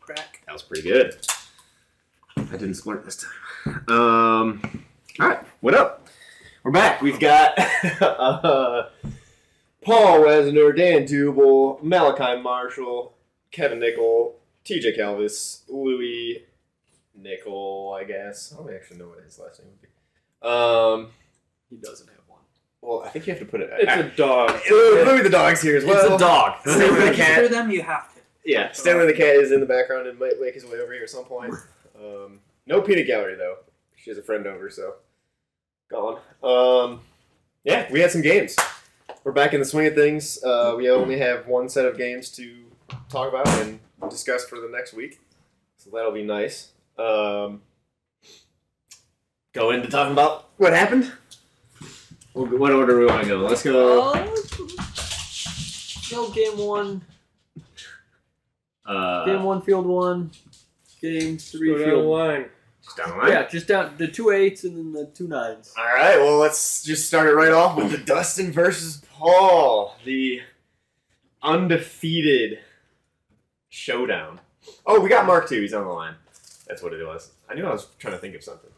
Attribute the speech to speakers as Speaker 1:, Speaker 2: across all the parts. Speaker 1: crack.
Speaker 2: That was pretty good. I didn't splurt this time. Um, all right, what up? We're back. We've got uh, Paul Wesner, Dan Dubel, Malachi Marshall, Kevin Nickel, TJ Calvis, Louis Nickel, I guess. I don't actually know what his last name would be. Um,
Speaker 1: He doesn't have one.
Speaker 2: well, I think you have to put it.
Speaker 3: It's a dog.
Speaker 2: Lou- Louis the dog's here as well.
Speaker 3: It's a dog.
Speaker 2: Stay with the cat.
Speaker 1: For them, you have to.
Speaker 2: Yeah, Stanley the Cat is in the background and might make his way over here at some point. Um, no peanut gallery though. She has a friend over, so gone. Um, yeah, we had some games. We're back in the swing of things. Uh, we only have one set of games to talk about and discuss for the next week, so that'll be nice. Um, go into talking about what happened. Well, What order do we want to go? Let's go.
Speaker 1: no game one, game
Speaker 2: Uh,
Speaker 1: one, field one, game three,
Speaker 3: Go down the
Speaker 1: field one.
Speaker 3: line.
Speaker 2: just down the line.
Speaker 1: Yeah, just down the two eights and then the two nines.
Speaker 2: All right, well, let's just start it right off with the Dustin versus Paul, the undefeated showdown. Oh, we got Mark too. He's on the line. That's what it was. I knew I was trying to think of something,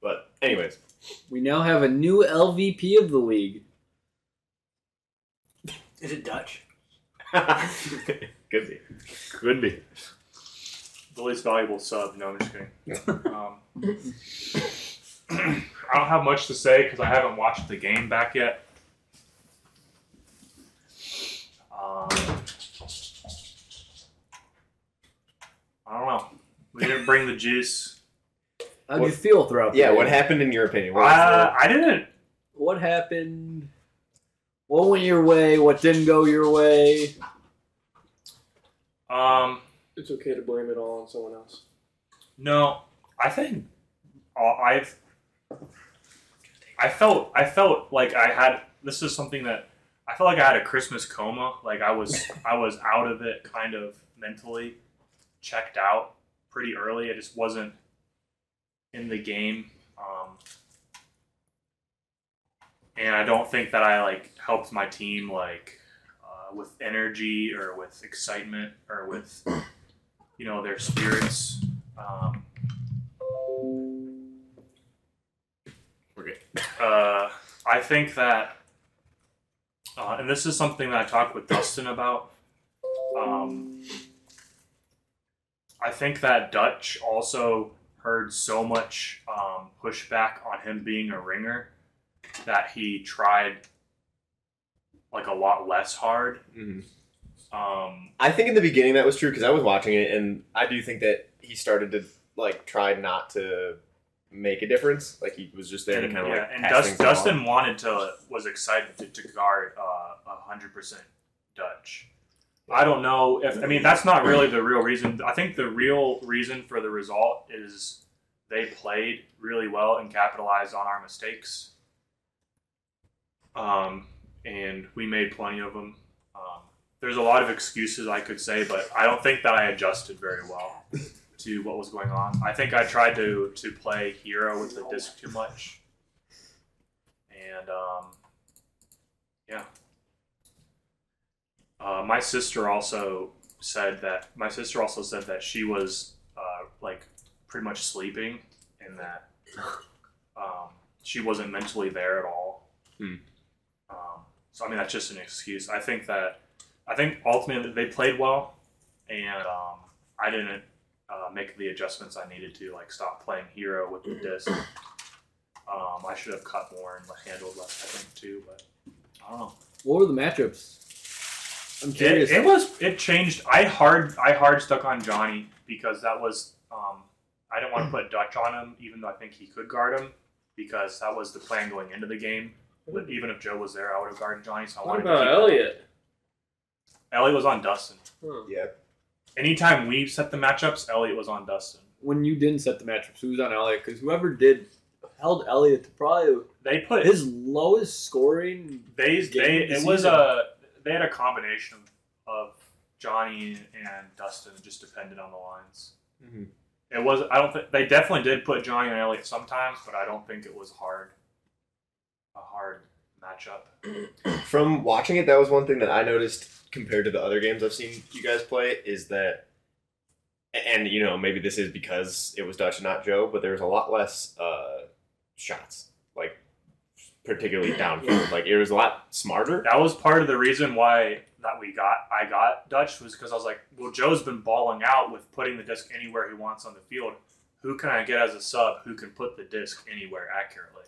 Speaker 2: but anyways,
Speaker 4: We now have a new LVP of the league.
Speaker 1: Is it Dutch?
Speaker 2: could be.
Speaker 3: Could be. The least valuable sub. No, I'm just kidding. um, I don't have much to say because I haven't watched the game back yet. Um, I don't know. We didn't bring the juice.
Speaker 4: How'd
Speaker 2: What-
Speaker 4: you feel throughout? the
Speaker 2: Yeah,
Speaker 4: game?
Speaker 2: what happened in your opinion? What was
Speaker 3: Uh, I didn't.
Speaker 4: What happened? What went your way? What didn't go your way?
Speaker 3: Um,
Speaker 5: It's okay to blame it all on someone else.
Speaker 3: No, I think uh, I've I felt I felt like I had this is something that I felt like I had a Christmas coma. Like I was I was out of it, kind of mentally checked out pretty early. I just wasn't in the game, um, and I don't think that I like helped my team like uh, with energy or with excitement or with you know their spirits. Um,
Speaker 2: We're good.
Speaker 3: Uh, I think that, uh, and this is something that I talked with Dustin about. Um, I think that Dutch also heard so much um, pushback on him being a ringer that he tried like a lot less hard.
Speaker 2: Mhm.
Speaker 3: Um,
Speaker 2: I think in the beginning that was true because I was watching it, and I do think that he started to like try not to make a difference. Like he was just there
Speaker 3: and,
Speaker 2: to kind of
Speaker 3: yeah,
Speaker 2: like
Speaker 3: and
Speaker 2: pass
Speaker 3: Dust,
Speaker 2: things along.
Speaker 3: Dustin wanted to was excited to, to guard uh, hundred percent Dutch. I don't know if I mean that's not really the real reason. I think the real reason for the result is they played really well and capitalized on our mistakes. Um, and we made plenty of them. Um, there's a lot of excuses I could say, but I don't think that I adjusted very well to what was going on. I think I tried to to play hero with the disc too much, and um, yeah. Uh, my sister also said that my sister also said that she was uh, like pretty much sleeping and that um, she wasn't mentally there at all.
Speaker 2: Hmm.
Speaker 3: Um, so I mean that's just an excuse. I think that I think ultimately they played well, and um, I didn't uh, make the adjustments I needed to, like stop playing hero with the disc. Um, I should have cut more and handled less, I think, too. But I don't know.
Speaker 4: What were the matchups? I'm
Speaker 3: It,
Speaker 4: curious.
Speaker 3: it was it changed. I hard I hard stuck on Johnny because that was um, I didn't want
Speaker 5: Hmm.
Speaker 3: to put Dutch on him, even though I think he could guard him because that was the plan going into the game. But even if Joe was there, I would have guarded Johnny. So I
Speaker 5: Hmm. What
Speaker 3: wanted
Speaker 5: about
Speaker 3: to keep
Speaker 5: Elliot?
Speaker 3: Elliot was on Dustin.
Speaker 5: Huh.
Speaker 2: Yeah,
Speaker 3: Anytime we set the matchups, Elliot was on Dustin.
Speaker 4: when you didn't set the matchups, who was on Elliot? Because whoever did held Elliot to probably
Speaker 3: They put
Speaker 4: his lowest scoring.
Speaker 3: they
Speaker 4: game
Speaker 3: they
Speaker 4: of the
Speaker 3: it was
Speaker 4: season.
Speaker 3: a they had a combination of Johnny and Dustin. It just depended on the lines.
Speaker 2: Mhm.
Speaker 3: It was I don't think they definitely did put Johnny and Elliot sometimes, but I don't think it was hard a hard matchup.
Speaker 2: from watching it, that was one thing that I noticed compared to the other games I've seen you guys play is that and you know maybe this is because it was Dutch and not Joe, but there was a lot less uh, shots, like particularly downfield. Like it was a lot smarter.
Speaker 3: That was part of the reason why that we got I got Dutch was because I was like, well, Joe's been balling out with putting the disc anywhere he wants on the field. Who can I get as a sub who can put the disc anywhere accurately?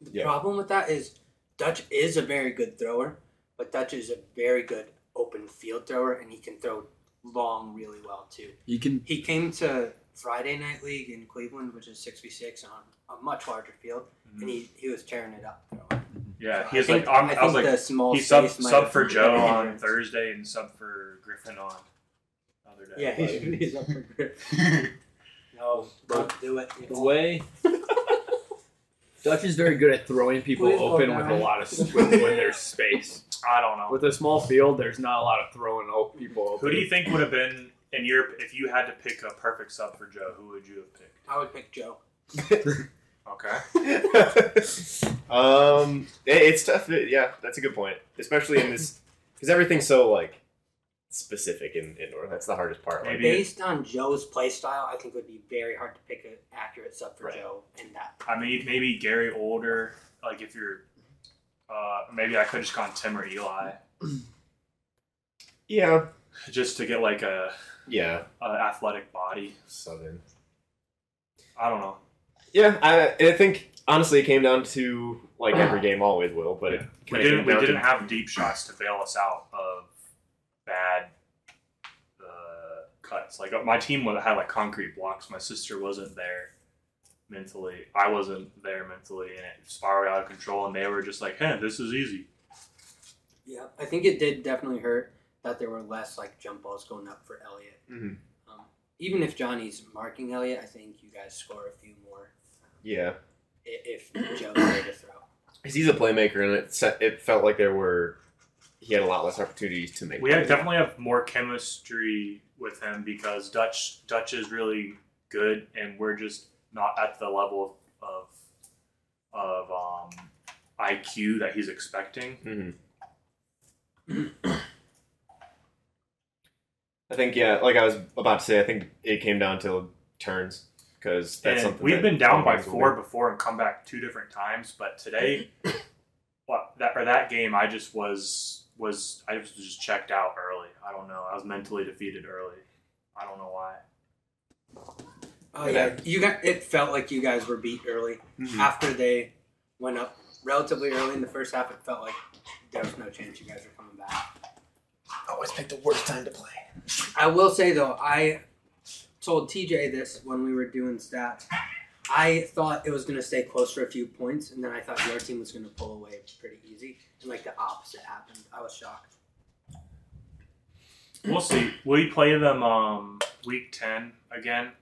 Speaker 6: The
Speaker 2: Yeah.
Speaker 6: problem with that is Dutch is a very good thrower, but Dutch is a very good open field thrower, and he can throw long really well too.
Speaker 4: You can
Speaker 6: He came to Friday Night League in Cleveland, which is six v six on a much larger field, and he,
Speaker 2: Mm.
Speaker 6: he was tearing it up. Throwing.
Speaker 3: Yeah,
Speaker 6: So
Speaker 3: he was
Speaker 6: I
Speaker 3: like,
Speaker 6: think-
Speaker 3: I'm,
Speaker 6: I
Speaker 3: I was
Speaker 6: think
Speaker 3: like,
Speaker 6: the small
Speaker 3: he sub
Speaker 6: space might
Speaker 3: sub
Speaker 6: have
Speaker 3: for
Speaker 6: made a
Speaker 3: Joe on
Speaker 6: difference.
Speaker 3: Thursday and sub for Griffin on other day.
Speaker 6: Yeah, he's, he's up for grip. no, don't do it. you
Speaker 4: the
Speaker 6: won't.
Speaker 4: way Dutch is very good at throwing people
Speaker 6: Please go
Speaker 4: open with a
Speaker 6: down.
Speaker 4: lot of s- with, when there's space.
Speaker 3: I don't know.
Speaker 4: With a small field, there's not a lot of throwing o- people open.
Speaker 3: Who do you think would have been in your if you had to pick a perfect sub for Joe? Who would you have picked?
Speaker 6: I would pick Joe.
Speaker 3: Okay,
Speaker 2: um, it- it's tough. to- yeah, that's a good point, especially in this because everything's so like specific in indoor. That's the hardest part. Like,
Speaker 3: Maybe-
Speaker 6: Based on Joe's play style, I think it would be very hard to pick an accurate sub for
Speaker 2: Right.
Speaker 6: Joe in that.
Speaker 3: I mean maybe Gary Older. Like if you're, uh, maybe I could just gone Tim or Eli
Speaker 2: yeah,
Speaker 3: just to get like a,
Speaker 2: yeah,
Speaker 3: a athletic body.
Speaker 2: southern.
Speaker 3: I don't know.
Speaker 2: Yeah, I, I think honestly it came down to like every game always will, but it
Speaker 3: We
Speaker 2: kinda
Speaker 3: didn't
Speaker 2: came
Speaker 3: we
Speaker 2: down to-
Speaker 3: didn't have deep shots to bail us out of bad uh, cuts. Like my team would had like concrete blocks. My sister wasn't there mentally. I wasn't there mentally, and it spiraled out of control. And they were just like, "Hey, this is easy."
Speaker 6: Yeah, I think it did definitely hurt that there were less like jump balls going up for Elliot.
Speaker 2: Mhm.
Speaker 6: Um, even if Johnny's marking Elliot, I think you guys score a few more
Speaker 2: yeah.
Speaker 6: i- if Joe's there to throw.
Speaker 2: Because he's a playmaker, and it set, it felt like there were he had a lot less opportunities to make.
Speaker 3: We had,
Speaker 2: plays.
Speaker 3: definitely have more chemistry with him because Dutch Dutch is really good, and we're just not at the level of of um, IQ that he's expecting.
Speaker 2: Mhm. Mm-hmm. I think yeah, like I was about to say, I think it came down to turns because that's
Speaker 3: and
Speaker 2: something
Speaker 3: we've
Speaker 2: that
Speaker 3: been down by
Speaker 2: always will be.
Speaker 3: four before and come back two different times. But today, what that or that game, I just was was I was just checked out early. I don't know. I was mentally defeated early. I don't know why.
Speaker 6: Oh yeah, you got. It felt like you guys were beat early
Speaker 2: Mhm.
Speaker 6: after they went up relatively early in the first half. It felt like there was no chance you guys were coming back.
Speaker 2: Always pick the worst time to play.
Speaker 6: I will say though, I told TJ this when we were doing stats. I thought it was gonna stay close for a few points, and then I thought your team was gonna pull away pretty easy, and like the opposite happened. I was shocked.
Speaker 3: We'll see. We play them um, week ten again.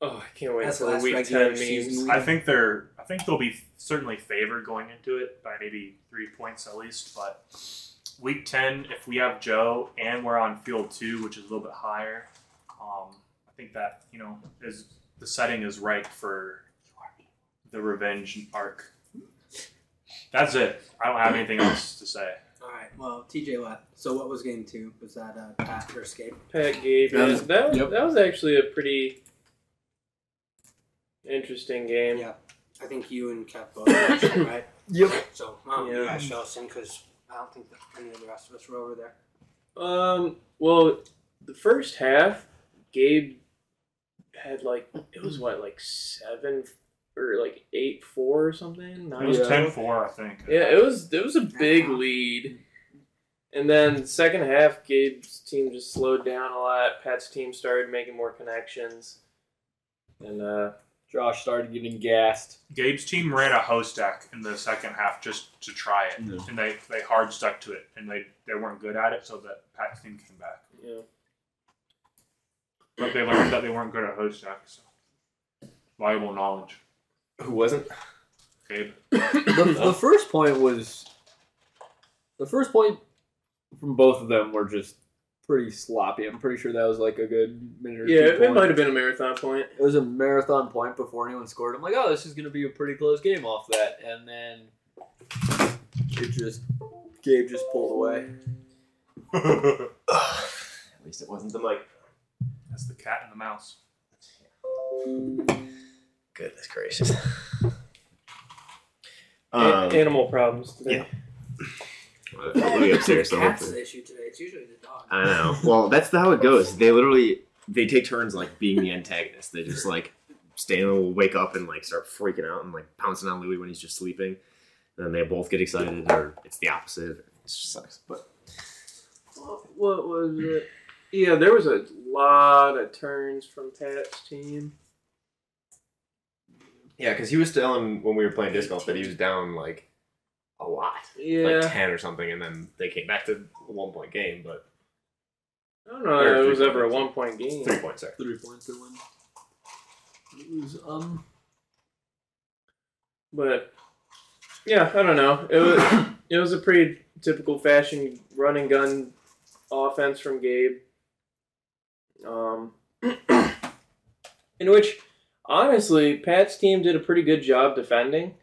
Speaker 5: Oh, I can't wait
Speaker 6: That's
Speaker 5: for
Speaker 6: the
Speaker 5: the
Speaker 6: last
Speaker 5: week
Speaker 6: regular
Speaker 5: ten
Speaker 6: season
Speaker 5: memes.
Speaker 6: week.
Speaker 3: I think they're. I think they'll be certainly favored going into it by maybe three points at least. But week ten, if we have Joe and we're on field two, which is a little bit higher, um, I think that you know is the setting is right for the revenge arc. That's it. I don't have anything else to say.
Speaker 6: All right. Well, TJ left. So what was game two? Was that uh, Pat or Escape?
Speaker 5: Pat gave
Speaker 4: That
Speaker 5: it.
Speaker 4: was-
Speaker 5: that,
Speaker 4: yep.
Speaker 5: that was actually a pretty interesting game.
Speaker 6: Yeah. I think you and Kev both watched it, right?
Speaker 4: Yep.
Speaker 6: So um, you
Speaker 5: Yeah.
Speaker 6: guys show us in because I don't think that any of the rest of us were over there.
Speaker 5: Um. Well, the first half, Gabe had like it was what like seven or like eight four or something.
Speaker 3: It was
Speaker 5: nine-
Speaker 3: 10-4, I think.
Speaker 5: Yeah, it was it was a big lead. And then second half Gabe's team just slowed down a lot. Pat's team started making more connections. And uh
Speaker 4: Josh started getting gassed.
Speaker 3: Gabe's team ran a host deck in the second half just to try it,
Speaker 4: No.
Speaker 3: and they, they hard stuck to it, and they, they weren't good at it, so that Pat's team came back.
Speaker 5: you know,
Speaker 3: But they learned that they weren't good at host deck, so valuable knowledge.
Speaker 2: Who wasn't?
Speaker 3: Gabe,
Speaker 4: The, the first point was the first point from both of them were just pretty sloppy. I'm pretty sure that was like a good minute or
Speaker 5: Yeah,
Speaker 4: two.
Speaker 5: it,
Speaker 4: point.
Speaker 5: might have been a marathon point.
Speaker 4: it was a marathon point before anyone scored. I'm like, oh, this is going to be a pretty close game off that, and then it just Gabe just pulled away.
Speaker 2: At least it wasn't the mic.
Speaker 3: That's the cat and the mouse.
Speaker 2: Goodness gracious.
Speaker 5: A- animal problems today.
Speaker 2: Um, yeah. Literally upstairs. So
Speaker 6: That's
Speaker 2: hopefully.
Speaker 6: the issue today. It's usually the dog.
Speaker 2: I know. Well, that's how it goes. They literally they take turns like being the antagonist. They just like Stanley will wake up and like start freaking out and like pouncing on Louis when he's just sleeping. And then they both get excited, or it's the opposite. It just sucks. But
Speaker 5: What was it? Yeah, there was a lot of turns from Pat's team.
Speaker 2: yeah, because he was telling when we were playing disc golf that he was down like a lot,
Speaker 5: Yeah.
Speaker 2: like ten or something, and then they came back to a one point game, but
Speaker 5: I don't know
Speaker 2: Or
Speaker 5: if it
Speaker 2: three
Speaker 5: was ever a
Speaker 2: points.
Speaker 5: one point game.
Speaker 2: three points there.
Speaker 1: Three points to win. It was um.
Speaker 5: But yeah, I don't know. It was it was a pretty typical fashion run and gun offense from Gabe. Um, in which honestly, Pat's team did a pretty good job defending.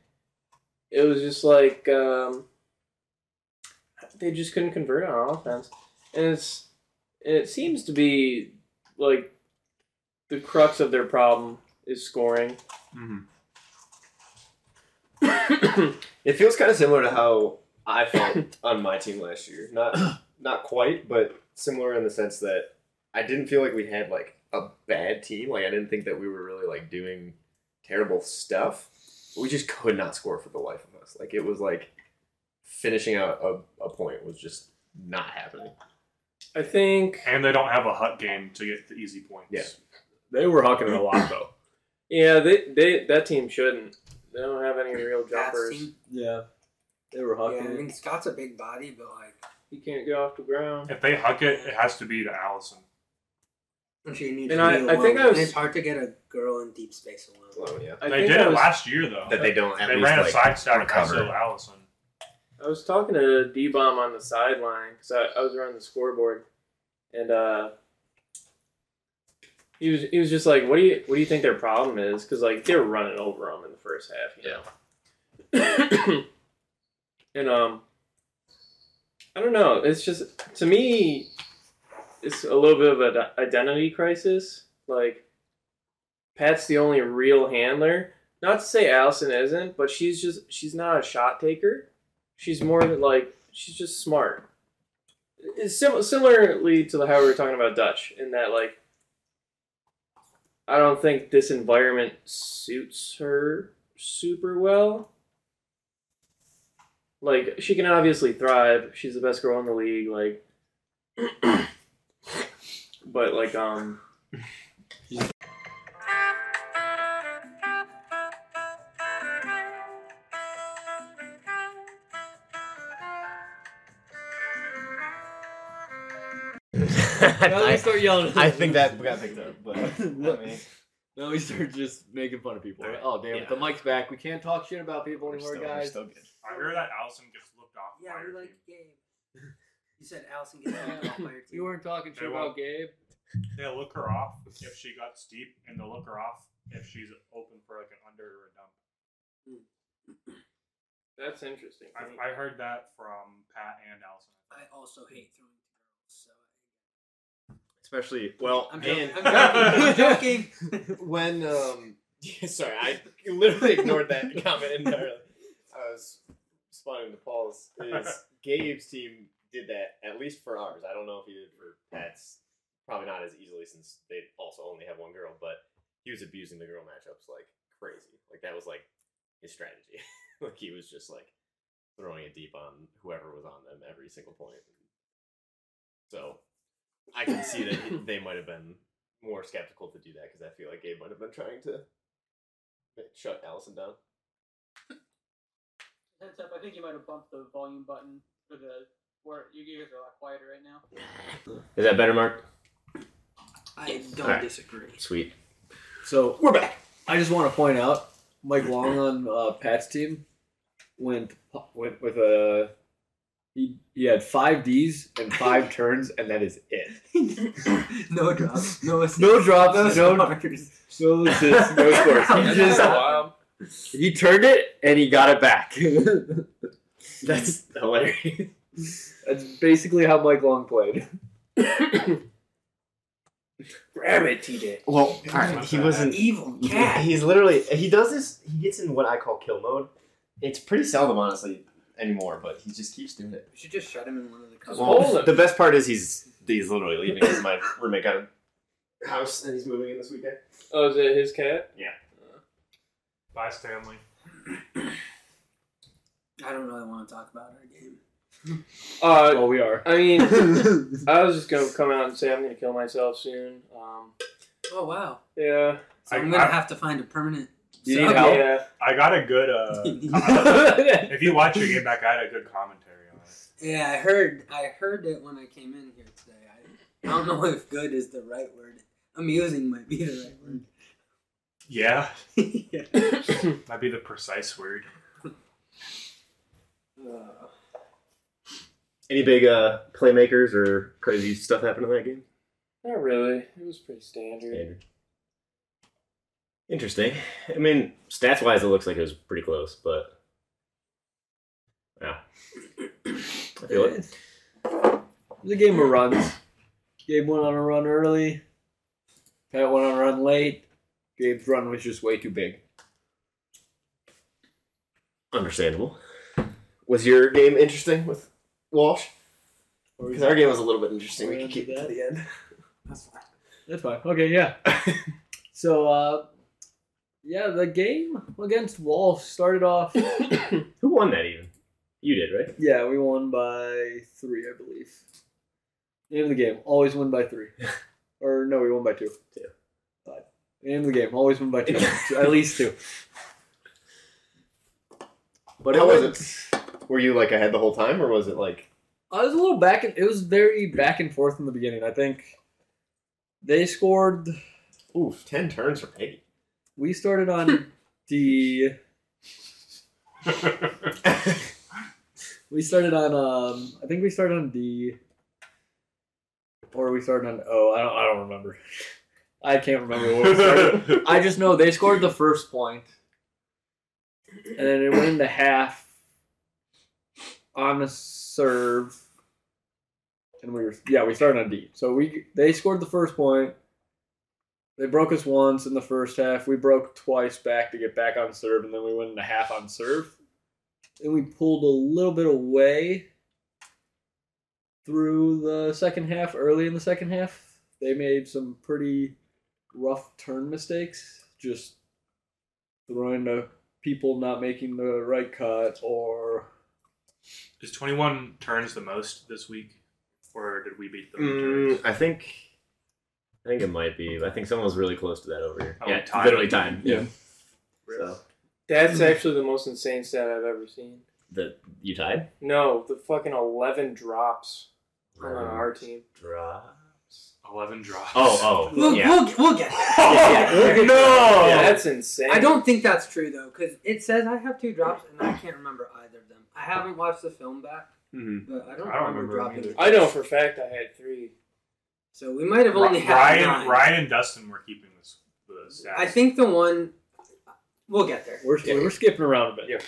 Speaker 5: It was just like um, they just couldn't convert on offense, and it's and it seems to be like the crux of their problem is scoring.
Speaker 2: Mm-hmm. It feels kind of similar to how I felt on my team last year. Not not quite, but similar in the sense that I didn't feel like we had like a bad team. Like I didn't think that we were really like doing terrible stuff. We just could not score for the life of us. Like it was like finishing out a, a point was just not happening.
Speaker 5: I think
Speaker 3: And they don't have a hut game to get the easy points.
Speaker 2: Yeah.
Speaker 4: They were hucking it a lot though.
Speaker 5: Yeah, they, they that team shouldn't. They don't have any real
Speaker 6: Pat's
Speaker 5: jumpers.
Speaker 6: team.
Speaker 1: Yeah, they were
Speaker 6: Yeah,
Speaker 1: hucking.
Speaker 6: I
Speaker 1: it.
Speaker 6: mean Scott's a big body, but like,
Speaker 5: He can't get off the ground.
Speaker 3: If they huck it, it has to be to Allison.
Speaker 6: she needs
Speaker 5: And
Speaker 6: to
Speaker 5: I-
Speaker 6: be
Speaker 5: I
Speaker 6: alone.
Speaker 5: think I was-
Speaker 6: And it's hard to get a girl in deep space alone.
Speaker 2: Alone, yeah.
Speaker 5: I
Speaker 3: they
Speaker 5: think
Speaker 3: did
Speaker 5: I
Speaker 3: it
Speaker 5: was,
Speaker 3: last year though.
Speaker 2: That they don't at
Speaker 3: They
Speaker 2: least
Speaker 3: ran a
Speaker 2: like
Speaker 3: side stack pass
Speaker 2: recover.
Speaker 3: to Allison.
Speaker 5: I was talking to D Bomb on the sideline because I, I was around the scoreboard, and uh, he was he was just like, "What do you what do you think their problem is?" Because like they were running over them in the first half, you know. and um, I don't know. It's just to me, it's a little bit of an identity crisis. Like, Pat's the only real handler. Not to say Allison isn't, but she's just she's not a shot taker she's more like she's just smart. It's sim- similarly to the how we were talking about Dutch in that like I don't think this environment suits her super well. Like she can obviously thrive. She's the best girl in the league. Like, but like um.
Speaker 4: Now they start yelling. At
Speaker 2: that got picked up, but mean,
Speaker 4: Now we start just making fun of people.
Speaker 2: Alright.
Speaker 4: Oh damn
Speaker 2: Yeah.
Speaker 4: it! The mic's back. We can't talk shit about people anymore, guys.
Speaker 2: good.
Speaker 3: I hear that Allison gets looked off.
Speaker 6: Yeah,
Speaker 3: by her
Speaker 6: we like
Speaker 3: team.
Speaker 6: Gabe. You said Allison gets a by your
Speaker 4: You
Speaker 6: team.
Speaker 4: weren't talking
Speaker 3: They
Speaker 4: shit about
Speaker 3: won't.
Speaker 4: Gabe.
Speaker 3: They look her off if she got steep, and they'll look her off if she's open for like an under or a dump.
Speaker 5: That's interesting.
Speaker 3: I, I heard that from Pat and Allison.
Speaker 6: I also hate throwing girls, so
Speaker 2: Especially well
Speaker 6: I'm
Speaker 2: and
Speaker 6: joking. I'm joking. I'm joking.
Speaker 2: when um yeah, sorry i literally ignored that comment entirely i was responding to paul's is gabe's team did that at least for ours i don't know if he did for pat's probably not as easily since they also only have one girl but he was abusing the girl matchups like crazy like that was like his strategy like he was just like throwing it deep on whoever was on them every single point so i can see that he- they might have been more skeptical to do that because I feel like Gabe might have been trying to shut Allison down.
Speaker 7: Heads up, I think you might have bumped the volume button for the where you guys are a lot quieter right now.
Speaker 2: Is that better, Mark?
Speaker 6: I don't
Speaker 2: Alright.
Speaker 6: disagree.
Speaker 2: Sweet.
Speaker 4: So
Speaker 2: We're back.
Speaker 4: I just want to point out Mike Long on uh, Pat's team went went with a he, he had five D's and five turns, and that is it.
Speaker 6: No drops. No assists.
Speaker 4: No drops, no-
Speaker 6: scores.
Speaker 4: So assists, no scores. He
Speaker 5: That's
Speaker 4: just
Speaker 5: wild.
Speaker 4: he turned it and he got it back.
Speaker 2: That's hilarious.
Speaker 4: That's basically how Mike Long played.
Speaker 6: Grab it, TJ.
Speaker 2: Well, all right, he wasn't.
Speaker 6: Evil
Speaker 2: Yeah,
Speaker 6: cat.
Speaker 2: he's literally he does this. He gets in what I call kill mode. It's pretty seldom, honestly, anymore. But he just keeps doing it.
Speaker 6: We should just shut him in one of the cupboards.
Speaker 5: Well, hold it.
Speaker 2: the best part is he's he's literally leaving. 'cause my roommate got a house and he's moving in this weekend.
Speaker 5: Oh, is it his cat?
Speaker 3: Bye, Stanley.
Speaker 6: I don't really want to talk about our game.
Speaker 5: Uh,
Speaker 4: Well, we are.
Speaker 5: I mean,
Speaker 2: That's
Speaker 5: I was just gonna come out and say I'm gonna kill myself soon. Um,
Speaker 6: Oh wow!
Speaker 5: yeah.
Speaker 6: So
Speaker 3: I-
Speaker 6: I'm gonna
Speaker 3: I-
Speaker 6: have to find a permanent.
Speaker 4: You
Speaker 6: sub.
Speaker 4: need help?
Speaker 5: Yeah.
Speaker 3: I got a good. Uh, comment- if you watch your game back, I had a good commentary on it.
Speaker 6: Yeah, I heard. I heard it when I came in here today. I, I don't know if "good" is the right word. Amusing might be the right word.
Speaker 3: Yeah,
Speaker 6: yeah.
Speaker 3: that'd be the precise word.
Speaker 2: Any big uh, playmakers or crazy stuff happened in that game?
Speaker 5: Not really. It was pretty standard.
Speaker 2: Interesting. I mean, stats wise, it looks like it was pretty close, but yeah, I feel it.
Speaker 4: The game of runs. Gabe went on a run early. Pat went on a run late. Gabe's run was just way too big.
Speaker 2: Understandable. Was your game interesting with Walsh?
Speaker 4: Or
Speaker 2: Because our game was a little bit interesting.
Speaker 4: We
Speaker 2: We could keep it to the end.
Speaker 4: That's fine. Okay, yeah. so, uh, yeah, the game against Walsh started off.
Speaker 2: Who won that even? You did, right?
Speaker 4: Yeah, we won by three, I believe. End of the game. Always win by three. or no, we won by two.
Speaker 2: Two.
Speaker 4: Five. End of the game. Always win by two. At least two.
Speaker 2: But how was it? Were you like ahead the whole time, or was it like
Speaker 4: I was a little back and it was very back and forth in the beginning. I think they scored
Speaker 2: oof ten turns for Peggy?
Speaker 4: we started on the we started on um I think we started on D or we started on O. I don't I don't remember. I can't remember what we started. I just know they scored the first point, and then it went into half on a serve, and we were yeah we started on D. So we they scored the first point. They broke us once in the first half. We broke twice back to get back on serve, and then we went into half on serve, and we pulled a little bit away through the second half. Early in the second half, they made some pretty rough turn mistakes, just throwing to people not making the right cut or
Speaker 3: Is twenty one turns the most this week, or did we beat them? in turns?
Speaker 2: Mm, I think. I think it might be. I think someone was really close to that over here.
Speaker 3: Oh,
Speaker 2: yeah,
Speaker 3: time.
Speaker 2: literally time.
Speaker 4: Yeah.
Speaker 2: So
Speaker 5: That's actually the most insane stat I've ever seen.
Speaker 2: the you tied.
Speaker 5: No, the fucking eleven drops on our team.
Speaker 2: Drops.
Speaker 3: Eleven drops.
Speaker 2: Oh, oh,
Speaker 6: We'll,
Speaker 2: yeah.
Speaker 6: we'll, we'll get there.
Speaker 2: Oh, no!
Speaker 5: Yeah, that's insane.
Speaker 6: I don't think that's true though, because it says I have two drops and I can't remember either of them. I haven't watched the film back,
Speaker 2: Mhm.
Speaker 6: but I don't,
Speaker 3: I don't
Speaker 6: remember,
Speaker 3: remember them
Speaker 6: dropping
Speaker 3: either.
Speaker 6: it.
Speaker 5: I know for a fact I had three.
Speaker 6: So we might have only
Speaker 3: Ri-
Speaker 6: had
Speaker 3: Ryan,
Speaker 6: nine.
Speaker 3: Ryan and Dustin were keeping this, the stats.
Speaker 6: I think the one. We'll get there.
Speaker 4: we're,
Speaker 2: Yeah.
Speaker 4: we're skipping around a bit.
Speaker 5: Yeah.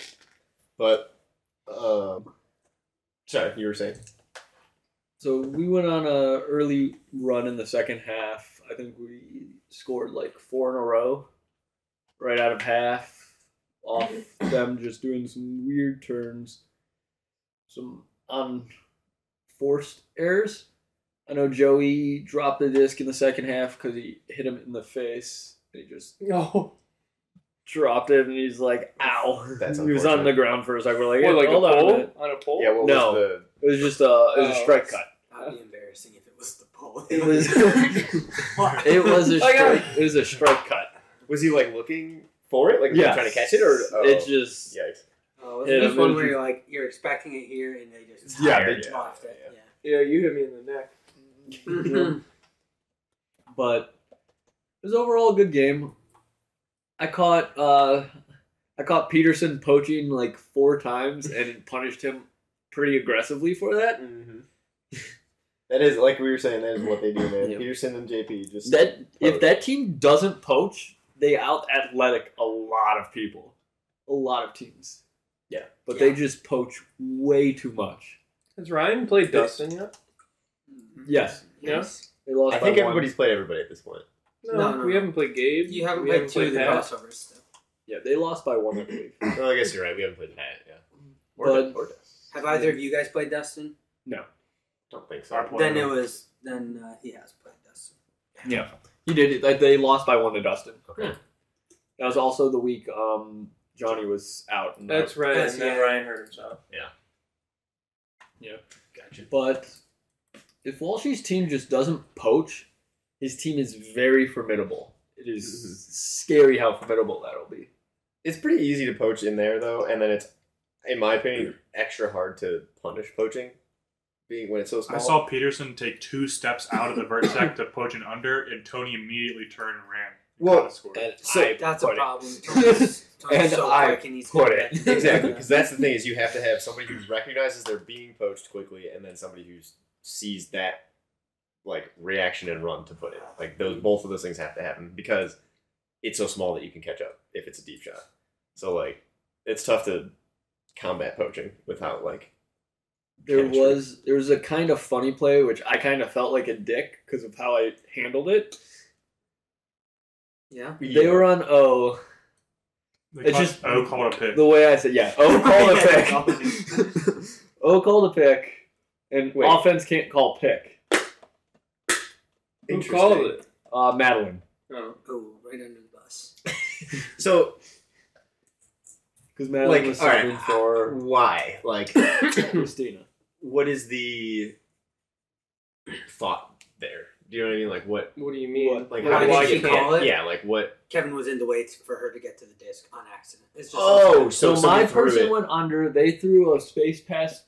Speaker 2: But, um, sorry, you were saying.
Speaker 4: So we went on a early run in the second half. I think we scored like four in a row, right out of half, off them just doing some weird turns, some unforced errors. I know Joey dropped the disc in the second half because he hit him in the face. He just
Speaker 5: No.
Speaker 4: dropped it, and he's like, "Ow!"
Speaker 2: That's
Speaker 4: he was on the ground for a second. We're like,
Speaker 5: What, like
Speaker 4: "Hold
Speaker 5: a
Speaker 4: on a
Speaker 5: pole?
Speaker 4: minute."
Speaker 5: On a pole?
Speaker 2: what
Speaker 4: No.
Speaker 2: the?
Speaker 4: It was just a, it was a
Speaker 5: Oh.
Speaker 4: strike cut.
Speaker 6: That'd be embarrassing if it was the Oh, pole.
Speaker 4: It was. It was a
Speaker 5: I got
Speaker 4: strike. It was a strike cut.
Speaker 2: Was he like looking for it, like
Speaker 4: Yeah.
Speaker 2: trying to catch it, or oh.
Speaker 4: It's just
Speaker 2: yikes?
Speaker 6: Oh,
Speaker 4: Yeah,
Speaker 6: it's this
Speaker 4: it
Speaker 6: one
Speaker 4: was-
Speaker 6: where you're like you're expecting it here and they just
Speaker 2: Yeah, they-
Speaker 6: just dropped it. Yeah.
Speaker 5: Yeah, you hit me in the neck.
Speaker 6: Mhm.
Speaker 4: but it was overall a good game. I caught uh I caught Peterson poaching like four times and punished him pretty aggressively for that.
Speaker 2: Mm-hmm. That is like we were saying. That is what they do, man.
Speaker 4: Yeah.
Speaker 2: Peterson and JP just
Speaker 4: That if
Speaker 2: Poach.
Speaker 4: that team doesn't poach, they out athletic a lot of people. A lot of teams.
Speaker 2: Yeah.
Speaker 4: But they just poach way too much.
Speaker 6: Mm-hmm.
Speaker 5: Has Ryan played Dustin yet?
Speaker 4: Yes.
Speaker 5: Yeah.
Speaker 4: They lost
Speaker 2: I
Speaker 4: by
Speaker 2: think
Speaker 4: one.
Speaker 2: everybody's played everybody at this point.
Speaker 5: No,
Speaker 6: No, no,
Speaker 5: we
Speaker 6: no.
Speaker 5: haven't played Gabe.
Speaker 6: You haven't
Speaker 5: we
Speaker 6: played two of the
Speaker 5: Pat.
Speaker 6: crossovers still.
Speaker 4: Yeah, they lost by one, I believe.
Speaker 2: Well, I guess you're right. We haven't played Pat. Yeah. Or
Speaker 4: But-
Speaker 2: Dust- or Dust.
Speaker 6: Have either of you guys played Dustin?
Speaker 2: Don't think so.
Speaker 3: Our point.
Speaker 6: Then it
Speaker 3: no.
Speaker 6: was then uh, he has played Dustin.
Speaker 4: He did. Like, they lost by one to Dustin.
Speaker 2: Okay.
Speaker 4: That was also the week um, Johnny was out. And
Speaker 5: That's right.
Speaker 6: That's-
Speaker 5: and then
Speaker 6: yeah.
Speaker 5: Ryan hurt himself.
Speaker 2: Gotcha.
Speaker 4: But if Walshy's team just doesn't poach, his team is very formidable. It is scary how formidable that'll be.
Speaker 2: It's pretty easy to poach in there though, and then it's, in my opinion, extra hard to punish poaching, being when it's so small.
Speaker 3: I saw Peterson take two steps out of the vertex to poach an under, and Tony immediately turned and ran.
Speaker 2: Well,
Speaker 3: Got a score.
Speaker 4: And
Speaker 2: So-
Speaker 4: I
Speaker 6: That's a
Speaker 4: put it.
Speaker 6: problem. Tony's, Tony's
Speaker 4: And
Speaker 6: so
Speaker 4: I
Speaker 6: quick and he's
Speaker 2: Put
Speaker 6: good
Speaker 2: it
Speaker 6: at-
Speaker 2: exactly because that's the thing is you have to have somebody who recognizes they're being poached quickly, and then somebody who sees that like reaction and run to put it. Like those, both of those things have to happen because it's so small that you can catch up if it's a deep shot. So like, it's tough to combat poaching without like.
Speaker 4: there
Speaker 2: chemistry.
Speaker 4: was there was a kind of funny play which I kind of felt like a dick because of how I handled it.
Speaker 6: Yeah.
Speaker 4: They were on O.
Speaker 3: They
Speaker 4: it's
Speaker 3: caught-
Speaker 4: just-
Speaker 3: oh, called a pick.
Speaker 4: The way I said, yeah, O called
Speaker 3: Yeah,
Speaker 4: a pick. o called a pick, and
Speaker 2: Wait.
Speaker 4: offense can't call pick.
Speaker 5: Who
Speaker 2: Interesting.
Speaker 5: called it?
Speaker 4: Uh, Madeline,
Speaker 5: Oh.
Speaker 6: Oh, right under the bus.
Speaker 2: So
Speaker 4: because Madeline
Speaker 2: Like,
Speaker 4: was
Speaker 2: all right.
Speaker 4: subbing for
Speaker 2: why? Like,
Speaker 4: Christina.
Speaker 2: what is the thought there? Do you know what I mean? Like, what?
Speaker 5: What do you mean?
Speaker 4: What?
Speaker 2: Like,
Speaker 6: Why
Speaker 2: how
Speaker 6: did
Speaker 2: why
Speaker 6: she
Speaker 2: you
Speaker 6: call
Speaker 2: can't-
Speaker 6: it?
Speaker 2: Yeah, like what?
Speaker 6: Kevin was in the way for her to get to the disc on accident. It's just
Speaker 2: Oh,
Speaker 4: So,
Speaker 2: so, somebody
Speaker 4: my
Speaker 2: threw
Speaker 4: person
Speaker 2: it.
Speaker 4: went under. They threw a space pass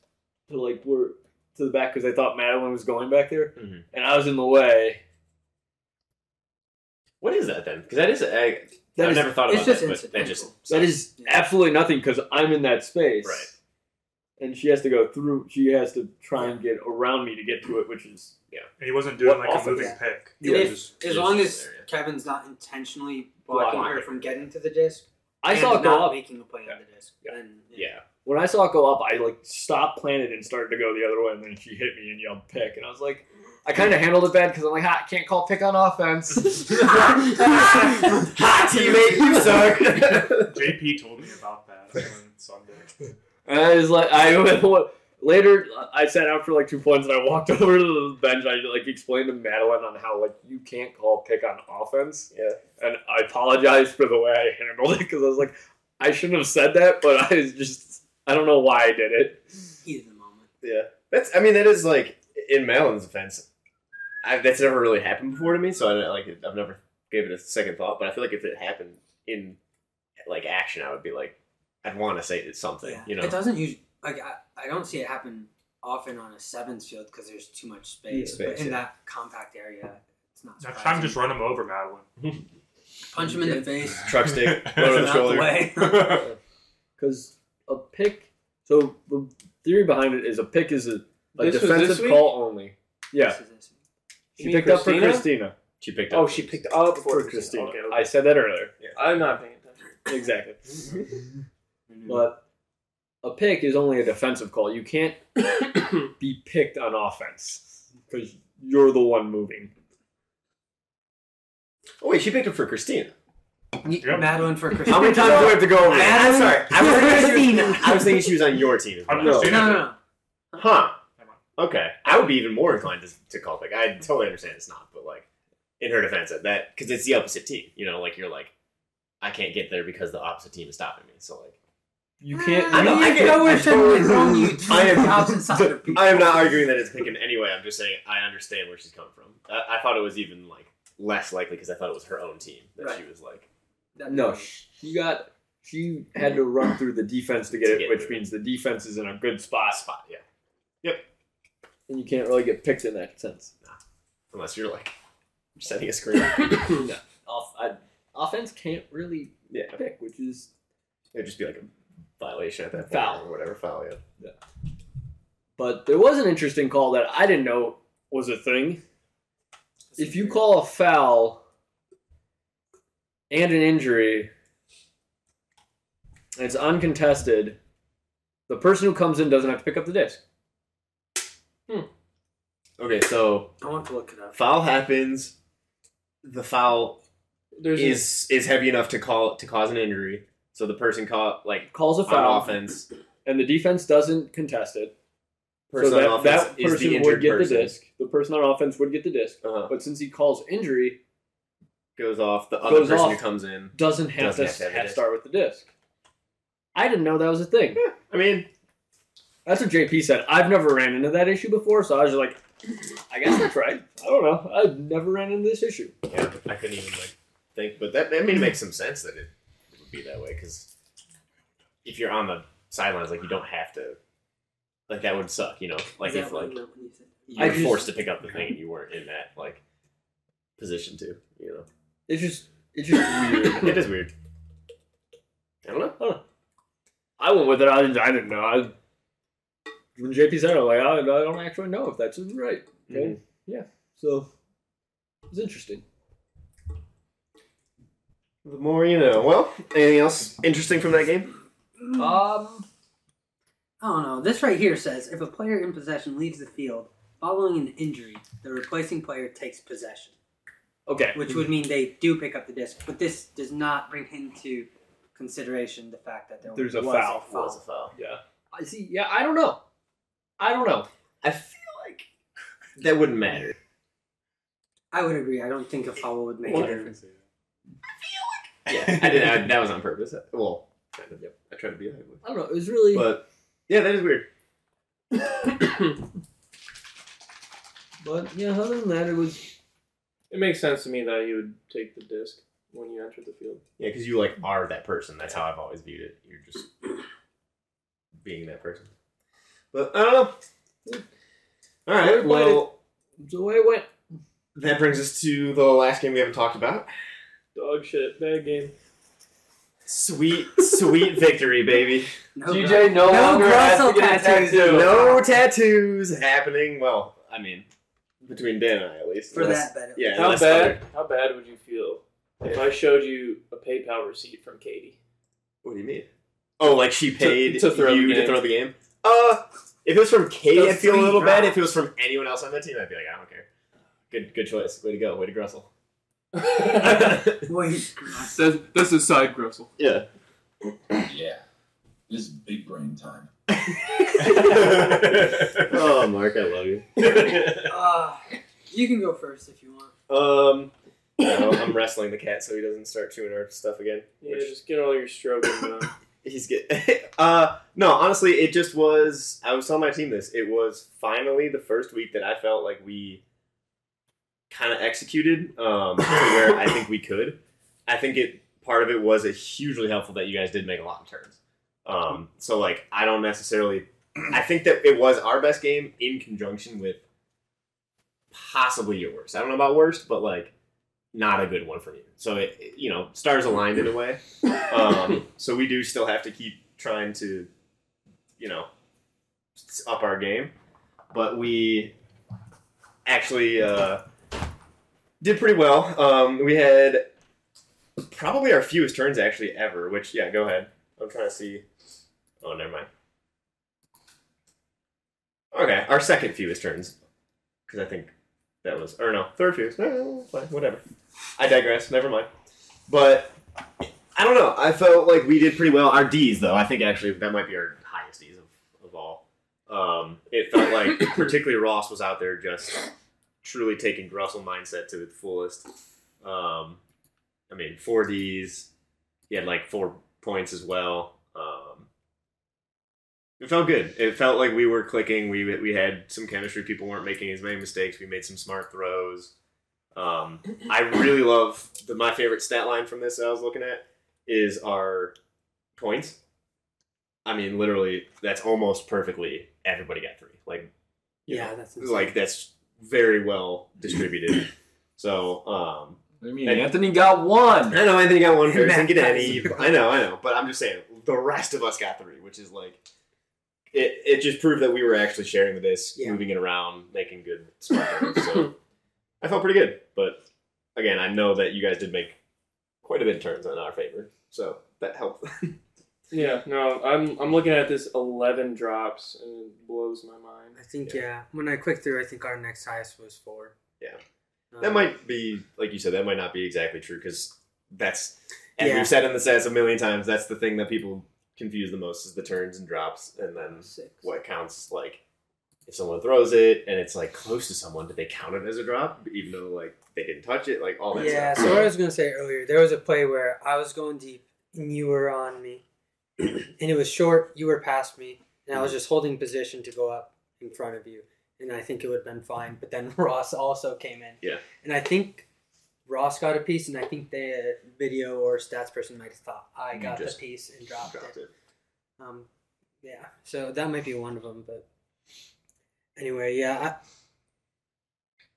Speaker 4: to like were to the back because they thought Madeline was going back there,
Speaker 2: Mhm.
Speaker 4: and I was in the way.
Speaker 2: What is that then? Because that is a, I,
Speaker 4: That
Speaker 2: I've
Speaker 4: is-
Speaker 2: never thought
Speaker 6: it's
Speaker 2: about
Speaker 6: just
Speaker 2: that, but that just
Speaker 6: incidental.
Speaker 4: That is
Speaker 6: Yeah.
Speaker 4: absolutely nothing because I'm in that space.
Speaker 2: Right.
Speaker 4: And she has to go through. She has to try and get around me to get to it, which is
Speaker 3: And he wasn't doing
Speaker 4: What
Speaker 3: like
Speaker 4: offense?
Speaker 3: a moving
Speaker 6: Yeah.
Speaker 3: pick.
Speaker 6: And
Speaker 3: He
Speaker 6: if-
Speaker 3: was
Speaker 6: as
Speaker 2: just
Speaker 6: long
Speaker 2: sits
Speaker 6: as
Speaker 2: there, yeah.
Speaker 6: Kevin's not intentionally blocking
Speaker 2: Blocking
Speaker 6: her
Speaker 2: her.
Speaker 6: from getting to the disc,
Speaker 4: I
Speaker 6: and
Speaker 4: saw it go
Speaker 6: not
Speaker 4: up.
Speaker 6: making a play on the disc.
Speaker 4: Yeah.
Speaker 6: Then,
Speaker 2: yeah.
Speaker 4: When I saw it go up, I like stopped planted and started to go the other way, and then she hit me and yelled pick, and I was like, I kind of handled it bad because I'm like, ha, I can't call pick on offense.
Speaker 2: Hot teammate, you suck.
Speaker 3: JP told me about that on Sunday.
Speaker 4: and I was like, I later I sat out for like two points, and I walked over to the bench. I like explained to Madeline on how like you can't call pick on offense.
Speaker 2: Yeah.
Speaker 4: and I apologize for the way I handled it because I was like, I shouldn't have said that, but I was just, I don't know why I did it.
Speaker 6: heat of the moment.
Speaker 2: yeah, that's. I mean, that is like in Malin's offense. I, that's never really happened before to me, so I don't- like I've never gave it a second thought. But I feel like if it happened in like action, I would be like, I'd want to say it's something,
Speaker 6: Yeah.
Speaker 2: you know.
Speaker 6: It doesn't usually like I, I don't see it happen often on a sevens field because there's too much space.
Speaker 2: Yeah,
Speaker 6: but
Speaker 2: space,
Speaker 6: in
Speaker 2: yeah.
Speaker 6: that compact area, it's not.
Speaker 3: Next
Speaker 6: Surprising.
Speaker 3: time, just run him over, Madeline.
Speaker 6: punch him in the face.
Speaker 2: Truck stick,
Speaker 3: It's
Speaker 2: load on
Speaker 6: and
Speaker 2: the
Speaker 6: out the
Speaker 2: shoulder.
Speaker 6: way.
Speaker 4: Because a pick, so the theory behind it is a pick is a, a
Speaker 5: This was this
Speaker 4: defensive
Speaker 5: week?
Speaker 4: call only. Yeah.
Speaker 6: This is this.
Speaker 5: You
Speaker 4: She
Speaker 5: mean
Speaker 4: picked up for Christina.
Speaker 2: She picked up.
Speaker 5: Oh, she picked up
Speaker 4: For Christina. I said that earlier.
Speaker 5: I, am not paying attention.
Speaker 4: Exactly. But a pick is only a defensive call. You can't be picked on offense because you're the one moving.
Speaker 2: Oh wait, she picked up for Christina.
Speaker 3: Yep.
Speaker 6: Madeline for Christina.
Speaker 2: How many times do I have to go over?
Speaker 6: I- I'm
Speaker 2: this? sorry. I was, thinking she was,
Speaker 6: Christina.
Speaker 2: I was thinking she was on your team. As
Speaker 3: I'm
Speaker 2: well.
Speaker 3: Christina.
Speaker 6: No, no, no.
Speaker 2: Huh. Okay. I would be even more inclined to, to call pick. I totally understand it's not, but like in her defense, that because it's the opposite team. You know, like you're like, I can't get there because the opposite team is stopping me. So like,
Speaker 4: You can't.
Speaker 2: I
Speaker 6: I
Speaker 2: know,
Speaker 6: mean,
Speaker 2: I
Speaker 6: you
Speaker 2: get it.
Speaker 6: know
Speaker 2: I
Speaker 6: where someone
Speaker 2: totally-
Speaker 6: wrong. You
Speaker 2: I am-
Speaker 6: thousand side of people.
Speaker 2: I am not arguing that it's pick in any way. I'm just saying I understand where she's coming from. I, I thought it was even like less likely because I thought it was her own team that she was like.
Speaker 6: That-
Speaker 4: No, sh- she got. She had to run through the defense to get
Speaker 2: To
Speaker 4: it,
Speaker 2: get
Speaker 4: which
Speaker 2: through.
Speaker 4: means the defense is in a good spot,
Speaker 2: Spot, yeah.
Speaker 4: and you can't really get picked in that sense.
Speaker 2: Unless you're like sending a screen.
Speaker 4: no, off, I, offense can't really
Speaker 2: yeah.
Speaker 4: pick, which is.
Speaker 2: It'd just be like a violation at that point
Speaker 4: Foul.
Speaker 2: or whatever foul. Yeah.
Speaker 4: But there was an interesting call that I didn't know was a thing. If you call a foul and an injury, and it's uncontested. The person who comes in doesn't have to pick up the disc.
Speaker 2: Okay, so
Speaker 6: I want to look it up.
Speaker 2: foul happens. The foul
Speaker 5: There's
Speaker 2: is is heavy enough to call to cause an injury. So the person caught like
Speaker 4: Calls a foul,
Speaker 2: on offense.
Speaker 4: and the defense doesn't contest it.
Speaker 2: Person
Speaker 4: so that,
Speaker 2: on offense
Speaker 4: that
Speaker 2: is the
Speaker 4: person
Speaker 2: injured
Speaker 4: would get
Speaker 2: person.
Speaker 4: the disc. The person on offense would get the disc.
Speaker 2: Uh-huh.
Speaker 4: But since he calls injury,
Speaker 2: Goes off. The other
Speaker 4: Goes
Speaker 2: person who
Speaker 4: off.
Speaker 2: comes in.
Speaker 4: doesn't have
Speaker 2: Doesn't
Speaker 4: to
Speaker 2: have to have a
Speaker 4: ha-
Speaker 2: disc.
Speaker 4: start with the disc. I didn't know that was a thing.
Speaker 2: I mean,
Speaker 4: That's what JP said. I've never ran into that issue before, so I was like, I guess that's right. I don't know. I've never ran into this issue.
Speaker 2: yeah, I couldn't even like think, but that I mean, it makes some sense that it would be that way because if you're on the sidelines, like you don't have to. Like that would suck, you know. Like
Speaker 6: Is that
Speaker 2: if
Speaker 6: what
Speaker 2: like
Speaker 6: you meant when you said-
Speaker 2: you
Speaker 4: I
Speaker 2: were
Speaker 4: just-
Speaker 2: forced to pick up the thing and you weren't in that like position to, you know.
Speaker 4: It's just, it's just weird.
Speaker 2: it is weird. I don't know.
Speaker 4: I went with it. I didn't, I didn't know. I, when JP said it, I'm like, I, I don't actually know if that's even right. Okay? Yeah. So it's interesting.
Speaker 2: The more you know. Well, anything else interesting from that game?
Speaker 6: Hmm.
Speaker 4: Um,
Speaker 6: Oh no, this right here says if a player in possession leaves the field following an injury, the replacing player takes possession,
Speaker 4: okay.
Speaker 6: which would mean they do pick up the disc. But this does not bring into consideration the fact that there
Speaker 4: There's a
Speaker 6: was
Speaker 4: foul.
Speaker 6: A foul.
Speaker 2: foul.
Speaker 4: I see. Yeah, I don't know. I don't know.
Speaker 2: I feel like that wouldn't matter.
Speaker 6: I would agree. I don't think a foul would make a difference.
Speaker 2: Yeah, I did. I, that was on purpose. Well, kind of. Yep. I tried to be that way.
Speaker 4: I don't know. It was really. But,
Speaker 2: But yeah, that is weird.
Speaker 4: yeah, other than that, it was.
Speaker 5: it makes sense to me that you would take the disc when you enter the field.
Speaker 2: Yeah, because you like are that person. That's how I've always viewed it. You're just being that person. But I don't know. All right. Well,
Speaker 4: It's the way it went.
Speaker 2: that brings us to the last game we haven't talked about.
Speaker 5: Dog shit, bad game.
Speaker 2: Sweet, sweet victory, baby.
Speaker 6: No,
Speaker 4: DJ
Speaker 6: gr-
Speaker 4: no longer has to
Speaker 6: Russell
Speaker 4: get a
Speaker 6: tattoos
Speaker 4: tattoo.
Speaker 2: No tattoos happening. Well, I mean, between Dan and I, at least.
Speaker 6: for
Speaker 2: Unless-
Speaker 6: that bet.
Speaker 2: Yeah.
Speaker 5: How
Speaker 2: unless
Speaker 5: bad?
Speaker 2: other-
Speaker 5: How bad would you feel if I showed you a PayPal receipt from Katie?
Speaker 2: What do you mean? Oh, like she paid
Speaker 5: to throw
Speaker 2: you
Speaker 5: the
Speaker 2: to
Speaker 5: game.
Speaker 2: throw the game. Uh, if it was from Katie,
Speaker 6: Those
Speaker 2: I'd feel a
Speaker 6: three
Speaker 2: little bad.
Speaker 6: drops.
Speaker 2: If it was from anyone else on that team, I'd be like, I don't care. Good, good choice. Way to go. Way to Grussel.
Speaker 6: Wait,
Speaker 7: That's, that's a side gristle.
Speaker 2: yeah.
Speaker 1: Yeah. This is big brain time.
Speaker 2: oh, Mark, I love you.
Speaker 6: uh, you can go first if you want.
Speaker 2: um, no, I'm wrestling the cat so he doesn't start chewing our stuff again.
Speaker 5: Yeah,
Speaker 2: which-
Speaker 5: just get all your stroking done.
Speaker 2: He's good. uh, no, honestly, it just was. I was telling my team this. It was finally the first week that I felt like we kind of executed um, to where I think we could. I think it part of it was it hugely helpful that you guys did make a lot of turns. Um, so like, I don't necessarily. I think that it was our best game in conjunction with possibly your worst. I don't know about worst, but like not a good one from you. So it, it- you know, stars aligned in a way. Um, so we do still have to keep trying to, you know, s- up our game, but we actually uh, did pretty well. Um, we had probably our fewest turns actually ever. Which yeah, go ahead. I'm trying to see. Oh, never mind. Okay, our second fewest turns, because I think that was or no third fewest. No, fine, whatever. I digress. Never mind. But I don't know. I felt like we did pretty well. Our D's though, I think actually that might be our highest D's of, of all. Um, it felt like particularly Ross was out there just truly taking Russell mindset to the fullest. Um, I mean, four D's. He had like four points as well. Um, it felt good. It felt like we were clicking. We we had some chemistry. People weren't making as many mistakes. We made some smart throws. Um, I really love the my favorite stat line from this that I was looking at is our points. I mean, literally, that's almost perfectly everybody got three. Like
Speaker 6: Yeah, that's insane.
Speaker 2: like that's very well distributed. So um,
Speaker 1: I mean,
Speaker 2: And-
Speaker 1: Anthony got one.
Speaker 2: I know Anthony got one
Speaker 6: And
Speaker 2: person
Speaker 6: Matt
Speaker 2: get
Speaker 6: got
Speaker 2: any.
Speaker 6: zero.
Speaker 2: I know, I know, but I'm just saying the rest of us got three, which is like it. It just proved that we were actually sharing the disc,
Speaker 6: Yeah.
Speaker 2: moving it around, making good spots. so I felt pretty good, but again, I know that you guys did make quite a bit of turns in our favor, so that helped.
Speaker 5: Yeah, no, I'm I'm looking at this 11 drops and it blows my mind.
Speaker 6: I think yeah. When I clicked through, I think our next highest was four.
Speaker 2: Yeah.
Speaker 6: Um,
Speaker 2: That might be, like you said, that might not be exactly true because that's, and
Speaker 6: Yeah.
Speaker 2: we've said in the sets a million times, that's the thing that people confuse the most is the turns and drops, and then
Speaker 6: six.
Speaker 2: what counts like if someone throws it and it's like close to someone, did they count it as a drop even though like they didn't touch it, like all that
Speaker 6: Yeah.
Speaker 2: stuff.
Speaker 6: So what I was gonna say earlier, there was a play where I was going deep and you were on me, and it was short. You were past me, and I was just holding position to go up in front of you, and I think it would have been fine. But then Ross also came in.
Speaker 2: Yeah.
Speaker 6: And I think. Ross got a piece, and I think the video or stats person might have thought I
Speaker 2: You
Speaker 6: got the
Speaker 2: just
Speaker 6: piece and dropped, it.
Speaker 2: dropped it.
Speaker 6: Um, yeah, so that might be one of them, but anyway, yeah, I,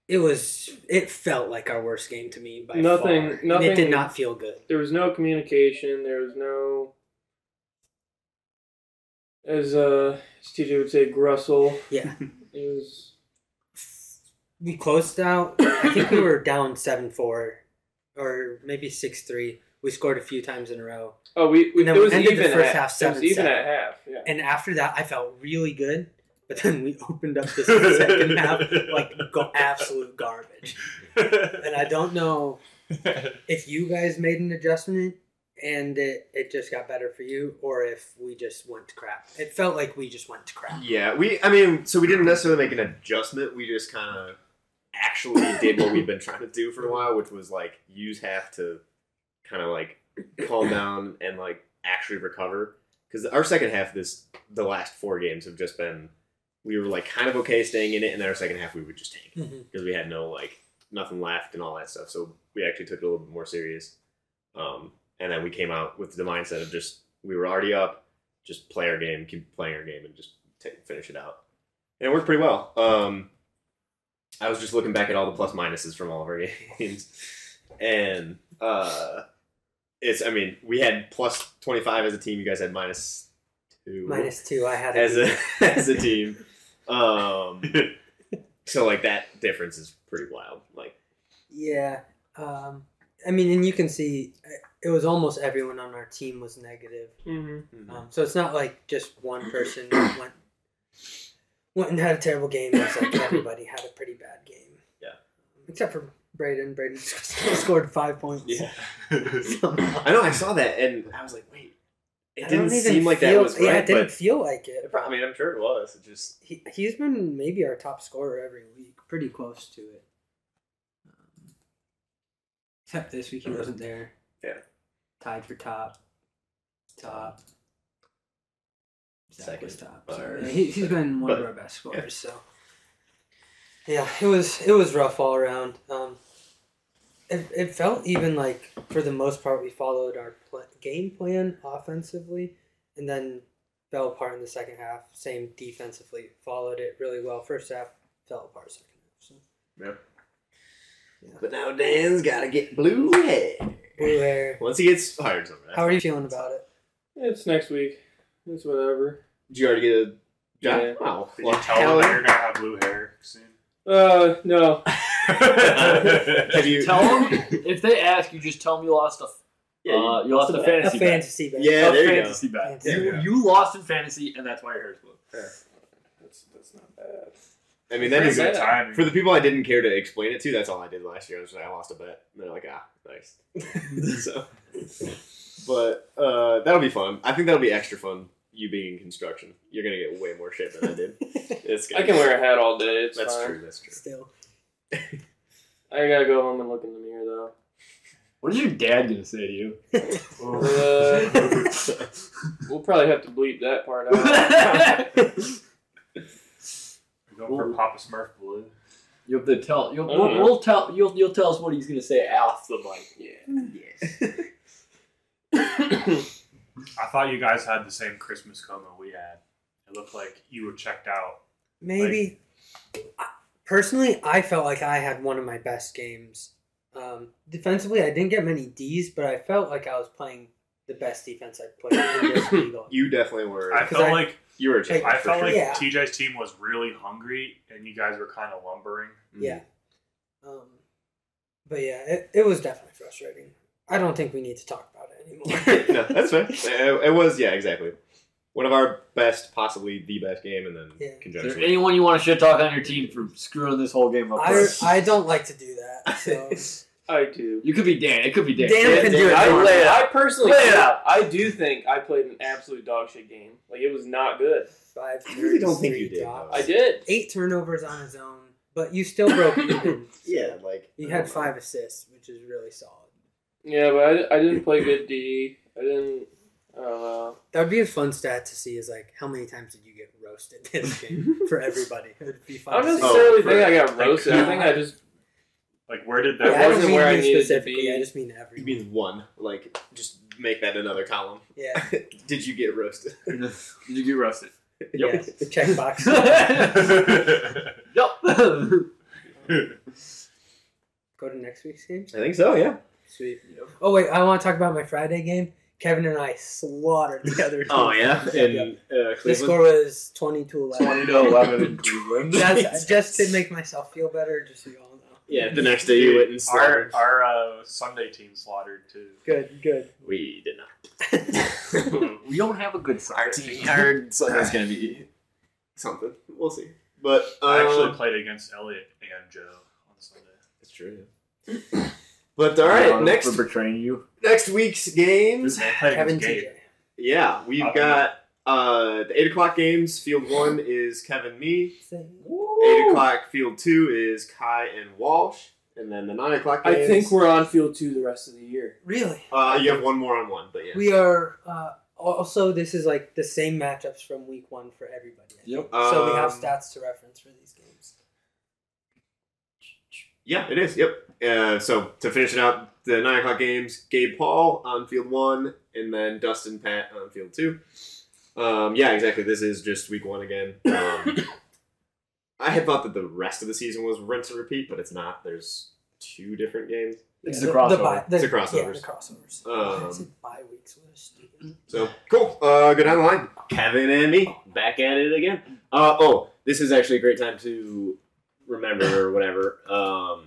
Speaker 6: it was. It felt like our worst game to me by
Speaker 5: Nothing-
Speaker 6: far. And It
Speaker 5: nothing-
Speaker 6: did not feel good.
Speaker 5: There was no communication. There was no, as uh, as TJ would say, grussel.
Speaker 6: Yeah,
Speaker 5: It was
Speaker 6: we closed out. I think we were down seven four, or maybe six three. We scored a few times in a row,
Speaker 5: oh we, we
Speaker 6: And then
Speaker 5: it
Speaker 6: we
Speaker 5: was
Speaker 6: ended the
Speaker 5: even
Speaker 6: first
Speaker 5: at,
Speaker 6: half
Speaker 5: It
Speaker 6: 7-7.
Speaker 5: was even at half. Yeah.
Speaker 6: and after that, I felt really good. But then we opened up this second half like go- absolute garbage, and I don't know. if you guys made an adjustment and it, it just got better for you or if we just went to crap it felt like we just went to crap
Speaker 2: Yeah, we. I mean, so we didn't necessarily make an adjustment. We just kind of actually did what we've been trying to do for a while, which was like use half to kind of like calm down and like actually recover. Because our second half, of this the last four games have just been we were like kind of okay staying in it, and then our second half we would just tank
Speaker 6: Mhm.
Speaker 2: because we had no like nothing left and all that stuff. So we actually took it a little bit more serious. Um, and then we came out with the mindset of just we were already up, just play our game, keep playing our game, and just ta finish it out. And it worked pretty well. Um, I was just looking back at all the plus minuses from all of our games, and uh, it's I mean we had plus twenty five as a team. You guys had minus two
Speaker 6: minus two i had
Speaker 2: as
Speaker 6: a,
Speaker 2: a as a team. Um, so like that difference is pretty wild. Like
Speaker 6: yeah um, i mean and you can see uh, it was almost everyone on our team was negative
Speaker 5: hmm
Speaker 2: Mm-hmm.
Speaker 6: um, so it's not like just one person went went and had a terrible game it's like everybody had a pretty bad game
Speaker 2: Yeah.
Speaker 6: except for braden braden scored five points
Speaker 2: yeah,
Speaker 6: somehow.
Speaker 2: I know I saw that and I was like, wait, it
Speaker 6: I
Speaker 2: didn't
Speaker 6: don't even
Speaker 2: seem like that
Speaker 6: feel-
Speaker 2: was right,
Speaker 6: Yeah, it didn't
Speaker 2: but
Speaker 6: feel like it.
Speaker 2: it prob- I mean I'm sure it was. It just
Speaker 6: He, he's been maybe our top scorer every week, pretty close to it. Um, Except this week he wasn't there.
Speaker 2: Yeah.
Speaker 6: Tied for top. Top. Zach was
Speaker 2: Second.
Speaker 6: top. So,
Speaker 2: Or-
Speaker 6: yeah, he, he's been one of
Speaker 2: but-
Speaker 6: our best scorers. So. Yeah, it was it was rough all around. Um, it, it felt even like for the most part we followed our pl- game plan offensively, and then fell apart in the second half. Same defensively, followed it really well. First half fell apart. Second half. So.
Speaker 2: but now Dan's gotta get blue hair
Speaker 6: Blue hair.
Speaker 2: once he gets hired somewhere.
Speaker 6: How are you feeling about it?
Speaker 5: It's next week. It's whatever.
Speaker 2: Did you already get a job?
Speaker 5: Yeah.
Speaker 2: Wow.
Speaker 3: Did you
Speaker 2: Well,
Speaker 3: tell
Speaker 2: how-
Speaker 3: them that you're gonna have blue hair soon?
Speaker 5: Uh, no.
Speaker 2: have you
Speaker 1: Tell them if they ask you, just tell them you lost a
Speaker 2: Yeah, you-
Speaker 1: uh, you lost a fantasy
Speaker 6: a
Speaker 1: bet.
Speaker 6: fantasy bet.
Speaker 2: Yeah,
Speaker 1: a
Speaker 2: there you go.
Speaker 1: fantasy bet.
Speaker 6: Fantasy
Speaker 1: You,
Speaker 2: bet.
Speaker 1: you lost in fantasy, and that's why your hair's blue.
Speaker 5: That's, that's not bad.
Speaker 2: I mean that is
Speaker 5: Pretty
Speaker 3: good
Speaker 5: good.
Speaker 3: timing.
Speaker 2: For the people I didn't care to explain it to, that's all I did last year. I was just like, I lost a bet. And they're like, ah, nice. so, but uh, that'll be fun. I think that'll be extra fun. You being in construction, you're gonna get way more shit than I did. It's
Speaker 5: I
Speaker 2: gonna
Speaker 5: can wear a hat all day. It's
Speaker 2: That's
Speaker 5: fine.
Speaker 2: true. That's true.
Speaker 6: Still.
Speaker 5: I gotta go home and look in the mirror though.
Speaker 1: What is your dad gonna say to you?
Speaker 5: Uh, we'll probably have to bleep that part out.
Speaker 1: you
Speaker 3: Go for Papa Smurf blue.
Speaker 1: have to tell. You'll,
Speaker 5: I don't
Speaker 1: we'll,
Speaker 5: know.
Speaker 1: we'll tell. You'll, you'll tell us what he's gonna say off the mic.
Speaker 5: yeah.
Speaker 3: I thought you guys had the same Christmas coma we had. It looked like you were checked out.
Speaker 6: Maybe. I Personally, I felt like I had one of my best games. Um, defensively, I didn't get many D's, but I felt like I was playing the best defense I've played in this league. all-
Speaker 2: You definitely were.
Speaker 3: I
Speaker 6: 'Cause
Speaker 3: felt
Speaker 6: I-
Speaker 3: like
Speaker 2: you were. A champion,
Speaker 3: I
Speaker 2: for
Speaker 3: felt
Speaker 2: sure.
Speaker 3: like
Speaker 6: Yeah.
Speaker 3: TJ's team was really hungry, and you guys were kind of lumbering.
Speaker 6: Yeah. Um, but yeah, it, it was definitely frustrating. I don't think we need to talk about it anymore.
Speaker 2: no, that's fine. It, it was, yeah, exactly. One of our best, possibly the best game, and then
Speaker 6: Yeah.
Speaker 4: Is
Speaker 2: conjunction.
Speaker 4: there anyone you want to shit talk on your team for screwing this whole game up?
Speaker 6: I,
Speaker 4: bro?
Speaker 6: I don't like to do that. So.
Speaker 5: I do.
Speaker 4: you could be Dan. It could be Dan.
Speaker 6: Dan
Speaker 4: Yeah,
Speaker 6: can
Speaker 4: Dan-
Speaker 6: do it.
Speaker 5: I,
Speaker 6: Lay
Speaker 5: lay I personally,
Speaker 4: Lay it out.
Speaker 5: I do think I played an absolute dog shit game. Like it was not good.
Speaker 6: Five
Speaker 2: I really don't think you
Speaker 6: three
Speaker 2: did,
Speaker 6: dots.
Speaker 2: though.
Speaker 5: I did.
Speaker 6: Eight turnovers on his own, but you still broke even.
Speaker 2: Yeah, like
Speaker 6: He
Speaker 5: uh,
Speaker 6: had five assists, which is really solid.
Speaker 5: Yeah, but I, I didn't play good D. I didn't. I don't know.
Speaker 6: That would be a fun stat to see is like how many times did you get roasted this game for everybody? It would be
Speaker 5: I
Speaker 6: fun.
Speaker 5: don't
Speaker 6: to see.
Speaker 2: Oh,
Speaker 5: necessarily
Speaker 3: for-
Speaker 5: think I got roasted. I think I just
Speaker 3: Like, where did
Speaker 6: Yeah,
Speaker 3: that?
Speaker 5: That
Speaker 6: I don't
Speaker 5: wasn't
Speaker 6: mean
Speaker 5: where I
Speaker 6: you
Speaker 5: needed to
Speaker 6: specifically.
Speaker 5: be.
Speaker 6: I just mean
Speaker 2: you
Speaker 6: everyone.
Speaker 2: mean one? Like just make that another column.
Speaker 6: Yeah.
Speaker 2: Did you get roasted?
Speaker 4: Did you get roasted?
Speaker 6: Yeah. The checkbox.
Speaker 4: Yup.
Speaker 6: Go to next week's game.
Speaker 2: I think so. Yeah.
Speaker 6: Sweet. Oh wait, I want to talk about my Friday game. Kevin and I slaughtered the other.
Speaker 2: Oh
Speaker 6: team.
Speaker 2: yeah, and uh,
Speaker 6: The
Speaker 2: Cleveland.
Speaker 6: score was twenty to eleven.
Speaker 4: Twenty to eleven in Cleveland.
Speaker 6: That's just to make myself feel better, just so you all know.
Speaker 2: Yeah, the next day you went and
Speaker 3: our
Speaker 2: slaughtered.
Speaker 3: our uh, Sunday team slaughtered too.
Speaker 6: Good, good.
Speaker 2: We did not.
Speaker 4: we don't have a good soccer
Speaker 2: Our team. Our Sunday's gonna be something. We'll see. But um,
Speaker 3: I actually played against Elliot and Joe on Sunday.
Speaker 2: it's true. yeah. But all right,
Speaker 4: Um,
Speaker 2: next
Speaker 4: for betraying you.
Speaker 2: next week's games.
Speaker 3: They played
Speaker 6: Kevin
Speaker 3: against
Speaker 6: TJ.
Speaker 3: Gabe.
Speaker 2: Yeah, we've
Speaker 3: Up and
Speaker 2: got uh, the eight o'clock games. Field one is Kevin me.
Speaker 6: Same.
Speaker 2: Eight o'clock field two is Kai and Walsh, and then the nine o'clock. Games,
Speaker 5: I think we're on field two the rest of the year.
Speaker 6: Really?
Speaker 2: Uh, you have one more on one, but yeah.
Speaker 6: We are uh, also this is like the same matchups from week one for everybody. I
Speaker 4: Yep.
Speaker 6: think. So we have
Speaker 2: Um,
Speaker 6: stats to reference for these games.
Speaker 2: Yeah, it is. Yep. Uh, so to finish it out, the nine o'clock games: Gabe Paul on field one, and then Dustin Pat on field two. Um, yeah, exactly. This is just week one again. Um, I had thought that the rest of the season was rinse and repeat, but it's not. There's two different games.
Speaker 4: It's
Speaker 6: Yeah,
Speaker 4: a crossover.
Speaker 6: The, bi- the,
Speaker 2: It's a
Speaker 6: Yeah,
Speaker 2: crossovers.
Speaker 6: the crossovers.
Speaker 2: Um,
Speaker 6: I said bye weeks. What a stupid.
Speaker 2: So cool. Uh, go down the line. Kevin and me back at it again. Uh, oh, this is actually a great time to remember or whatever. Um,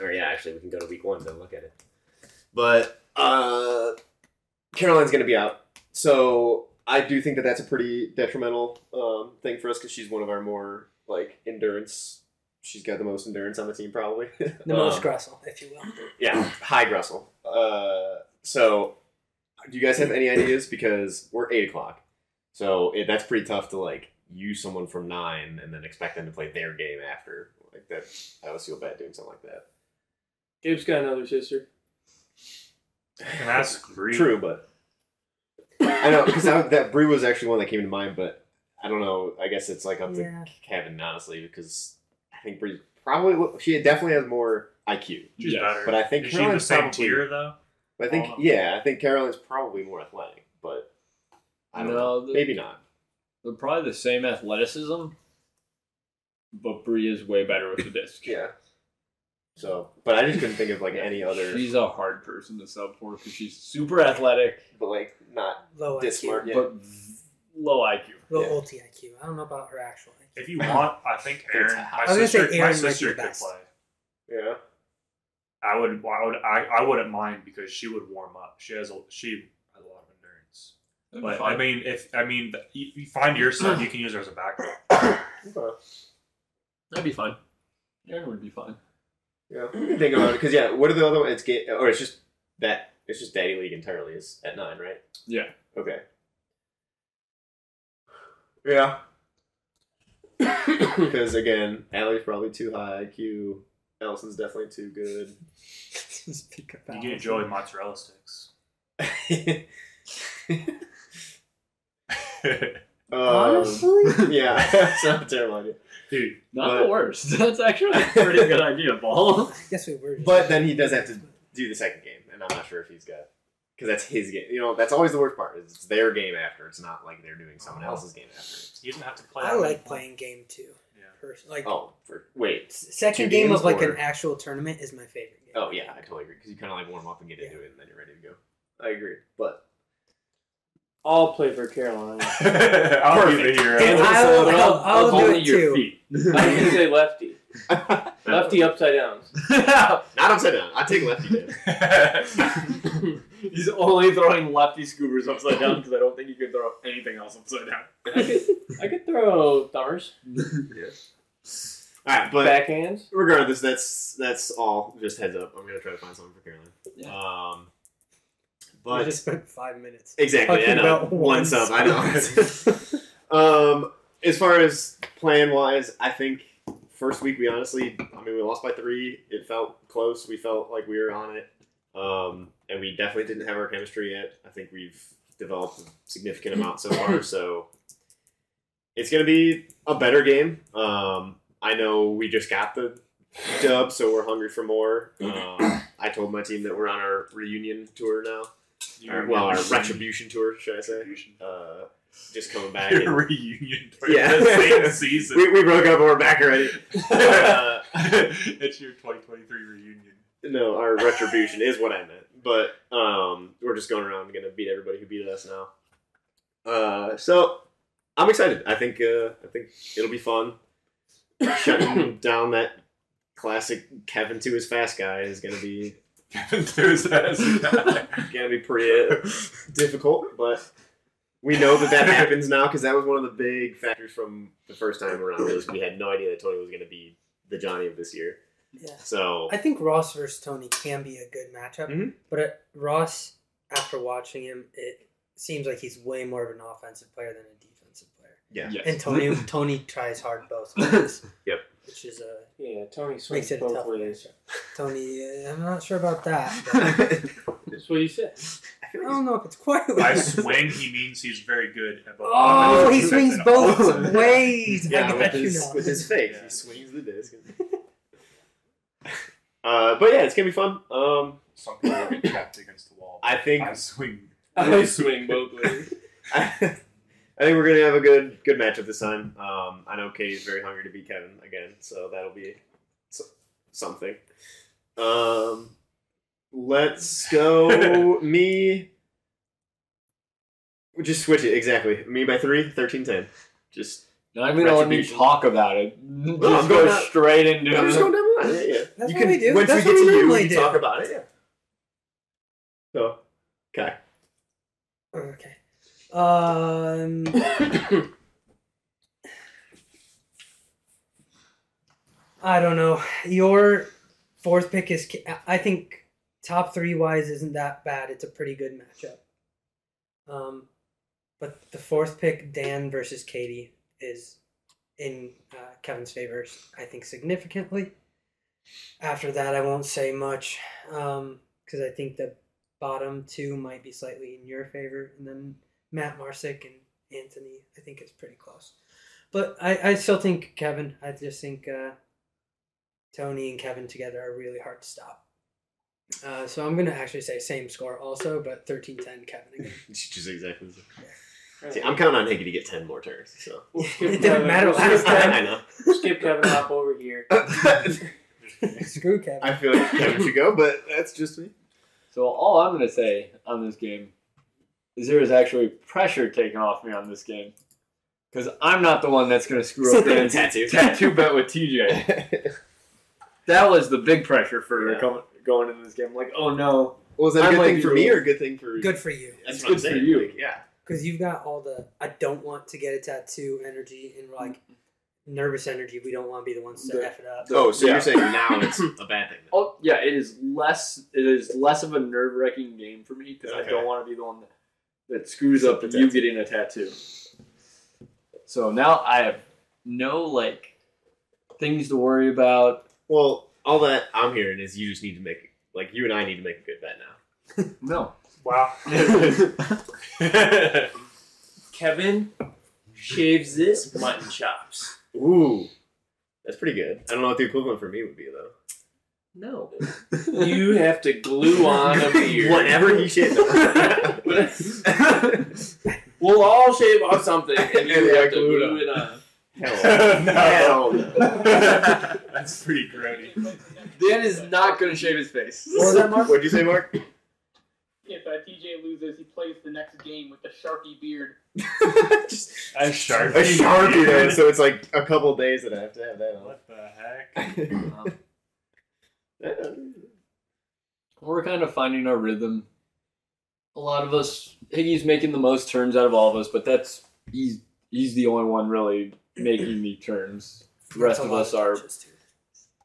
Speaker 2: or yeah, actually, we can go to week one to look at it. But uh, Caroline's gonna be out, so I do think that that's a pretty detrimental um, thing for us because she's one of our more like endurance. She's got the most endurance on the team, probably.
Speaker 6: The
Speaker 2: Um,
Speaker 6: most Gressel, if you will.
Speaker 2: yeah, high Gressel. Uh, so, do you guys have any ideas? Because we're eight o'clock, so it, that's pretty tough to like use someone from nine and then expect them to play their game after. Like that, I always feel bad doing something like that.
Speaker 5: Gabe's got another sister.
Speaker 3: And that's great.
Speaker 2: True, but I know because that Bree was actually one that came to mind, but I don't know. I guess it's like up to
Speaker 6: Yeah.
Speaker 2: Kevin honestly because I think Bree probably she definitely has more IQ,
Speaker 3: She's
Speaker 4: Yes.
Speaker 3: better.
Speaker 2: but I think
Speaker 3: Is she in the
Speaker 2: Caroline's
Speaker 3: same
Speaker 2: probably-
Speaker 3: tier though?
Speaker 2: I think
Speaker 3: Hold on.
Speaker 2: yeah, I think Caroline's probably more athletic, but I don't know.
Speaker 4: No, the-
Speaker 2: Maybe not.
Speaker 4: They're probably the same athleticism, but Bree is way better with the disc.
Speaker 2: Yeah. So, but I just couldn't think of like any other,
Speaker 4: She's a hard person to sub for because she's super athletic,
Speaker 2: but like not
Speaker 6: Low
Speaker 2: this
Speaker 6: IQ.
Speaker 2: smart. Yeah.
Speaker 4: but v- low IQ.
Speaker 6: Low
Speaker 2: Yeah.
Speaker 6: ulti IQ. I don't know about her actual IQ.
Speaker 3: If you want, I think Aaron. My
Speaker 6: I was gonna say Aaron
Speaker 3: sister, my
Speaker 6: might be
Speaker 3: sister
Speaker 6: the
Speaker 3: could
Speaker 6: best.
Speaker 3: play.
Speaker 2: yeah.
Speaker 3: I would. I would. I, I wouldn't mind because she would warm up. She has. A, she has a lot of endurance.
Speaker 4: That'd be
Speaker 3: But
Speaker 4: fun.
Speaker 3: I mean, if I mean, you, you find your son, you can use her as a backup.
Speaker 4: That'd be fun. Aaron would be fun.
Speaker 2: Yeah. We can think about it because yeah, what are the other ones? It's ga- or it's just that it's just Daddy League entirely is at nine, right?
Speaker 4: Yeah.
Speaker 2: Okay. Yeah. Because again, Allie's probably too high IQ. Ellison's definitely too good.
Speaker 6: Just pick up
Speaker 3: You
Speaker 6: Allison.
Speaker 3: get Joey mozzarella sticks.
Speaker 2: Um,
Speaker 6: Honestly?
Speaker 2: yeah, that's not a terrible idea.
Speaker 3: Dude,
Speaker 4: Not
Speaker 2: But-
Speaker 4: the worst. That's actually a pretty good idea, Paul.
Speaker 6: I guess we were. just-
Speaker 2: Um, But then he does have to do the second game, and I'm not sure if he's got because that's his game. You know, that's always the worst part. is It's their game after. It's not like they're doing someone else's game after.
Speaker 3: he doesn't have to play.
Speaker 6: I
Speaker 3: that
Speaker 6: like
Speaker 3: many.
Speaker 6: playing game two.
Speaker 3: Yeah.
Speaker 6: Person. Like
Speaker 2: Oh, for, wait.
Speaker 6: s- second
Speaker 2: two
Speaker 6: game
Speaker 2: games
Speaker 6: of like
Speaker 2: or-
Speaker 6: an actual tournament is my favorite game.
Speaker 2: Oh yeah, I totally agree. Because you kind of like warm up and get into it, and then you're ready to go. I agree, but
Speaker 5: I'll play for Carolina.
Speaker 3: I'll give it here.
Speaker 6: Damn. I will- I'll- I'll do
Speaker 4: only
Speaker 6: it
Speaker 4: your
Speaker 6: too.
Speaker 4: feet.
Speaker 5: I can say lefty.
Speaker 2: not
Speaker 5: Lefty upside down.
Speaker 3: uh,
Speaker 2: upside down. I take lefty. Dan.
Speaker 5: He's only throwing lefty scoopers upside down because I don't think you can throw anything else upside
Speaker 2: I
Speaker 5: down. I could throw thumbers,
Speaker 2: All right, but
Speaker 5: backhands.
Speaker 2: regardless, that's that's all. Just heads up, I'm gonna try to find something for Caroline.
Speaker 1: Yeah.
Speaker 2: Um,
Speaker 6: I
Speaker 2: but
Speaker 6: just spent five minutes.
Speaker 2: exactly, I
Speaker 6: talking
Speaker 2: know.
Speaker 6: about
Speaker 2: One
Speaker 6: one
Speaker 2: sub, I know. um, as far as plan wise, I think first week we honestly, I mean, we lost by three. It felt close. We felt like we were on it, um, and we definitely didn't have our chemistry yet. I think we've developed a significant amount so far, so it's gonna be a better game. Um, I know we just got the dub, so we're hungry for more.
Speaker 6: Mm-hmm.
Speaker 2: Um, I told my team that we're on our reunion tour now. Or, well, our retribution tour, should I say? Uh, just coming back. and-
Speaker 3: reunion tour.
Speaker 2: Yeah.
Speaker 3: The same season.
Speaker 2: we, we broke up. and We're back already. Uh,
Speaker 3: it's your 2023 reunion.
Speaker 2: no, our retribution is what I meant. But um, we're just going around going to beat everybody who beat us now. Uh, so I'm excited. I think uh, I think it'll be fun. Shutting down that classic Kevin to his fast guy is going to be
Speaker 3: Kevin throws that.
Speaker 2: going to be pretty uh, difficult, but we know that that happens now because that was one of the big factors from the first time around. Was we had no idea that Tony was going to be the Johnny of this year.
Speaker 6: Yeah.
Speaker 2: So
Speaker 6: I think Ross versus Tony can be a good matchup,
Speaker 2: Mhm.
Speaker 6: but uh, Ross, after watching him, it seems like he's way more of an offensive player than a defensive player.
Speaker 2: yeah,
Speaker 3: Yes.
Speaker 6: And Tony, Tony tries hard both ways.
Speaker 2: Yep.
Speaker 6: Which is a
Speaker 5: Yeah, Tony
Speaker 6: makes
Speaker 5: swings
Speaker 6: it a
Speaker 5: both
Speaker 6: tough
Speaker 5: ways.
Speaker 6: matchup. Tony, uh, I'm not sure about that. but
Speaker 2: I
Speaker 5: That's what you said.
Speaker 6: I
Speaker 2: feel like
Speaker 6: don't know if it's quite. what
Speaker 3: By
Speaker 6: it is.
Speaker 3: swing, he means he's very good at both.
Speaker 6: Oh, he
Speaker 3: offensive
Speaker 6: swings
Speaker 3: and
Speaker 6: both
Speaker 2: Oh.
Speaker 6: ways. I
Speaker 2: yeah, with
Speaker 6: got you
Speaker 2: his,
Speaker 6: now.
Speaker 2: with his face,
Speaker 3: Yeah.
Speaker 2: he swings the disc. uh, but yeah, it's gonna be fun. Um,
Speaker 3: Some people will get trapped against the wall.
Speaker 2: I think
Speaker 3: I swing.
Speaker 5: I swing both ways.
Speaker 2: I think we're gonna have a good good matchup this time. Um, I know Kay is very hungry to beat Kevin again, so that'll be so, something. Um, let's go me. we Just switch it exactly. Me by three, 13-10. Just
Speaker 4: Not even let me
Speaker 2: Retribution.
Speaker 4: talk about it.
Speaker 2: going
Speaker 4: Just go
Speaker 2: out-
Speaker 4: straight into
Speaker 2: I'm just
Speaker 4: it.
Speaker 2: going down the line. Yeah, yeah.
Speaker 6: That's
Speaker 2: you
Speaker 6: what
Speaker 2: can,
Speaker 6: we do.
Speaker 2: Once
Speaker 6: That's
Speaker 2: we get
Speaker 6: what we
Speaker 2: to you,
Speaker 6: normally
Speaker 2: you
Speaker 6: do.
Speaker 2: talk about it. Yeah. So, okay.
Speaker 6: Okay. Um. I don't know. Your fourth pick is. I think top three wise isn't that bad. It's a pretty good matchup. Um, but the fourth pick, Dan versus Katie, is in uh, Kevin's favor. I think significantly. After that, I won't say much because I think the bottom two might be slightly in your favor, and then Matt Marsick and Anthony, I think it's pretty close. But I, I still think Kevin. I just think uh, Tony and Kevin together are really hard to stop. Uh, so I'm gonna actually say same score also, but 13-10 Kevin again.
Speaker 2: It's Just exactly. the same. See, I'm counting on Hickey to get ten more turns. So
Speaker 5: We'll skip
Speaker 6: It didn't
Speaker 5: Kevin.
Speaker 6: matter
Speaker 5: We'll
Speaker 6: last
Speaker 5: skip Kevin.
Speaker 2: I know.
Speaker 5: We'll skip Kevin hop over here.
Speaker 6: Screw Kevin.
Speaker 2: I feel like Kevin should go, but that's just me.
Speaker 4: So all I'm gonna say on this game is there is actually pressure taken off me on this game because I'm not the one that's gonna screw up
Speaker 2: And
Speaker 4: Dan's
Speaker 2: tattoo.
Speaker 4: tattoo bet with TJ. That was the big pressure for
Speaker 2: Yeah.
Speaker 4: coming, going into this game. I'm like, oh no,
Speaker 2: Was that a
Speaker 4: I'm
Speaker 2: good
Speaker 4: like
Speaker 2: thing for
Speaker 4: you.
Speaker 2: me or a good thing for?
Speaker 6: Good for you,
Speaker 2: That's
Speaker 4: It's
Speaker 2: what I'm
Speaker 4: good for
Speaker 2: saying,
Speaker 4: you.
Speaker 2: like, yeah.
Speaker 6: because you've got all the I don't want to get a tattoo energy and like nervous energy. We don't want to be the ones to
Speaker 4: Mm-hmm. The-
Speaker 6: f it up.
Speaker 2: Oh, so
Speaker 4: Yeah.
Speaker 2: you're saying now it's a bad thing? then.
Speaker 4: oh yeah, it is less. It is less of a nerve wracking game for me because I
Speaker 2: Okay.
Speaker 4: don't want to be the one that, that screws up
Speaker 2: The
Speaker 4: you
Speaker 2: tattoo.
Speaker 4: getting a tattoo. So now I have no like things to worry about.
Speaker 2: Well, all that I'm hearing is you just need to make like you and I need to make a good bet now.
Speaker 4: No,
Speaker 3: Wow.
Speaker 5: Kevin shaves this mutton chops.
Speaker 2: Ooh, that's pretty good. I don't know what the equivalent for me would be though.
Speaker 4: no.
Speaker 5: You have to glue on a beard.
Speaker 2: Whatever he shit.
Speaker 5: We'll all shave off something, and you
Speaker 2: And
Speaker 5: have
Speaker 2: I
Speaker 5: to
Speaker 2: glue it
Speaker 5: glue it on.
Speaker 2: Hell
Speaker 3: That's pretty grody.
Speaker 4: Dan is not gonna shave his face.
Speaker 6: What was that, Mark?
Speaker 2: What'd you say, Mark?
Speaker 7: If uh, TJ loses, he plays the next game with the Sharpie beard.
Speaker 2: Just
Speaker 3: A sharpie.
Speaker 2: a sharpie, though, so it's like a couple days that I have to have that on.
Speaker 3: What the heck?
Speaker 4: Um,
Speaker 2: Wow.
Speaker 4: We're kind of finding our rhythm a lot of us. Higgy's making the most turns out of all of us, but that's he's he's the only one really making the turns. The rest of us are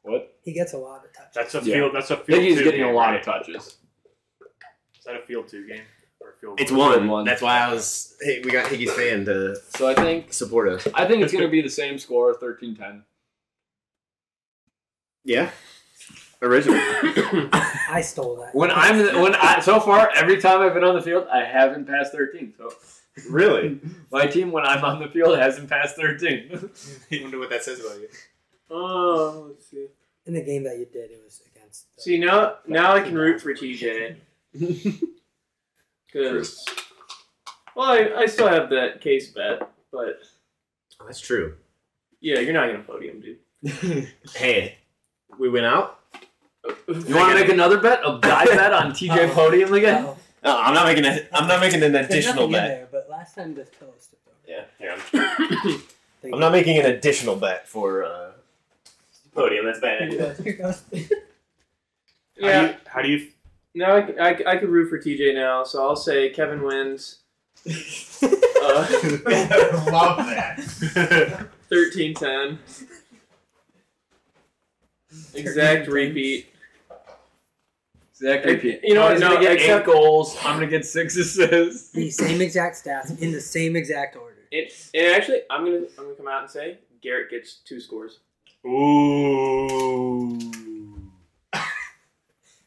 Speaker 4: what?
Speaker 6: He gets a lot of touches.
Speaker 3: That's a
Speaker 4: Yeah.
Speaker 3: field. That's a field.
Speaker 4: Higgy's
Speaker 3: two
Speaker 4: getting a
Speaker 3: game,
Speaker 4: lot
Speaker 3: right?
Speaker 4: of touches.
Speaker 3: Is that a field two game or field?
Speaker 2: It's
Speaker 3: one?
Speaker 2: one.
Speaker 4: One.
Speaker 2: That's why I was. Hey, we got Higgy's fan to
Speaker 4: So I think
Speaker 2: support us.
Speaker 4: I think it's going to be the same score, 13-10.
Speaker 2: Yeah. Original.
Speaker 6: I stole that.
Speaker 4: When I'm when I so far every time I've been on the field, I haven't passed 13. So
Speaker 2: really?
Speaker 4: my team when I'm on the field hasn't passed 13.
Speaker 2: I wonder what that says about you.
Speaker 5: Oh, let's see.
Speaker 6: in the game that you did, it was against. the-
Speaker 5: See now, now I can root for TJ because, well, I, I still have that case bet, but
Speaker 2: That's true.
Speaker 5: yeah, you're not gonna podium, dude.
Speaker 2: Hey, we went out.
Speaker 4: You want to make another bet? A die bet on TJ
Speaker 6: Oh.
Speaker 4: Podium again?
Speaker 6: Oh,
Speaker 2: No, I'm not making a. I'm not making an
Speaker 6: there's
Speaker 2: additional
Speaker 6: nothing in
Speaker 2: bet.
Speaker 6: there, but last time this toast.
Speaker 2: Yeah.
Speaker 6: Thank
Speaker 2: I'm not making an additional bet for uh, podium. That's bad.
Speaker 6: you. Here goes.
Speaker 5: Yeah,
Speaker 3: How do you? How do you
Speaker 5: now I, c- I, c- I could root for TJ now, so I'll say Kevin wins
Speaker 2: Uh, Love that.
Speaker 5: 13-10. Exact repeat.
Speaker 4: Exactly.
Speaker 5: You know what?
Speaker 4: He's
Speaker 5: No,
Speaker 4: gonna get eight
Speaker 5: except
Speaker 4: goals. I'm gonna get six assists.
Speaker 6: the same exact stats in the same exact order.
Speaker 5: it, and actually, I'm gonna I'm gonna come out and say Garrett gets two scores.
Speaker 3: Ooh.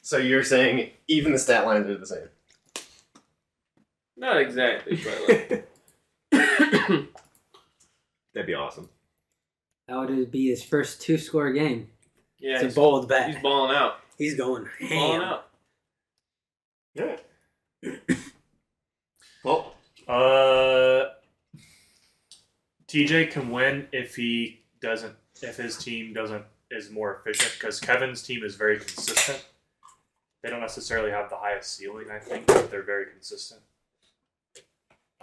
Speaker 2: So you're saying even the stat lines are the same?
Speaker 5: Not exactly, but like,
Speaker 2: That'd be awesome.
Speaker 6: That would be his first two score game.
Speaker 5: yeah,
Speaker 6: it's
Speaker 5: he's,
Speaker 6: a bold bet.
Speaker 5: he's balling out.
Speaker 6: He's going ham.
Speaker 5: Balling out.
Speaker 2: Yeah. well,
Speaker 3: Uh, TJ can win if he doesn't. If his team doesn't is more efficient because Kevin's team is very consistent. They don't necessarily have the highest ceiling, I think, but they're very consistent.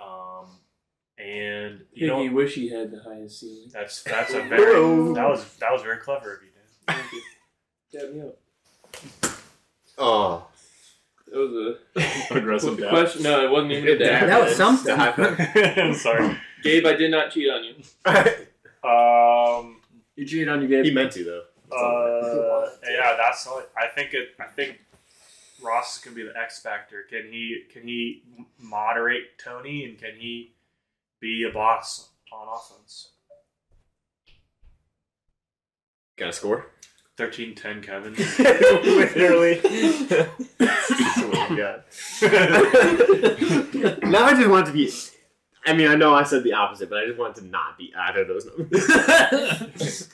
Speaker 3: Um, and you know
Speaker 5: Higgy wish he had the highest ceiling.
Speaker 3: that's that's a very
Speaker 2: Whoa.
Speaker 3: that was that was very clever of you, Dan.
Speaker 5: Thank you. Dab me up.
Speaker 2: oh,
Speaker 5: That was a
Speaker 1: Aggressive
Speaker 5: quick
Speaker 1: dad.
Speaker 5: question. No, it wasn't even a dab.
Speaker 6: That was something.
Speaker 3: I'm sorry.
Speaker 5: Gabe, I did not cheat on you.
Speaker 3: Um,
Speaker 4: You cheated on your game.
Speaker 2: he meant to though.
Speaker 3: uh, yeah, that's all. I think it. I think Ross is gonna be the X factor. Can he? Can he moderate Tony? And can he be a boss on offense?
Speaker 2: Got a score?
Speaker 3: 13-10 Kevin.
Speaker 2: Literally. now I just want to be. I mean, I know I said the opposite, but I just want to not be out of those numbers.
Speaker 4: if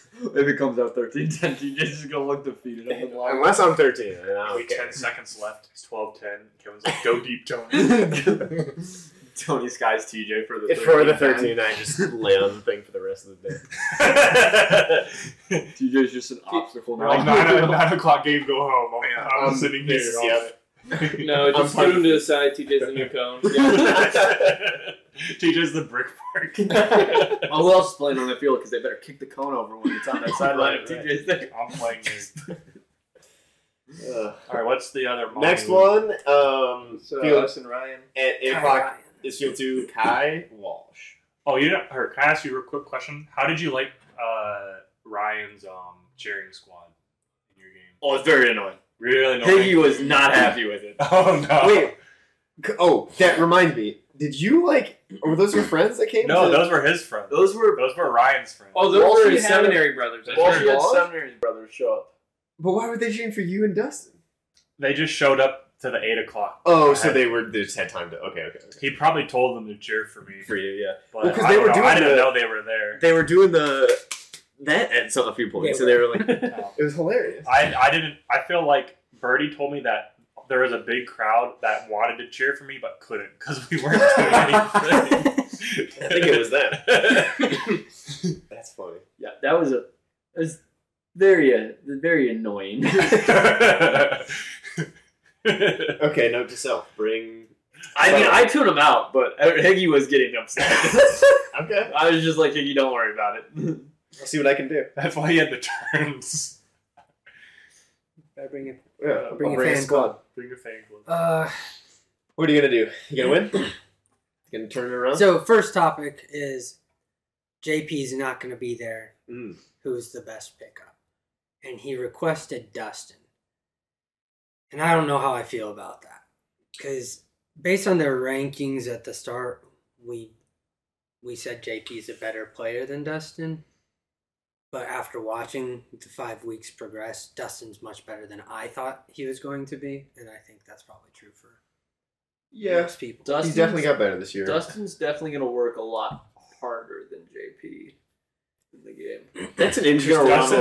Speaker 4: it comes out 13 10, TJ's just gonna look defeated. on the line.
Speaker 2: Unless I'm 13. and I
Speaker 3: Only
Speaker 2: don't
Speaker 3: ten
Speaker 2: care.
Speaker 3: seconds left. It's 12-10. Kevin's like, go deep, Tony.
Speaker 4: Tony Sky's TJ for the 13,
Speaker 2: For the 13, I just lay on the thing for the rest of the day.
Speaker 4: TJ's just an obstacle now.
Speaker 3: Like, nine, nine o'clock game, go home. I'm, I'm
Speaker 2: Um,
Speaker 3: sitting here.
Speaker 2: this-
Speaker 3: all
Speaker 2: yeah.
Speaker 3: day.
Speaker 5: No,
Speaker 2: I'm
Speaker 5: just
Speaker 2: part
Speaker 5: put
Speaker 2: of
Speaker 5: him to the side. TJ's the new cone.
Speaker 3: TJ's the brick park. I'm
Speaker 4: Well, who else is playing on the field? Because they better kick the cone over when it's on that sideline.
Speaker 2: Right, right.
Speaker 4: TJ's there.
Speaker 3: playing this.
Speaker 2: Ugh.
Speaker 3: All right, what's the other?
Speaker 2: Next
Speaker 3: model?
Speaker 2: one, um,
Speaker 5: So
Speaker 2: field,
Speaker 5: us and Ryan.
Speaker 2: at 8 o'clock is field two, Kai Walsh.
Speaker 3: Oh, you know, her. Can I ask you a real quick question? How did you like uh, Ryan's um, cheering squad in your game?
Speaker 2: Oh, it's very annoying.
Speaker 3: Really
Speaker 4: Higgy was not happy with it.
Speaker 3: Oh no!
Speaker 2: Wait. c- Oh, that reminds me. Did you like? Were those your friends that came?
Speaker 3: no,
Speaker 2: to-
Speaker 3: those were his friends. Those,
Speaker 4: Those were
Speaker 3: were Ryan's friends.
Speaker 5: Oh, those
Speaker 2: Walsh
Speaker 5: were his
Speaker 2: had a-
Speaker 5: seminary brothers. I
Speaker 2: Walsh
Speaker 5: heard.
Speaker 2: had- Walsh?
Speaker 4: seminary brothers show up.
Speaker 2: But why were they cheering for you and Dustin?
Speaker 3: They just showed up to the eight o'clock.
Speaker 2: Oh,
Speaker 3: I
Speaker 2: so
Speaker 3: had-
Speaker 2: they were. They just had time to. Okay, okay, okay.
Speaker 3: He probably told them to cheer for me,
Speaker 2: For you, yeah.
Speaker 3: but
Speaker 2: Well, 'cause
Speaker 3: I,
Speaker 2: they
Speaker 3: don't
Speaker 2: were
Speaker 3: know.
Speaker 2: doing
Speaker 3: I didn't
Speaker 2: the-
Speaker 3: know they were there.
Speaker 2: They were doing the that at some a few points,
Speaker 6: Yeah,
Speaker 2: so they were like,
Speaker 3: No.
Speaker 2: it was hilarious.
Speaker 3: I I didn't. I feel like Birdie told me that there was a big crowd that wanted to cheer for me but couldn't because we weren't doing anything.
Speaker 2: I think it was them. That's funny.
Speaker 4: Yeah, that was a it was very uh, very annoying.
Speaker 2: Okay, note to self: bring.
Speaker 4: I mean, I tuned him out, but Higgy was getting upset.
Speaker 2: Okay,
Speaker 4: I was just like, Higgy, don't worry about it.
Speaker 2: I'll see what I can do.
Speaker 3: That's why he had the turns.
Speaker 6: Better bring it.
Speaker 2: Yeah, I'll
Speaker 6: Bring
Speaker 2: Uh, bring,
Speaker 6: a
Speaker 2: a
Speaker 6: fan
Speaker 2: squad.
Speaker 3: Bring a fan club.
Speaker 6: Uh,
Speaker 2: What are you gonna do? You gonna win? You gonna turn it around?
Speaker 6: So first topic is JP's not going to be there.
Speaker 2: Mm.
Speaker 6: Who's the best pickup? And he requested Dustin. And I don't know how I feel about that because based on their rankings at the start, we we said JP's a better player than Dustin. But after watching the five weeks progress, Dustin's much better than I thought he was going to be, and I think that's probably true for
Speaker 2: yeah,
Speaker 6: most people.
Speaker 1: Dustin's,
Speaker 2: he's definitely got better this year.
Speaker 7: Dustin's definitely going to work a lot harder than JP in the game.
Speaker 2: That's an interesting.
Speaker 3: Dustin,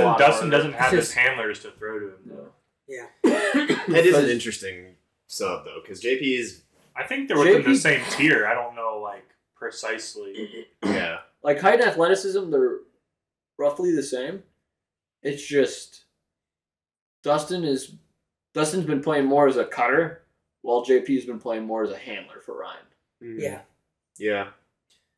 Speaker 2: doesn't.
Speaker 3: Dustin doesn't have
Speaker 6: It's
Speaker 3: his
Speaker 6: just-
Speaker 3: handlers to throw to him though.
Speaker 2: That is an interesting sub though, because JP is
Speaker 3: I think they're within the
Speaker 4: JP
Speaker 3: same tier. I don't know like precisely.
Speaker 2: yeah.
Speaker 4: Like height and athleticism, they're roughly the same. It's just Dustin is Dustin's been playing more as a cutter, while JP's been playing more as a handler for Ryan.
Speaker 6: Yeah.
Speaker 2: Yeah.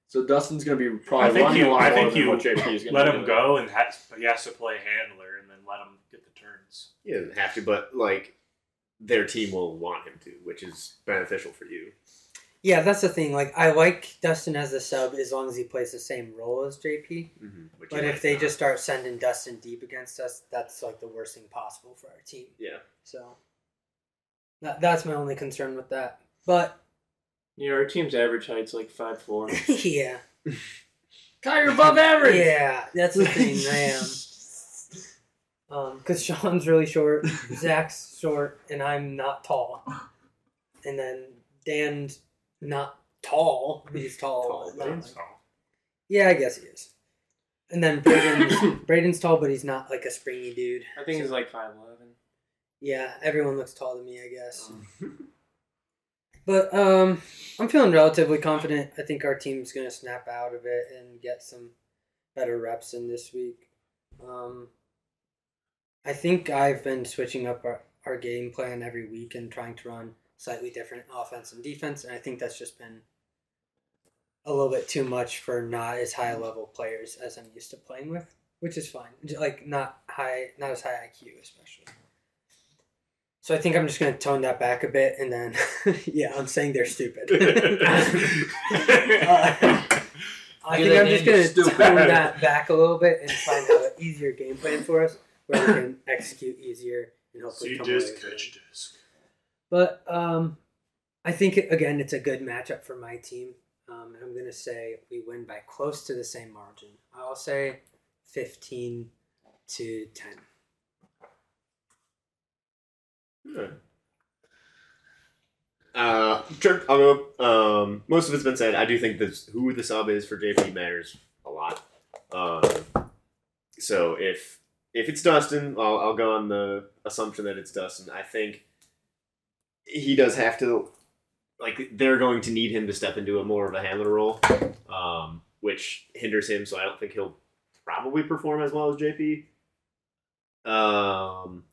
Speaker 4: So Dustin's gonna be probably
Speaker 3: I think
Speaker 4: running
Speaker 3: you-
Speaker 4: a lot
Speaker 3: I
Speaker 4: more
Speaker 3: think
Speaker 4: than
Speaker 3: you
Speaker 4: what JP is gonna
Speaker 3: Let
Speaker 4: be
Speaker 3: him
Speaker 4: doing.
Speaker 3: go and has, he has to play handler and then let him get the turns.
Speaker 2: He doesn't have to, but like their team will want him to, which is beneficial for you.
Speaker 6: Yeah, that's the thing. Like, I like Dustin as a sub as long as he plays the same role as JP.
Speaker 2: Which
Speaker 6: Mm-hmm. But
Speaker 2: he
Speaker 6: if
Speaker 2: might
Speaker 6: they
Speaker 2: not.
Speaker 6: just start sending Dustin deep against us, that's like the worst thing possible for our team.
Speaker 2: Yeah.
Speaker 6: So that, that's my only concern with that. But
Speaker 5: You know, our team's average height's like five four.
Speaker 6: yeah,
Speaker 4: Kyle, you're above average.
Speaker 6: yeah, that's the thing. I am. Um, because Sean's really short, Zach's short, and I'm not tall. And then Dan's not tall. He's tall. but not, like,
Speaker 3: So,
Speaker 6: Yeah, I guess he is. And then Braden's, Braden's tall, but he's not like a springy dude.
Speaker 5: I think he's like five eleven.
Speaker 6: Yeah, everyone looks tall to me, I guess. But um, I'm feeling relatively confident. I think our team's gonna snap out of it and get some better reps in this week. Um, I think I've been switching up our, our game plan every week and trying to run slightly different offense and defense, and I think that's just been a little bit too much for not as high level players as I'm used to playing with, which is fine. J- Like not high, not as high IQ especially. So I think I'm just gonna tone that back a bit, and then yeah, I'm saying they're stupid. I
Speaker 4: You're
Speaker 6: think I'm
Speaker 4: the
Speaker 6: just gonna
Speaker 4: stupid.
Speaker 6: tone that back a little bit and find out an easier game plan for us where we can execute easier and hopefully
Speaker 3: see
Speaker 6: come away
Speaker 3: disc,
Speaker 6: with it.
Speaker 3: catch disc.
Speaker 6: But um, I think again, it's a good matchup for my team. Um, and I'm gonna say we win by close to the same margin. I'll say 15 to 10.
Speaker 2: Uh, sure. I'll go. Um, most of it's been said. I do think this who the sub is for JP matters a lot. Um, so if if it's Dustin, I'll, I'll go on the assumption that it's Dustin. I think he does have to. Like they're going to need him to step into a more of a handler role, um, which hinders him. So I don't think he'll probably perform as well as JP. Um,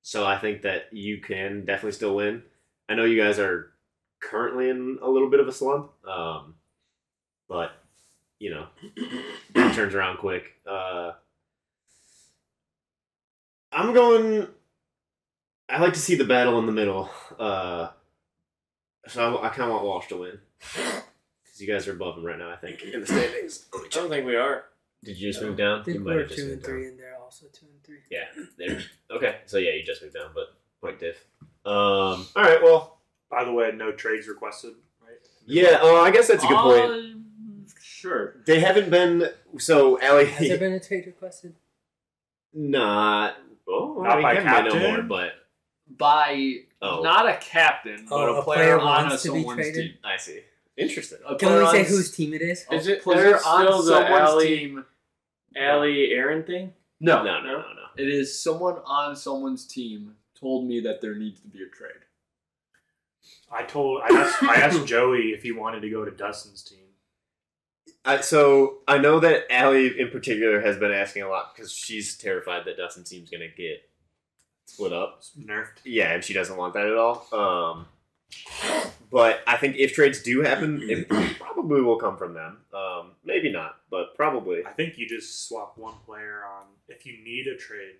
Speaker 2: so I think that you can definitely still win. I know you guys are currently in a little bit of a slump, um, but you know, it turns around quick. Uh, I'm going. I like to see the battle in the middle, uh, so I, I kind of want Walsh to win because you guys are above him right now. I think in the standings.
Speaker 5: I don't think we are.
Speaker 2: Did you just move down?
Speaker 6: I think we're two and three, and they're also two and three.
Speaker 2: Yeah. There. Okay. So yeah, you just moved down, but point diff. Um. All right. Well.
Speaker 3: By the way, no trades requested, right?
Speaker 2: Yeah, uh, I guess that's a good point.
Speaker 4: Um,
Speaker 5: Sure.
Speaker 2: They haven't been so Allie.
Speaker 6: Has there been a trade requested?
Speaker 2: not oh,
Speaker 3: Not by
Speaker 2: Kevin might know
Speaker 3: captain?
Speaker 2: more, but
Speaker 8: by
Speaker 2: oh,
Speaker 8: not a captain, but
Speaker 6: Oh,
Speaker 8: a,
Speaker 6: a
Speaker 8: player,
Speaker 6: player
Speaker 8: on
Speaker 6: wants
Speaker 8: a
Speaker 6: to be
Speaker 8: someone's
Speaker 6: traded?
Speaker 8: team.
Speaker 2: I see. Interesting. Oh,
Speaker 8: A
Speaker 6: Can
Speaker 8: player
Speaker 6: we
Speaker 8: on
Speaker 6: say
Speaker 8: s-
Speaker 6: whose team it is?
Speaker 8: a
Speaker 5: Is it- is
Speaker 8: player
Speaker 5: it
Speaker 8: on
Speaker 5: still the
Speaker 8: someone's
Speaker 5: alley-
Speaker 8: team?
Speaker 5: Allie Aaron thing?
Speaker 8: No,
Speaker 2: No, no, no, no.
Speaker 8: it is someone on someone's team told me that there needs to be a trade.
Speaker 3: I told I asked I asked Joey if he wanted to go to Dustin's team.
Speaker 2: I, Uh, so I know that Allie in particular has been asking a lot because she's terrified that Dustin seems going to get split up.
Speaker 3: Nerfed.
Speaker 2: Yeah, and she doesn't want that at all. Um, but I think if trades do happen, it probably will come from them. Um, maybe not, but probably.
Speaker 3: I think you just swap one player on if you need a trade,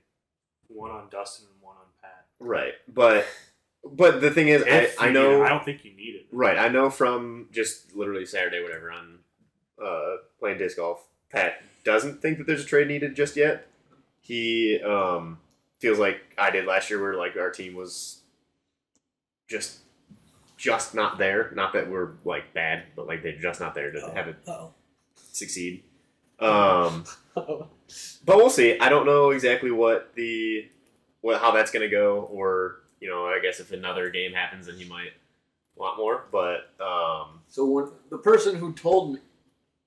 Speaker 3: one on Dustin and one on Pat.
Speaker 2: Right, but but the thing is,
Speaker 3: If
Speaker 2: I, I
Speaker 3: you-
Speaker 2: know
Speaker 3: I don't think you need
Speaker 2: Right, I know from just literally Saturday, whatever, on uh, playing disc golf. Pat doesn't think that there's a trade needed just yet. He um, feels like I did last year, where like our team was just just not there. Not that we're like bad, but like they're just not there to have it
Speaker 9: Oh.
Speaker 2: succeed. Um, but we'll see. I don't know exactly what the what how that's gonna go, or you know, I guess if another game happens, then he might want more. But um,
Speaker 4: So when the person who told me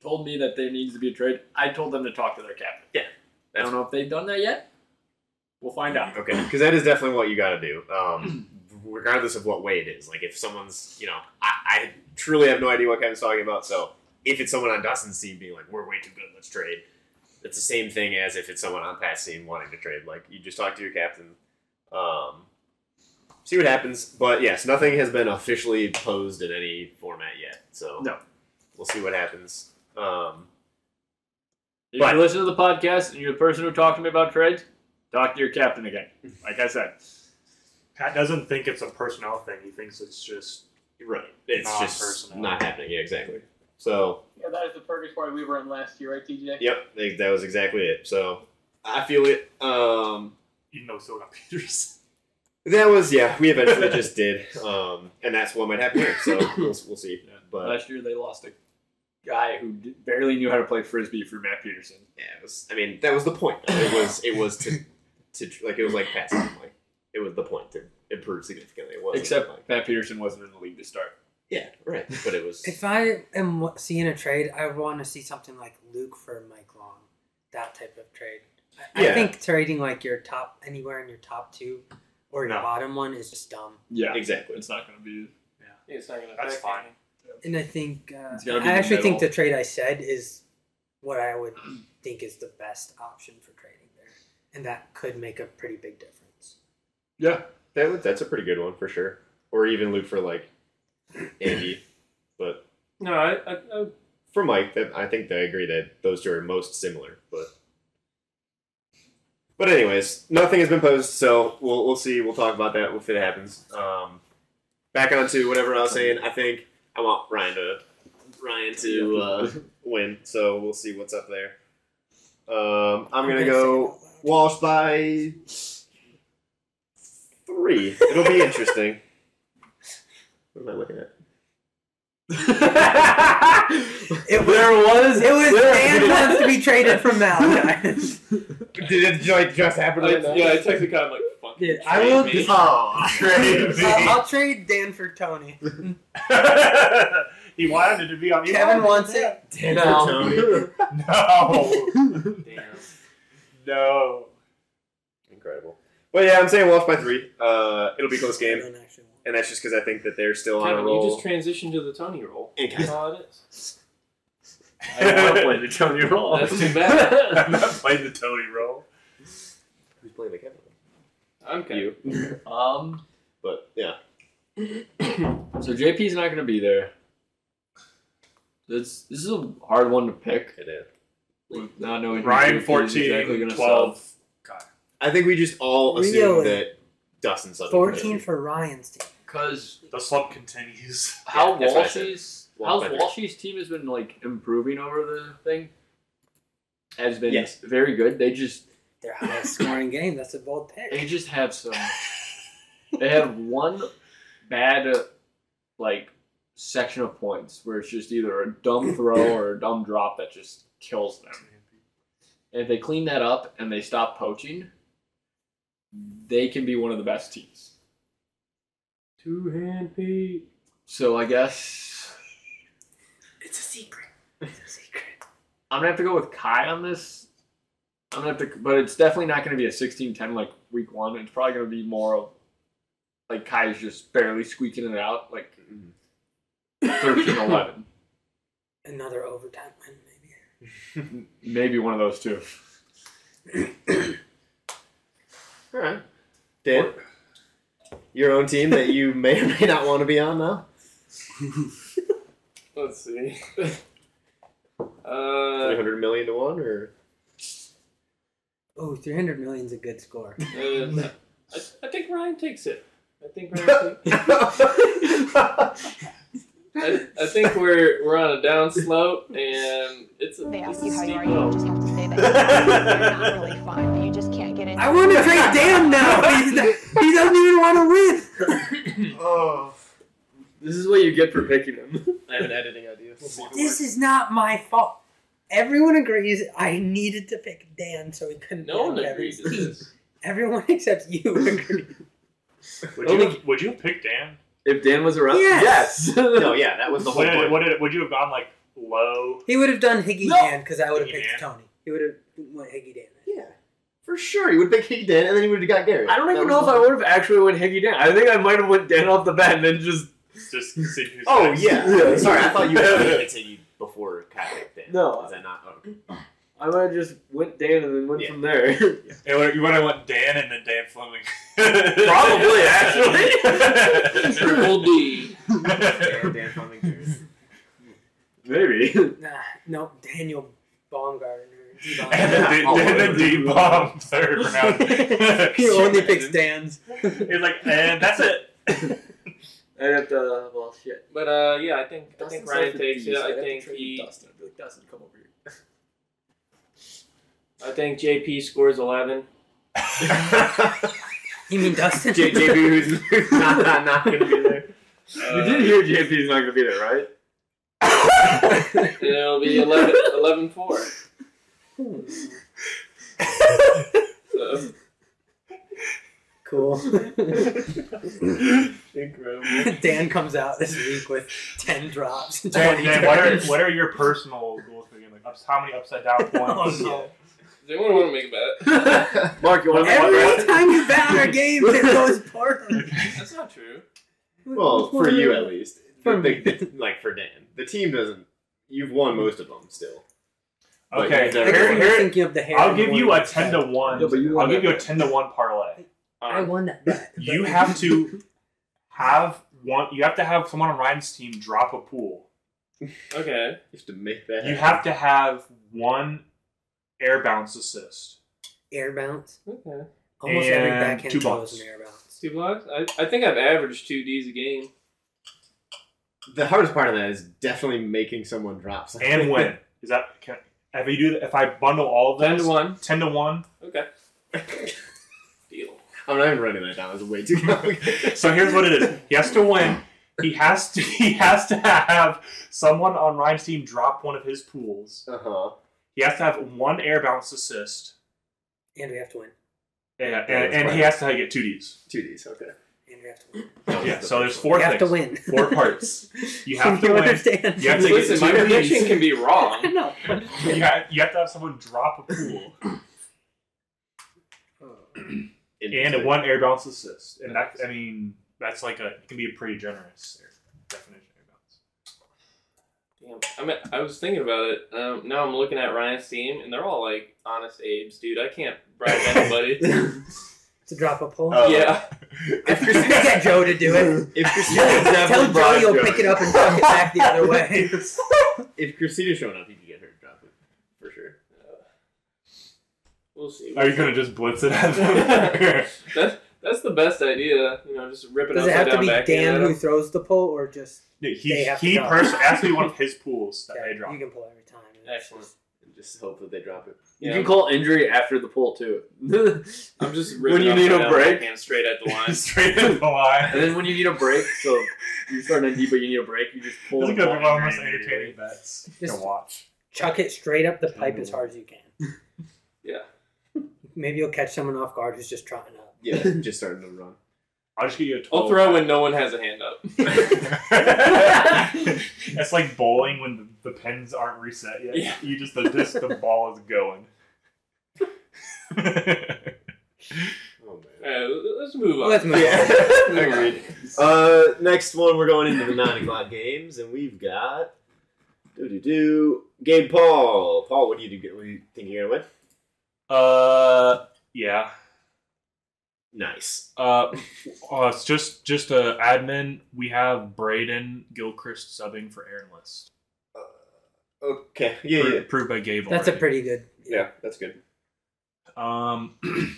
Speaker 4: told me that there needs to be a trade, I told them to talk to their captain.
Speaker 2: Yeah.
Speaker 4: I don't know if they've done that yet. We'll find out.
Speaker 2: Okay, because that is definitely what you got to do, um, regardless of what way it is. Like if someone's, you know, I, I truly have no idea what Kevin's talking about. So if it's someone on Dustin's team being like, "We're way too good, let's trade," it's the same thing as if it's someone on Pat's team wanting to trade. Like you just talk to your captain, um, see what happens. But yes, nothing has been officially posed in any format yet. So
Speaker 4: No.
Speaker 2: we'll see what happens. Um,
Speaker 4: If
Speaker 2: But-
Speaker 4: you listen to the podcast and you're the person who talked to me about trades, talk to your captain again. Like I said,
Speaker 3: Pat doesn't think it's a personnel thing. He thinks it's just
Speaker 2: right, it's
Speaker 3: Not
Speaker 2: just
Speaker 3: personnel.
Speaker 2: not happening. Yeah, exactly. So
Speaker 7: Yeah, that is the purgatory we were in last year, right, TJ?
Speaker 2: Yep, they- that was exactly it. So I feel it. Um,
Speaker 3: even though we still got Peters.
Speaker 2: that was yeah. We eventually just did, um, and that's what might happen here. So we'll, we'll see. But
Speaker 4: last year they lost a guy who d- barely knew how to play frisbee for Matt Peterson.
Speaker 2: yeah, it was, I mean, that was the point. It was it was to to like it was like passing. Like it was the point to improve significantly. It was
Speaker 4: Except
Speaker 2: like
Speaker 4: Matt Peterson wasn't in the league to start.
Speaker 2: yeah, right. But it was
Speaker 6: If I am w- seeing a trade, I want to see something like Luke for Mike Long, that type of trade. I, I
Speaker 2: Yeah.
Speaker 6: think trading like your top anywhere in your top two or your
Speaker 3: No.
Speaker 6: bottom one is just dumb.
Speaker 4: Yeah,
Speaker 2: exactly.
Speaker 4: it's not going to be.
Speaker 5: It's not gonna
Speaker 3: That's
Speaker 5: affect
Speaker 3: fine.
Speaker 5: anything.
Speaker 6: And I think uh,
Speaker 4: It's
Speaker 6: I
Speaker 4: gotta be the
Speaker 6: actually think
Speaker 4: middle.
Speaker 6: the trade I said is what I would think is the best option for trading there, and that could make a pretty big difference.
Speaker 4: Yeah,
Speaker 2: That was- that's a pretty good one for sure. Or even Luke for like Andy, but
Speaker 5: No, I, I, I
Speaker 2: for Mike, that I think that I agree that those two are most similar. But but anyways, nothing has been posed, so we'll we'll see. We'll talk about that if it happens. Um, back on to whatever I was saying. I think I want Ryan to Ryan to uh, win, so we'll see what's up there. Um, I'm gonna
Speaker 6: say
Speaker 2: go
Speaker 6: it out loud.
Speaker 2: Walsh by three. It'll be interesting. what am I looking at?
Speaker 6: It was, there was it was Dan wants to be traded from Malachi.
Speaker 2: Did it like, just happen
Speaker 5: I,
Speaker 2: right now?
Speaker 5: yeah, I texted Kyle, I'm like, fuck.
Speaker 6: Dude, I will.
Speaker 5: me.
Speaker 2: Oh,
Speaker 3: Trade
Speaker 6: I'll, I'll trade Dan for Tony.
Speaker 3: he wanted it to be on. he
Speaker 6: Kevin
Speaker 3: wanted
Speaker 6: wants it.
Speaker 2: Damn
Speaker 6: No. Oh,
Speaker 2: Tony.
Speaker 3: No,
Speaker 5: Damn.
Speaker 3: no.
Speaker 2: Incredible. But yeah, I'm saying Walsh by three. Uh, it'll be a close
Speaker 6: I
Speaker 2: game,
Speaker 6: don't actually want it.
Speaker 2: and that's just because I think that they're still on a
Speaker 5: Kevin, you
Speaker 2: roll.
Speaker 5: just transitioned to the Tony role.
Speaker 2: And
Speaker 5: That's all it is.
Speaker 4: I don't wanna play the Tony Roll.
Speaker 5: That's too bad.
Speaker 3: I'm not playing the Tony role.
Speaker 2: Who's playing the Kevin?
Speaker 5: I'm Kevin.
Speaker 2: You.
Speaker 4: Um,
Speaker 2: But yeah,
Speaker 4: so JP's not going to be there. This this is a hard one to pick.
Speaker 2: it is.
Speaker 4: With not knowing who JP
Speaker 3: Ryan
Speaker 4: is
Speaker 3: 14,
Speaker 4: exactly gonna
Speaker 3: 12.
Speaker 4: sell.
Speaker 2: I think we just all assume
Speaker 6: Really?
Speaker 2: that Dustin Sutton.
Speaker 6: Fourteen for Ryan's team.
Speaker 4: Cause
Speaker 3: The slump continues.
Speaker 4: how
Speaker 2: Yeah, that's what I said.
Speaker 4: Walshy's
Speaker 2: Walsh
Speaker 4: how's
Speaker 2: by three.
Speaker 4: Walshy's team has been like improving over the thing has been
Speaker 2: Yes.
Speaker 4: very good. They just
Speaker 6: Their highest scoring game. That's a bold
Speaker 4: They
Speaker 6: pick.
Speaker 4: just have some. they have one bad, uh, like, section of points where it's just either a dumb throw or a dumb drop that just kills them. And if they clean that up and they stop poaching, they can be one of the best teams.
Speaker 5: Two hand Pete.
Speaker 4: So I guess
Speaker 6: It's a secret. It's a secret.
Speaker 4: I'm gonna have to go with Kai on this. I'm gonna have to, but it's definitely not gonna be a 16-10 like week one. It's probably gonna be more of like Kai's just barely squeaking it out, like 13-11.
Speaker 6: Another overtime win, maybe.
Speaker 4: Maybe one of those two.
Speaker 2: All right, Dan, your own team that you may or may not want to be on now.
Speaker 5: Let's see. uh,
Speaker 2: 300 million to one, or
Speaker 6: Oh, 300 million's a good score.
Speaker 5: Uh, I, I think Ryan takes it. I think Ryan. Takes, think we're we're on a down slope, and it's a,
Speaker 10: They
Speaker 5: it's
Speaker 10: ask
Speaker 5: a
Speaker 10: you how you
Speaker 5: steep Oh,
Speaker 10: are, you
Speaker 5: hill.
Speaker 10: just have to say that you're not really fun. You just can't get in.
Speaker 6: I want to play Dan now. He's not- he doesn't even want to win.
Speaker 2: Oh.
Speaker 5: This is what you get for picking him. I have an editing idea. We'll see if it
Speaker 6: This
Speaker 5: works.
Speaker 6: is not my fault. Everyone agrees I needed to pick Dan so he couldn't.
Speaker 5: no one
Speaker 6: pick
Speaker 5: agrees to
Speaker 6: Kevin's team.
Speaker 5: this.
Speaker 6: Everyone except you agree.
Speaker 3: Would you have, would you have picked Dan?
Speaker 8: If Dan was around,
Speaker 6: Yes.
Speaker 2: No, yeah, that was the whole
Speaker 3: Would it,
Speaker 2: point.
Speaker 3: would, it, would you have gone like low?
Speaker 6: He would have done Higgy
Speaker 2: No.
Speaker 6: Dan because I would have
Speaker 3: Higgy
Speaker 6: picked
Speaker 3: Dan.
Speaker 6: Tony. He would have went Higgy Dan.
Speaker 2: Yeah, for sure. You would pick Hickey Dan, and then you would have got Gary.
Speaker 8: I don't even know if I would have actually went Higgy Dan. I think I might have went Dan off the bat and then just
Speaker 3: Just see who's
Speaker 2: Oh
Speaker 3: next.
Speaker 2: yeah.
Speaker 8: Yeah.
Speaker 2: Sorry, I thought you had said you before Kyle picked Dan.
Speaker 8: No.
Speaker 2: is that not? Oh, okay.
Speaker 8: I might have just went Dan and then went
Speaker 2: Yeah.
Speaker 8: from there.
Speaker 3: It would- You would have went Dan and then Dan Fleming.
Speaker 8: Probably, actually.
Speaker 5: Triple D.
Speaker 2: Dan, Dan Fleming, Gary.
Speaker 8: Maybe.
Speaker 6: Nah, no, Daniel Baumgartner.
Speaker 3: And then,
Speaker 6: D-Baum.
Speaker 3: the- then the D bomb third round.
Speaker 6: he only picks Dan's.
Speaker 3: He's like, and that's it.
Speaker 8: I'd have to well shit.
Speaker 5: But uh, yeah, I think I
Speaker 8: Dustin's
Speaker 5: think Ryan
Speaker 8: so
Speaker 5: takes it.
Speaker 8: confused. I'd
Speaker 5: I
Speaker 8: have to
Speaker 5: think
Speaker 8: trade
Speaker 5: he.
Speaker 8: Dustin. I'd be like, Dustin, come over here.
Speaker 5: I think JP scores eleven.
Speaker 6: You mean Dustin?
Speaker 2: J- JB, who's not, not, not going to be there.
Speaker 5: Uh,
Speaker 8: you did hear JP's not gonna be there, right?
Speaker 5: It'll be 11, 11 4. So,
Speaker 6: Cool.
Speaker 5: incredible.
Speaker 6: Dan comes out this week with ten drops. and
Speaker 3: Dan,
Speaker 6: 20
Speaker 3: Dan, what are
Speaker 6: turns.
Speaker 3: what are your personal goals for the game? Like, ups- how many upside down
Speaker 6: Oh,
Speaker 3: points?
Speaker 6: no.
Speaker 5: Does anyone want to make a bet?
Speaker 8: Mark, you want
Speaker 6: Every time you bat our game, it goes poorly.
Speaker 5: That's not true.
Speaker 2: Well, for you at least.
Speaker 6: For
Speaker 2: The- the- like for Dan, the team doesn't. You've won most of them still.
Speaker 3: Okay,
Speaker 2: Like,
Speaker 6: I guess
Speaker 3: here-
Speaker 6: I'm
Speaker 3: here-
Speaker 6: thinking of the hair.
Speaker 3: I'll
Speaker 6: and the
Speaker 3: give you a
Speaker 6: orange.
Speaker 3: ten to one.
Speaker 8: Yeah, but you
Speaker 3: I'll
Speaker 8: won
Speaker 3: give
Speaker 8: that
Speaker 3: you a
Speaker 8: bet.
Speaker 3: ten to one parlay.
Speaker 5: Um,
Speaker 6: I won that. bet, but-
Speaker 3: You have to have one. You have to have someone on Ryan's team drop a pool.
Speaker 5: Okay.
Speaker 2: You have to make that. happen.
Speaker 3: You have to have one air bounce assist.
Speaker 6: air bounce.
Speaker 5: Okay.
Speaker 6: Almost every
Speaker 3: And
Speaker 6: backhand
Speaker 3: two
Speaker 6: throw
Speaker 3: blocks.
Speaker 6: is an air bounce.
Speaker 5: Two blocks? I, I think I've averaged two Ds a game.
Speaker 2: The hardest part of that is definitely making someone drop something.
Speaker 3: and win. Is that can, if you do if I bundle all of
Speaker 5: 10
Speaker 3: them
Speaker 5: to 1.
Speaker 3: 10 to 1.
Speaker 5: Okay. Deal.
Speaker 2: I'm not even running that down. It's way too complicated.
Speaker 3: So here's what it is. He has to win. He has to he has to have someone on Ryan's team drop one of his pools.
Speaker 2: uh huh.
Speaker 3: He has to have one air bounce assist.
Speaker 6: And we have to win.
Speaker 3: And, and, and he has to get two Ds.
Speaker 2: Two D's. Okay.
Speaker 6: And we have to win.
Speaker 3: Yeah, so there's
Speaker 6: We
Speaker 3: four
Speaker 6: have
Speaker 3: things.
Speaker 6: to win.
Speaker 3: Four parts. You have to
Speaker 6: you
Speaker 3: win.
Speaker 6: understand?
Speaker 3: You have to get
Speaker 5: Listen, my
Speaker 3: two Ds.
Speaker 5: prediction can be
Speaker 6: I
Speaker 5: wrong.
Speaker 6: know.
Speaker 3: You have, you have to have someone drop a pool and one air bounce assist. And that I mean that's like a it can be a pretty generous air, definition of air bounce.
Speaker 5: Damn. I, mean, I was thinking about it. Um, now I'm looking at Ryan's team, and they're all like honest Abe's, dude. I can't bribe anybody.
Speaker 6: To drop a pole.
Speaker 2: Oh.
Speaker 5: yeah.
Speaker 2: If you're
Speaker 6: Get Joe to do it.
Speaker 2: if you're
Speaker 6: Tell Joe you'll pick it up and tuck it back the other way.
Speaker 2: If Christina's showing up, you can get her to drop it for sure.
Speaker 5: We'll see.
Speaker 3: Are you gonna just blitz it at them?
Speaker 5: That, that's the best idea. You know, just rip it
Speaker 6: Does it
Speaker 5: upside
Speaker 6: have to
Speaker 5: down
Speaker 6: be
Speaker 5: back
Speaker 6: Dan
Speaker 5: in.
Speaker 6: who throws the pole or just
Speaker 3: No,
Speaker 6: They
Speaker 3: he
Speaker 6: have to
Speaker 3: he
Speaker 6: go.
Speaker 3: personally asked me one of his pools that
Speaker 6: Yeah,
Speaker 3: I
Speaker 6: you
Speaker 3: dropped.
Speaker 6: can pull every time.
Speaker 5: Excellent.
Speaker 2: And just hope that they drop it.
Speaker 8: You
Speaker 5: Yeah.
Speaker 8: can call injury after the pull too. and
Speaker 5: I'm just
Speaker 8: When you
Speaker 5: ripping
Speaker 8: need a
Speaker 5: upside down
Speaker 8: break.
Speaker 5: back in straight at the line.
Speaker 3: Straight in the line.
Speaker 8: then when you need a break, so you start an ND but you need a break, you just pull
Speaker 3: This
Speaker 8: the
Speaker 3: is gonna be
Speaker 8: ball.
Speaker 3: one of the most entertaining bets to
Speaker 6: Just-
Speaker 3: watch.
Speaker 6: Chuck it straight up the pipe as hard as you can.
Speaker 5: Yeah.
Speaker 6: Maybe you'll catch someone off guard who's just trotting up.
Speaker 2: Yeah, just starting to run.
Speaker 3: I'll just get you a 12
Speaker 5: I'll throw when no one has a hand up.
Speaker 3: it's like bowling when the, the pins aren't reset yet.
Speaker 5: Yeah.
Speaker 3: You just the disc, the ball is going.
Speaker 2: Oh man.
Speaker 5: Alright, let's move on.
Speaker 6: Let's move on.
Speaker 2: Agreed. Uh, next one, we're going into the nine o'clock games, and we've got do do do Gabe Paul. Paul, what do you do? What do you think you're gonna win?
Speaker 3: uh, yeah.
Speaker 2: Nice.
Speaker 3: Uh, uh, it's just just uh, admin. We have Braden Gilchrist subbing for Aaron List.
Speaker 2: Okay. Yeah,
Speaker 3: Pro-
Speaker 2: yeah.
Speaker 3: Proved by Gabe.
Speaker 6: That's a
Speaker 3: already.
Speaker 6: pretty good.
Speaker 2: Yeah, that's good.
Speaker 3: Um,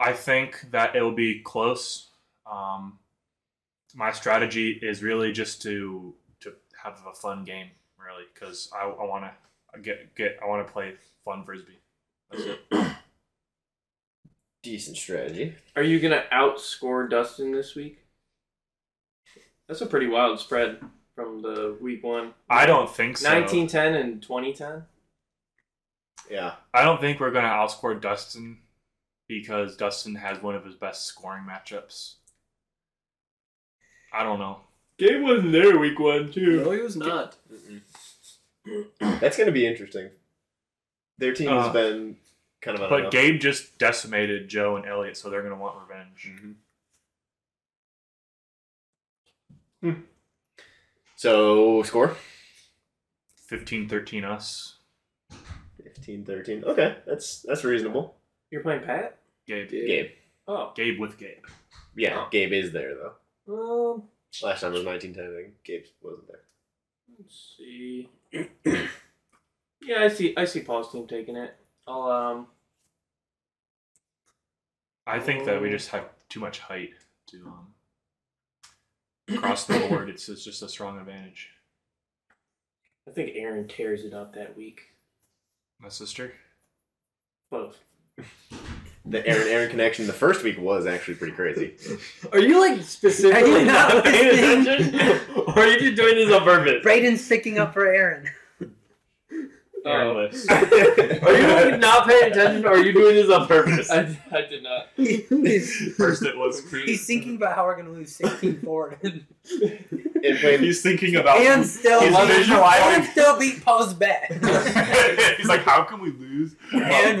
Speaker 3: I think that it'll be close. Um, my strategy is really just to to have a fun game, really, because I, I want to get get I want to play fun frisbee. That's it.
Speaker 2: Decent strategy.
Speaker 5: Are you gonna outscore Dustin this week? That's a pretty wild spread from the week one.
Speaker 3: I don't think so.
Speaker 5: 1910 and 2010.
Speaker 2: Yeah.
Speaker 3: I don't think we're gonna outscore Dustin because Dustin has one of his best scoring matchups. I don't know.
Speaker 5: Gabe wasn't there week one too.
Speaker 4: No, he was not.
Speaker 2: That's going to be interesting. Their team has
Speaker 3: Uh,
Speaker 2: been kind of on and
Speaker 3: But
Speaker 2: off.
Speaker 3: Gabe just decimated Joe and Elliot, so they're gonna want revenge.
Speaker 2: Mm-hmm. Hmm. So, score?
Speaker 3: Fifteen thirteen us.
Speaker 2: 15 13. Okay, that's that's reasonable.
Speaker 5: You're playing Pat?
Speaker 3: Gabe.
Speaker 2: Gabe.
Speaker 5: Oh.
Speaker 3: Gabe with Gabe.
Speaker 2: Yeah, Gabe is there, though.
Speaker 5: Um,
Speaker 2: Last time was 1910, I think Gabe wasn't there.
Speaker 5: let's see. yeah, I see. I see Paul's team taking it. I'll um.
Speaker 3: I think that we just have too much height to um, cross the board. It's, it's just a strong advantage.
Speaker 5: I think Aaron tears it up that week.
Speaker 3: My sister.
Speaker 5: Both.
Speaker 2: The Aaron Aaron connection the first week was actually pretty crazy.
Speaker 4: Are you like specifically
Speaker 6: not
Speaker 4: not
Speaker 6: listening?
Speaker 4: or are you just doing this on purpose?
Speaker 6: Braden's sticking up for Aaron.
Speaker 3: Oh. Airless.
Speaker 4: Are you like not paying attention, or are you doing this on purpose?
Speaker 5: I, I did not.
Speaker 6: he's,
Speaker 3: First it was
Speaker 6: he's thinking about how we're going to lose 16 4.
Speaker 2: And played-
Speaker 3: He's thinking about.
Speaker 6: and still,
Speaker 3: He's
Speaker 6: beat,
Speaker 3: visualizing.
Speaker 6: and still beat Poe's bet.
Speaker 3: he's like, how can we lose?
Speaker 6: And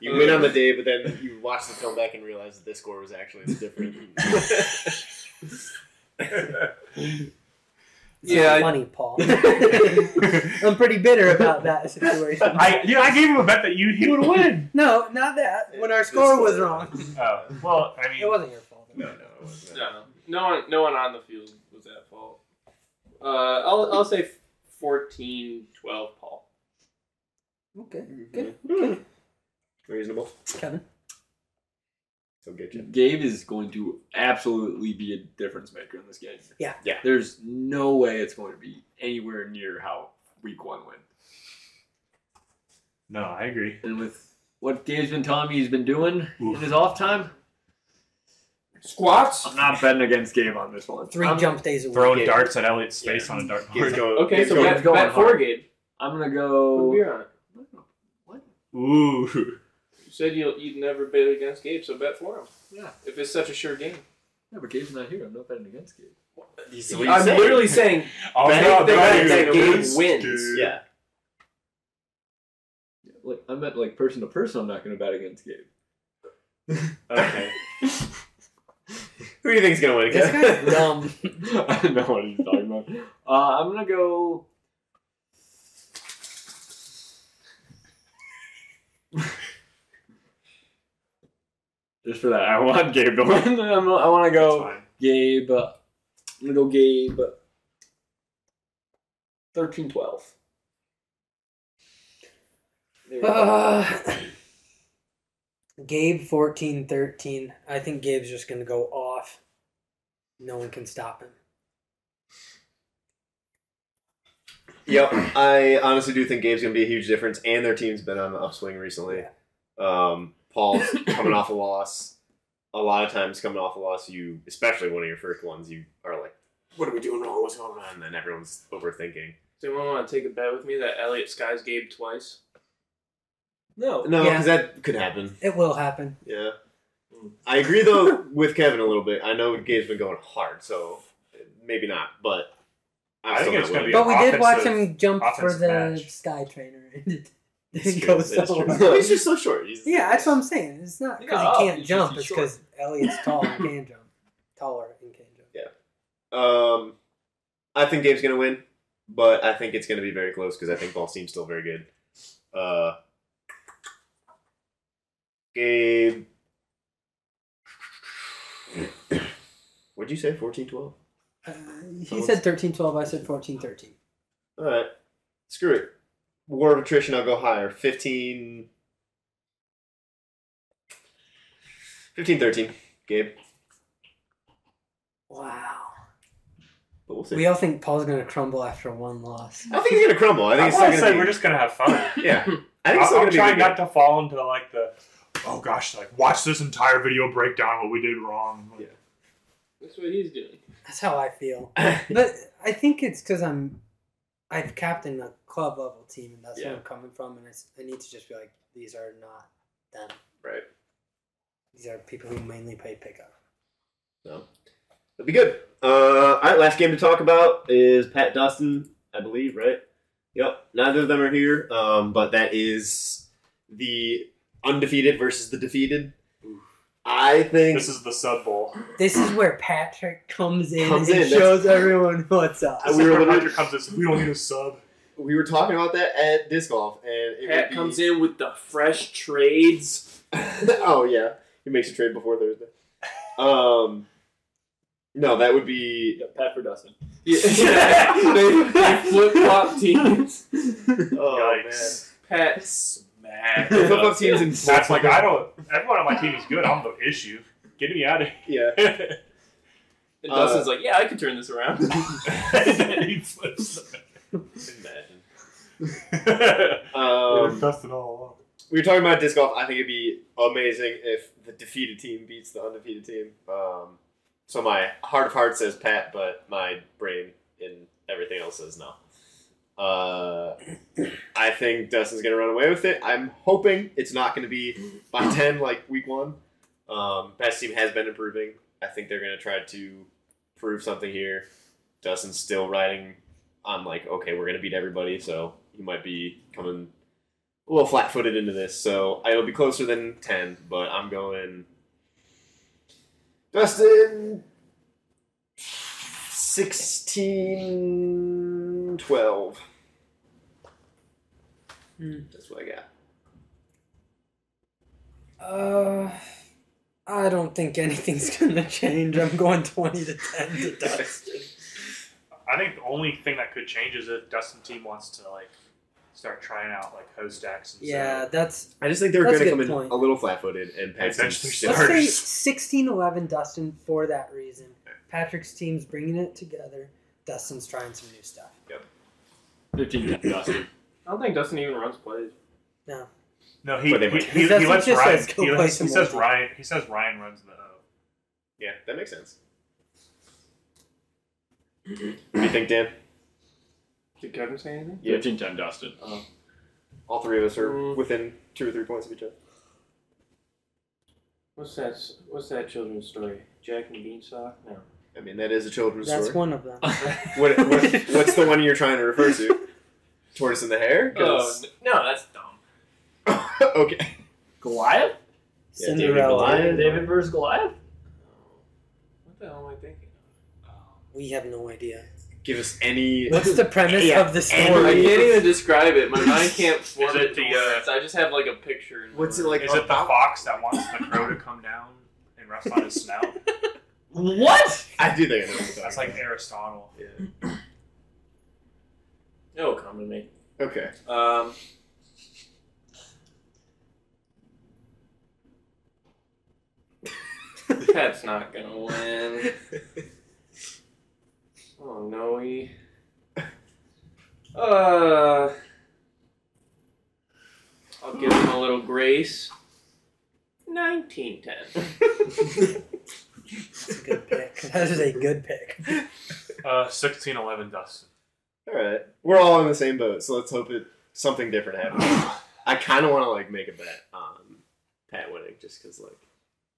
Speaker 2: you win on the day, but then you watch the film back and realize that this score was actually different.
Speaker 5: Yeah, I-
Speaker 6: funny, Paul. I'm pretty bitter about that situation.
Speaker 3: I, you know, I gave him a bet that you he would win.
Speaker 6: No, not that. When our score was wrong,
Speaker 3: Oh, well, I mean,
Speaker 6: it wasn't your fault.
Speaker 2: no, no, it wasn't.
Speaker 5: No, no one, no one on the field was at fault. Uh, I'll, I'll say 14, 12, Paul.
Speaker 6: Okay,
Speaker 2: Mhm. Reasonable.
Speaker 6: Kevin.
Speaker 2: So get you.
Speaker 8: Gabe is going to absolutely be a difference maker in this game.
Speaker 6: Yeah.
Speaker 2: Yeah.
Speaker 8: There's no way it's going to be anywhere near how week one went.
Speaker 3: no, I agree.
Speaker 8: And with what Gabe's been telling me he's been doing in
Speaker 3: Oof.
Speaker 8: his off time,
Speaker 5: Squats?
Speaker 8: I'm not betting against Gabe on this one.
Speaker 6: Three
Speaker 8: I'm,
Speaker 6: jump days away.
Speaker 3: Throwing
Speaker 2: Gabe.
Speaker 3: darts at Elliot's face on a
Speaker 2: Gabe's
Speaker 3: dartboard.
Speaker 2: going.
Speaker 5: Okay,
Speaker 2: Gabe's
Speaker 5: so
Speaker 2: going.
Speaker 5: bet,
Speaker 8: Gabe's going
Speaker 5: bet four,
Speaker 8: hard.
Speaker 5: Gabe.
Speaker 8: I'm gonna
Speaker 5: Put a
Speaker 8: go.
Speaker 5: beer on it.
Speaker 3: Ooh.
Speaker 5: You said you'll, you'd never bet against Gabe, so bet for him.
Speaker 8: Yeah.
Speaker 5: If it's such a sure game.
Speaker 8: Yeah, but Gabe's not here. I'm not betting against Gabe.
Speaker 2: He's- so
Speaker 5: I'm
Speaker 2: he's saying-
Speaker 5: literally saying
Speaker 3: Oh,
Speaker 5: Bet
Speaker 3: no,
Speaker 5: the bet
Speaker 3: dude.
Speaker 5: that Gabe wins.
Speaker 3: Dude.
Speaker 2: Yeah.
Speaker 8: Yeah, Like I meant like person to person. I'm not gonna bet against Gabe.
Speaker 2: Okay. Who do you think's gonna win?
Speaker 4: This
Speaker 2: Kev?
Speaker 4: guy's dumb.
Speaker 8: I don't know what he's talking about. Uh, I'm gonna go. Just for that, I want Gabe to win. I'm, I want to go
Speaker 3: Fine.
Speaker 8: Gabe. uh, I'm gonna go Gabe. Thirteen twelve.
Speaker 6: Uh, Gabe fourteen thirteen. I think Gabe's just gonna go off. No one can stop him.
Speaker 2: Yep, I honestly do think Gabe's going to be a huge difference, and their team's been on the upswing recently. Um, Paul's coming off a loss. A lot of times, coming off a loss, you, especially one of your first ones, you are like, "What are we doing wrong? What's going on?" And then everyone's overthinking.
Speaker 5: Does anyone want to take a bet with me that Elliot skies Gabe twice?
Speaker 6: No.
Speaker 2: No,
Speaker 6: Yeah,
Speaker 2: because that could happen.
Speaker 6: it will happen.
Speaker 2: Yeah, I agree though with Kevin a little bit. I know Gabe's been going hard, so maybe not, but
Speaker 3: I think it's gonna be
Speaker 6: But we did watch
Speaker 3: offensive-
Speaker 6: him jump for
Speaker 3: offensive
Speaker 6: the
Speaker 3: match.
Speaker 6: sky trainer. and it didn't go so well.
Speaker 2: He's just so short. He's,
Speaker 6: Yeah, that's what I'm saying. It's not
Speaker 8: He
Speaker 6: because
Speaker 8: got up,
Speaker 6: he can't
Speaker 8: he's
Speaker 6: jump.
Speaker 8: just-
Speaker 6: It's
Speaker 8: he's
Speaker 6: because Elliot's tall and can jump. Taller and can jump.
Speaker 2: Um, I think Gabe's gonna win, but I think it's gonna be very close because I think Ball's team's still very good. Uh, Gabe, what'd you say? 14-12? All
Speaker 6: Uh, he said thirteen twelve. I said fourteen thirteen.
Speaker 2: right, screw it. War of attrition. I'll go higher. 15... 15-13. Gabe,
Speaker 6: Wow.
Speaker 2: But we'll see.
Speaker 6: We all think Paul's going to crumble after one loss.
Speaker 2: I don't think he's gonna crumble. I think
Speaker 3: I
Speaker 2: it's
Speaker 3: want to
Speaker 2: still
Speaker 3: say
Speaker 2: gonna
Speaker 3: we're
Speaker 2: be.
Speaker 3: just gonna have fun.
Speaker 2: Yeah, I think
Speaker 3: I
Speaker 2: it's still
Speaker 3: will
Speaker 2: gonna be. a
Speaker 3: try
Speaker 2: good game.
Speaker 3: not to fall into like the oh gosh, like watch this entire video break down what we did wrong. Like,
Speaker 5: That's what he's doing.
Speaker 6: That's how I feel. but I think it's because I'm, I've captained a club level team, and that's where I'm coming from. And it's, I need to just be like, these are not them.
Speaker 2: Right.
Speaker 6: These are people who mainly play pickup.
Speaker 2: That'd be good. Uh, all right, last game to talk about is Pat Dustin, I believe, right? Yep. Neither of them are here, um, but that is the undefeated versus the defeated. I think
Speaker 3: This is the sub bowl.
Speaker 6: This is where Patrick comes in
Speaker 2: Comes
Speaker 6: and
Speaker 2: in, that's-
Speaker 6: shows everyone what's up.
Speaker 2: I- we were literally-
Speaker 3: Roger comes and says, we don't need a sub.
Speaker 2: we were talking about that at disc golf, and it
Speaker 5: Pat comes in with the fresh trades.
Speaker 2: oh yeah, he makes a trade before Thursday. Um, no, that would be.
Speaker 8: Pat for Dustin.
Speaker 5: they flip flop teams.
Speaker 2: Oh
Speaker 3: Yikes.
Speaker 5: Pat smack.
Speaker 2: man, football teams in
Speaker 3: That's like I don't. Everyone on my team is good. I'm the issue. Get me out of
Speaker 2: yeah.
Speaker 3: here.
Speaker 5: And
Speaker 3: Uh,
Speaker 5: Dustin's like, yeah, I could turn this around.
Speaker 3: he flips.
Speaker 5: Imagine.
Speaker 2: Um,
Speaker 3: Dustin all
Speaker 2: we were talking about disc golf. I think it'd be amazing if the defeated team beats the undefeated team. Um, so my heart of heart says Pat, but my brain and everything else says no. Uh, I think Dustin's gonna run away with it. I'm hoping it's not gonna be by ten like week one. Um, Pat's team has been improving. I think they're gonna try to prove something here. Dustin's still riding on like, okay, we're gonna beat everybody, so he might be coming a little flat-footed into this, so it'll be closer than ten. But I'm going Dustin 16, 12. That's what I got.
Speaker 6: Uh, I don't think anything's gonna change. I'm going twenty to ten to Dustin.
Speaker 3: I think the only thing that could change is if Dustin team wants to like start trying out like host acts. And
Speaker 6: yeah,
Speaker 3: stuff.
Speaker 6: that's.
Speaker 2: I just think they're
Speaker 6: That's
Speaker 2: going
Speaker 6: a
Speaker 2: to
Speaker 6: good
Speaker 2: come in
Speaker 6: point.
Speaker 2: a little flat-footed and Pat's
Speaker 3: bench their
Speaker 2: team
Speaker 6: Let's
Speaker 2: starters.
Speaker 6: say sixteen eleven Dustin for that reason. Patrick's team's bringing it together. Dustin's trying some new stuff.
Speaker 8: 15 Dustin.
Speaker 5: I don't think Dustin even runs plays.
Speaker 3: No, he
Speaker 2: But they
Speaker 3: he,
Speaker 2: would-
Speaker 3: he, he
Speaker 6: Dustin
Speaker 3: lets
Speaker 6: just
Speaker 3: Ryan.
Speaker 6: says, "Go
Speaker 3: He,
Speaker 6: play
Speaker 3: lets,
Speaker 6: some
Speaker 3: he says
Speaker 6: more."
Speaker 3: Ryan. He says Ryan runs the O.
Speaker 2: Yeah, that makes sense. what do you think, Dan?
Speaker 5: Did Kevin say anything?
Speaker 2: Yeah.
Speaker 8: 15 10 Dustin.
Speaker 2: All three of us are
Speaker 5: Mm.
Speaker 2: within two or three points of each other.
Speaker 5: What's that? What's that children's story? Jack and Beanstalk? No.
Speaker 2: I mean, that is a children's
Speaker 6: That's
Speaker 2: story.
Speaker 6: one of them.
Speaker 2: What, what, what's the one you're trying to refer to? Tortoise and the Hare? 'Cause-
Speaker 5: Oh, no, that's dumb.
Speaker 2: okay.
Speaker 8: Goliath?
Speaker 2: Yeah, David
Speaker 6: Cinderella.
Speaker 2: Goliath.
Speaker 8: David versus Goliath?
Speaker 5: What the hell am I thinking?
Speaker 6: We have no idea.
Speaker 2: Give us any.
Speaker 6: What's the premise
Speaker 2: Yeah,
Speaker 6: of the
Speaker 2: and
Speaker 5: I
Speaker 6: story?
Speaker 2: like-
Speaker 5: can't even describe it. My mind can't form
Speaker 3: Is it the, uh,
Speaker 5: words. I just have like a picture. In my
Speaker 2: What's it like?
Speaker 5: mind.
Speaker 3: Is it the fox that wants the crow to come down and rest on his snout?
Speaker 8: What?
Speaker 2: I do think I know what you're talking
Speaker 3: That's like
Speaker 2: about.
Speaker 3: Aristotle.
Speaker 5: It'll Oh, come to me.
Speaker 2: Okay.
Speaker 5: Um. Pat's not gonna win. Oh no, he. Uh. I'll give him a little grace. Nineteen ten.
Speaker 6: That's a good pick. That is a good pick.
Speaker 3: Uh, sixteen eleven Dustin.
Speaker 2: All right. We're all in the same boat, so let's hope it something different happens. I kind of want to like make a bet on Pat winning, just because like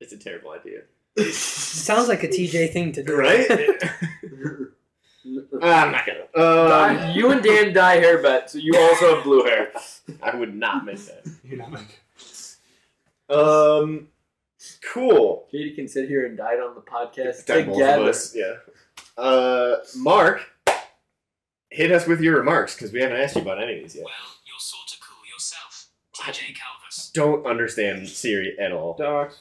Speaker 2: it's a terrible idea,
Speaker 6: Sounds like a TJ thing to do.
Speaker 2: right? Uh, I'm not gonna. Um,
Speaker 8: Uh, you and Dan dye hair bet, so you also have blue hair.
Speaker 2: I would not make that.
Speaker 3: You know, like
Speaker 2: Um, cool.
Speaker 4: Katie can sit here and die on the podcast
Speaker 2: Done both of
Speaker 4: together.
Speaker 2: us, Yeah. Uh, Mark, hit us with your remarks because we haven't asked you about any of these yet.
Speaker 11: Well, you're sorta cool yourself, TJ Calvis.
Speaker 2: Don't understand Siri at all.
Speaker 5: Docs.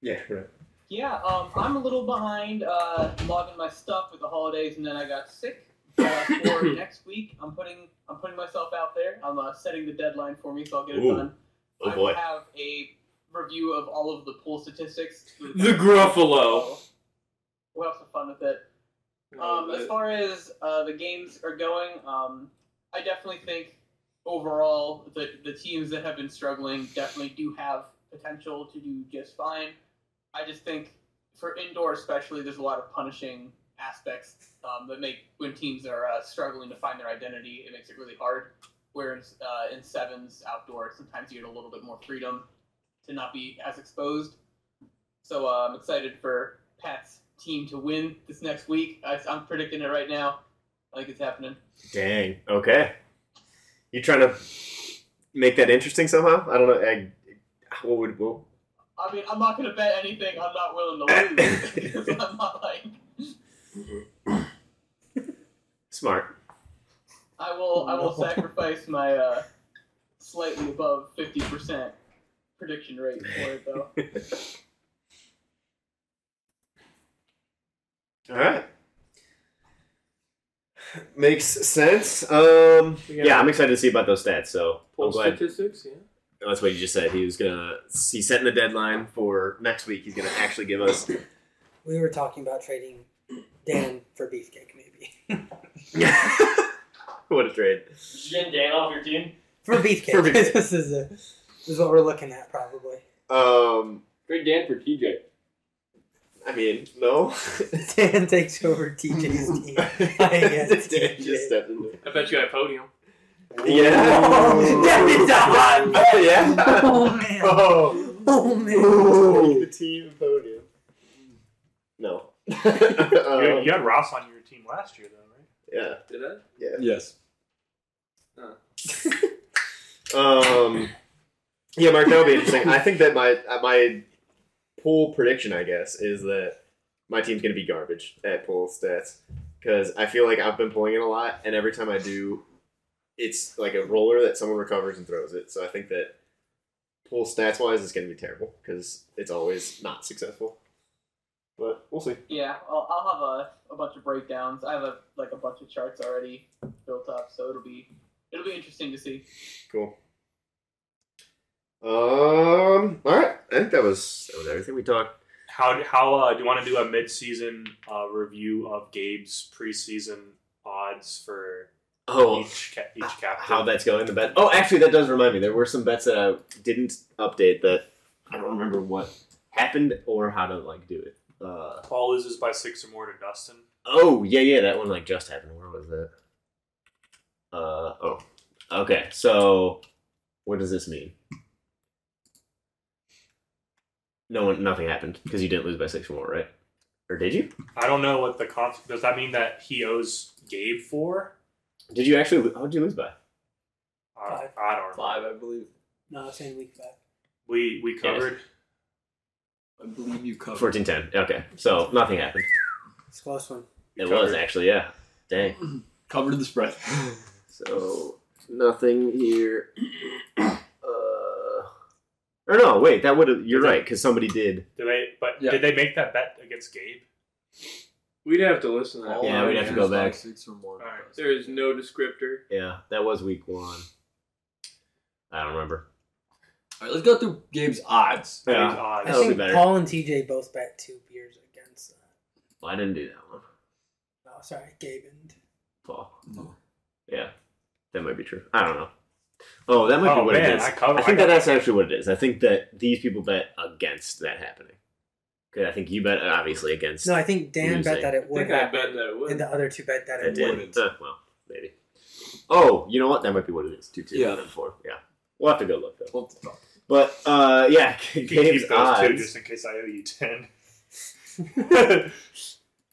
Speaker 2: Yeah. Right.
Speaker 7: Yeah, um, I'm a little behind uh, logging my stuff with the holidays, and then I got sick. Uh, for next week, I'm putting I'm putting myself out there. I'm uh, setting the deadline for me, so I'll get it
Speaker 2: Ooh.
Speaker 7: done.
Speaker 2: Oh
Speaker 7: I
Speaker 2: boy.
Speaker 7: will have a review of all of the pool statistics.
Speaker 5: The Gruffalo.
Speaker 7: We'll have some fun with it. Um, as far as uh, the games are going, um, I definitely think overall the, the teams that have been struggling definitely do have potential to do just fine. I just think for indoor especially, there's a lot of punishing aspects um, that make when teams are uh, struggling to find their identity, it makes it really hard. Whereas uh, in sevens outdoor, sometimes you get a little bit more freedom to not be as exposed. So uh, I'm excited for Pat's team to win this next week. I, I'm predicting it right now. I think it's happening.
Speaker 2: Dang. Okay. You trying to make that interesting somehow? I don't know. I, what would what,
Speaker 7: I mean, I'm not going to bet anything I'm not willing to lose. because I'm not like,
Speaker 2: smart?
Speaker 7: I will, I will sacrifice my uh, slightly above 50% prediction rate for it, though.
Speaker 2: All right. Makes sense. Um,
Speaker 5: We got
Speaker 2: yeah, I'm excited to see about those stats. So I'm
Speaker 5: Poll
Speaker 2: glad
Speaker 5: statistics, yeah.
Speaker 2: That's what he just said. He was gonna. He's setting the deadline for next week. He's gonna actually give us.
Speaker 6: We were talking about trading Dan for Beefcake, maybe.
Speaker 2: what a trade!
Speaker 11: Getting Dan off your team?
Speaker 6: For Beefcake.
Speaker 2: For Beefcake.
Speaker 6: this, is a, this is what we're looking at, probably.
Speaker 2: Um,
Speaker 8: Great Dan for TJ.
Speaker 2: I mean, no.
Speaker 6: Dan takes over TJ's team. guess
Speaker 2: Dan
Speaker 6: TJ.
Speaker 2: just stepped in.
Speaker 5: I bet you got a podium.
Speaker 2: Yeah.
Speaker 6: that is a hot
Speaker 2: bet. Yeah.
Speaker 6: Oh, man.
Speaker 2: oh.
Speaker 6: Oh,
Speaker 2: Ooh.
Speaker 6: man.
Speaker 2: The team podium. No.
Speaker 3: You had,
Speaker 2: Um,
Speaker 3: you had Ross on your team last year, though, right?
Speaker 2: yeah.
Speaker 5: Did I?
Speaker 4: Yes.
Speaker 2: Um, yeah, Mark, that would be interesting. I think that my uh, my pool prediction, I guess, is that my team's going to be garbage at pool stats because I feel like I've been pulling it a lot, and every time I do, it's like a roller that someone recovers and throws it. So I think that pool stats wise is going to be terrible because it's always not successful. But we'll see.
Speaker 7: Yeah, I'll, I'll have a, a bunch of breakdowns. I have a like a bunch of charts already built up, so it'll be it'll be interesting to see.
Speaker 2: Cool. Um. All right. I think that was that was everything we talked.
Speaker 3: How, how uh, do you want to do a mid-season uh, review of Gabe's preseason odds for
Speaker 2: Oh,
Speaker 3: each ca- each captain?
Speaker 2: how that's going. The bet. Oh, actually, that does remind me. There were some bets that I didn't update that I don't remember what happened or how to like do it. Uh,
Speaker 3: Paul loses by six or more to Dustin.
Speaker 2: oh yeah, yeah, that one like just happened. Where was that? Uh oh. Okay, so what does this mean? No one, nothing happened because you didn't lose by six or more, right? Or did you?
Speaker 3: I don't know what the con- does that mean that he owes Gabe four?
Speaker 2: Did you actually? How did you lose by?
Speaker 3: Uh, I don't remember.
Speaker 8: Five, I believe.
Speaker 6: No, I was saying week five.
Speaker 3: We we covered.
Speaker 8: I believe you covered.
Speaker 2: Fourteen ten. Okay, so nothing happened.
Speaker 6: It's a close one.
Speaker 2: It was actually, yeah. Dang.
Speaker 8: Covered the spread.
Speaker 2: So nothing here. uh, or no, wait, that would have. You're right, because somebody did.
Speaker 3: Did they? But
Speaker 8: Yeah.
Speaker 3: did they make that bet against Gabe?
Speaker 5: We'd have to listen to that.
Speaker 2: Yeah,
Speaker 5: one.
Speaker 2: we'd have to go back.
Speaker 8: Six or more.
Speaker 3: Alright.
Speaker 5: There is no descriptor.
Speaker 2: Yeah, that was week one. I don't remember.
Speaker 8: All right, let's go through Gabe's odds.
Speaker 2: Yeah.
Speaker 3: Gabe's odds.
Speaker 6: I
Speaker 2: That would be
Speaker 6: think
Speaker 2: better.
Speaker 6: Paul and TJ both bet two beers against. Uh,
Speaker 2: Well, I didn't do that one.
Speaker 6: oh, sorry, Gabe and
Speaker 2: Paul.
Speaker 8: No.
Speaker 2: Yeah, that might be true. I don't know. Oh, that might
Speaker 3: oh
Speaker 2: be what
Speaker 3: man,
Speaker 2: it is.
Speaker 3: I
Speaker 2: I,
Speaker 3: covered.
Speaker 2: think that that's actually what it is. I think that these people bet against that happening. Because I think you bet uh, obviously against.
Speaker 6: No, I think Dan
Speaker 2: Losing.
Speaker 6: bet that it
Speaker 5: I
Speaker 6: would
Speaker 5: think I
Speaker 6: happen,
Speaker 5: bet that it would.
Speaker 6: and the other two bet that
Speaker 2: that
Speaker 6: it
Speaker 2: did.
Speaker 6: wouldn't.
Speaker 2: Uh, well, maybe. Oh, you know what? That might be what it is. Two two
Speaker 8: Yeah.
Speaker 2: and four. Yeah, we'll have to go look though.
Speaker 8: We'll have to talk.
Speaker 2: But uh, yeah,
Speaker 3: You can
Speaker 2: Gabe's
Speaker 3: keep those
Speaker 2: odds.
Speaker 3: two just in case I owe you ten.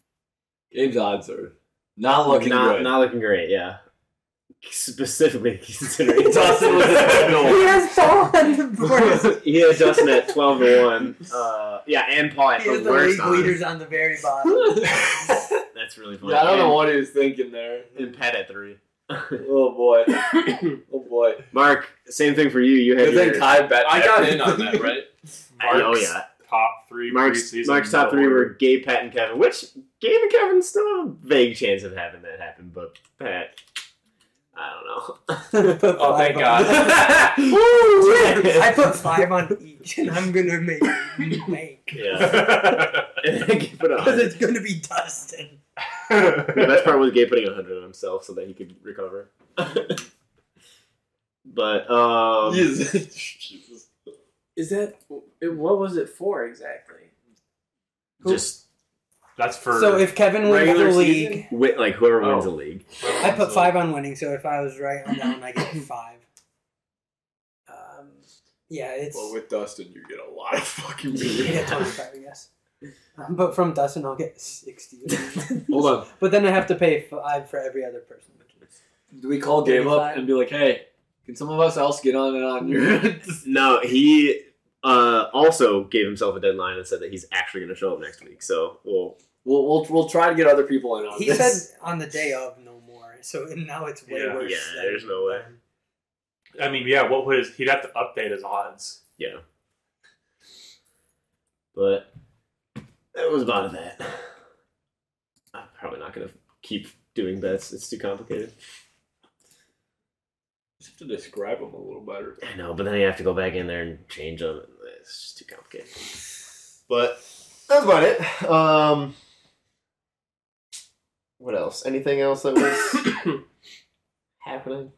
Speaker 8: Gabe's odds are not looking
Speaker 2: not,
Speaker 8: good.
Speaker 2: not looking great. Yeah, specifically considering
Speaker 8: Dustin was at
Speaker 6: He
Speaker 8: no.
Speaker 6: has Paul on the board.
Speaker 2: he had Dustin at twelve to one. Uh, yeah, and Paul at
Speaker 6: He is
Speaker 2: the
Speaker 6: the league
Speaker 2: worst. odds.
Speaker 6: leaders on the very bottom.
Speaker 2: That's really funny.
Speaker 8: yeah, I don't know
Speaker 2: And-
Speaker 8: what he was thinking there.
Speaker 2: And Pat at three.
Speaker 8: Oh boy. oh boy.
Speaker 2: Mark, same thing for you. You had
Speaker 8: Good
Speaker 2: your,
Speaker 8: thing Ty bet.
Speaker 5: I got
Speaker 8: everything.
Speaker 5: in on that, right?
Speaker 2: oh
Speaker 3: Mark's
Speaker 2: yeah,
Speaker 3: top three
Speaker 2: Mark's,
Speaker 3: preseason.
Speaker 2: Mark's top three
Speaker 3: order.
Speaker 2: were Gabe, Pat, and Kevin. Which Gabe and Kevin still have a vague chance of having that happen, but Pat, I don't know.
Speaker 5: Oh, thank God.
Speaker 6: I put five on each, and I'm gonna make it bank
Speaker 2: yeah. And then keep it on.
Speaker 6: because it's gonna be Dustin.
Speaker 2: the best part was Gabe putting 100 on himself so that he could recover. but um,
Speaker 4: Jesus.
Speaker 5: Is that what was it for exactly?
Speaker 2: just
Speaker 3: That's for
Speaker 6: so if Kevin wins
Speaker 5: regular
Speaker 6: the league,
Speaker 5: season?
Speaker 2: wi- like whoever
Speaker 3: Oh.
Speaker 2: wins the league.
Speaker 6: I put five on winning, so if I was right on that one, I get five. Um, yeah, it's
Speaker 4: Well, with Dustin, you get a lot of fucking
Speaker 6: I
Speaker 4: beer.
Speaker 6: get twenty-five, I guess. Um, but from Dustin, I'll get sixty.
Speaker 12: Hold on.
Speaker 6: but then I have to pay five for every other person.
Speaker 12: Do we call Gabe up and be like, hey, can some of us else get on and on your
Speaker 2: No, he uh, also gave himself a deadline and said that he's actually going to show up next week. So we'll
Speaker 12: We'll, we'll we'll try to get other people in on
Speaker 6: He
Speaker 12: this.
Speaker 6: said on the day of no more, so and now it's way
Speaker 3: Yeah.
Speaker 6: worse.
Speaker 2: Yeah,
Speaker 6: than-
Speaker 2: there's no way.
Speaker 3: I mean, yeah, what would his, he'd have to update his odds.
Speaker 2: yeah. But that was about that. I'm probably not going to keep doing bets. It's too complicated.
Speaker 4: Just to describe them a little better.
Speaker 2: I know, but then you have to go back in there and change them. It's just too complicated. But that's about it. Um, what else? Anything else that was happening?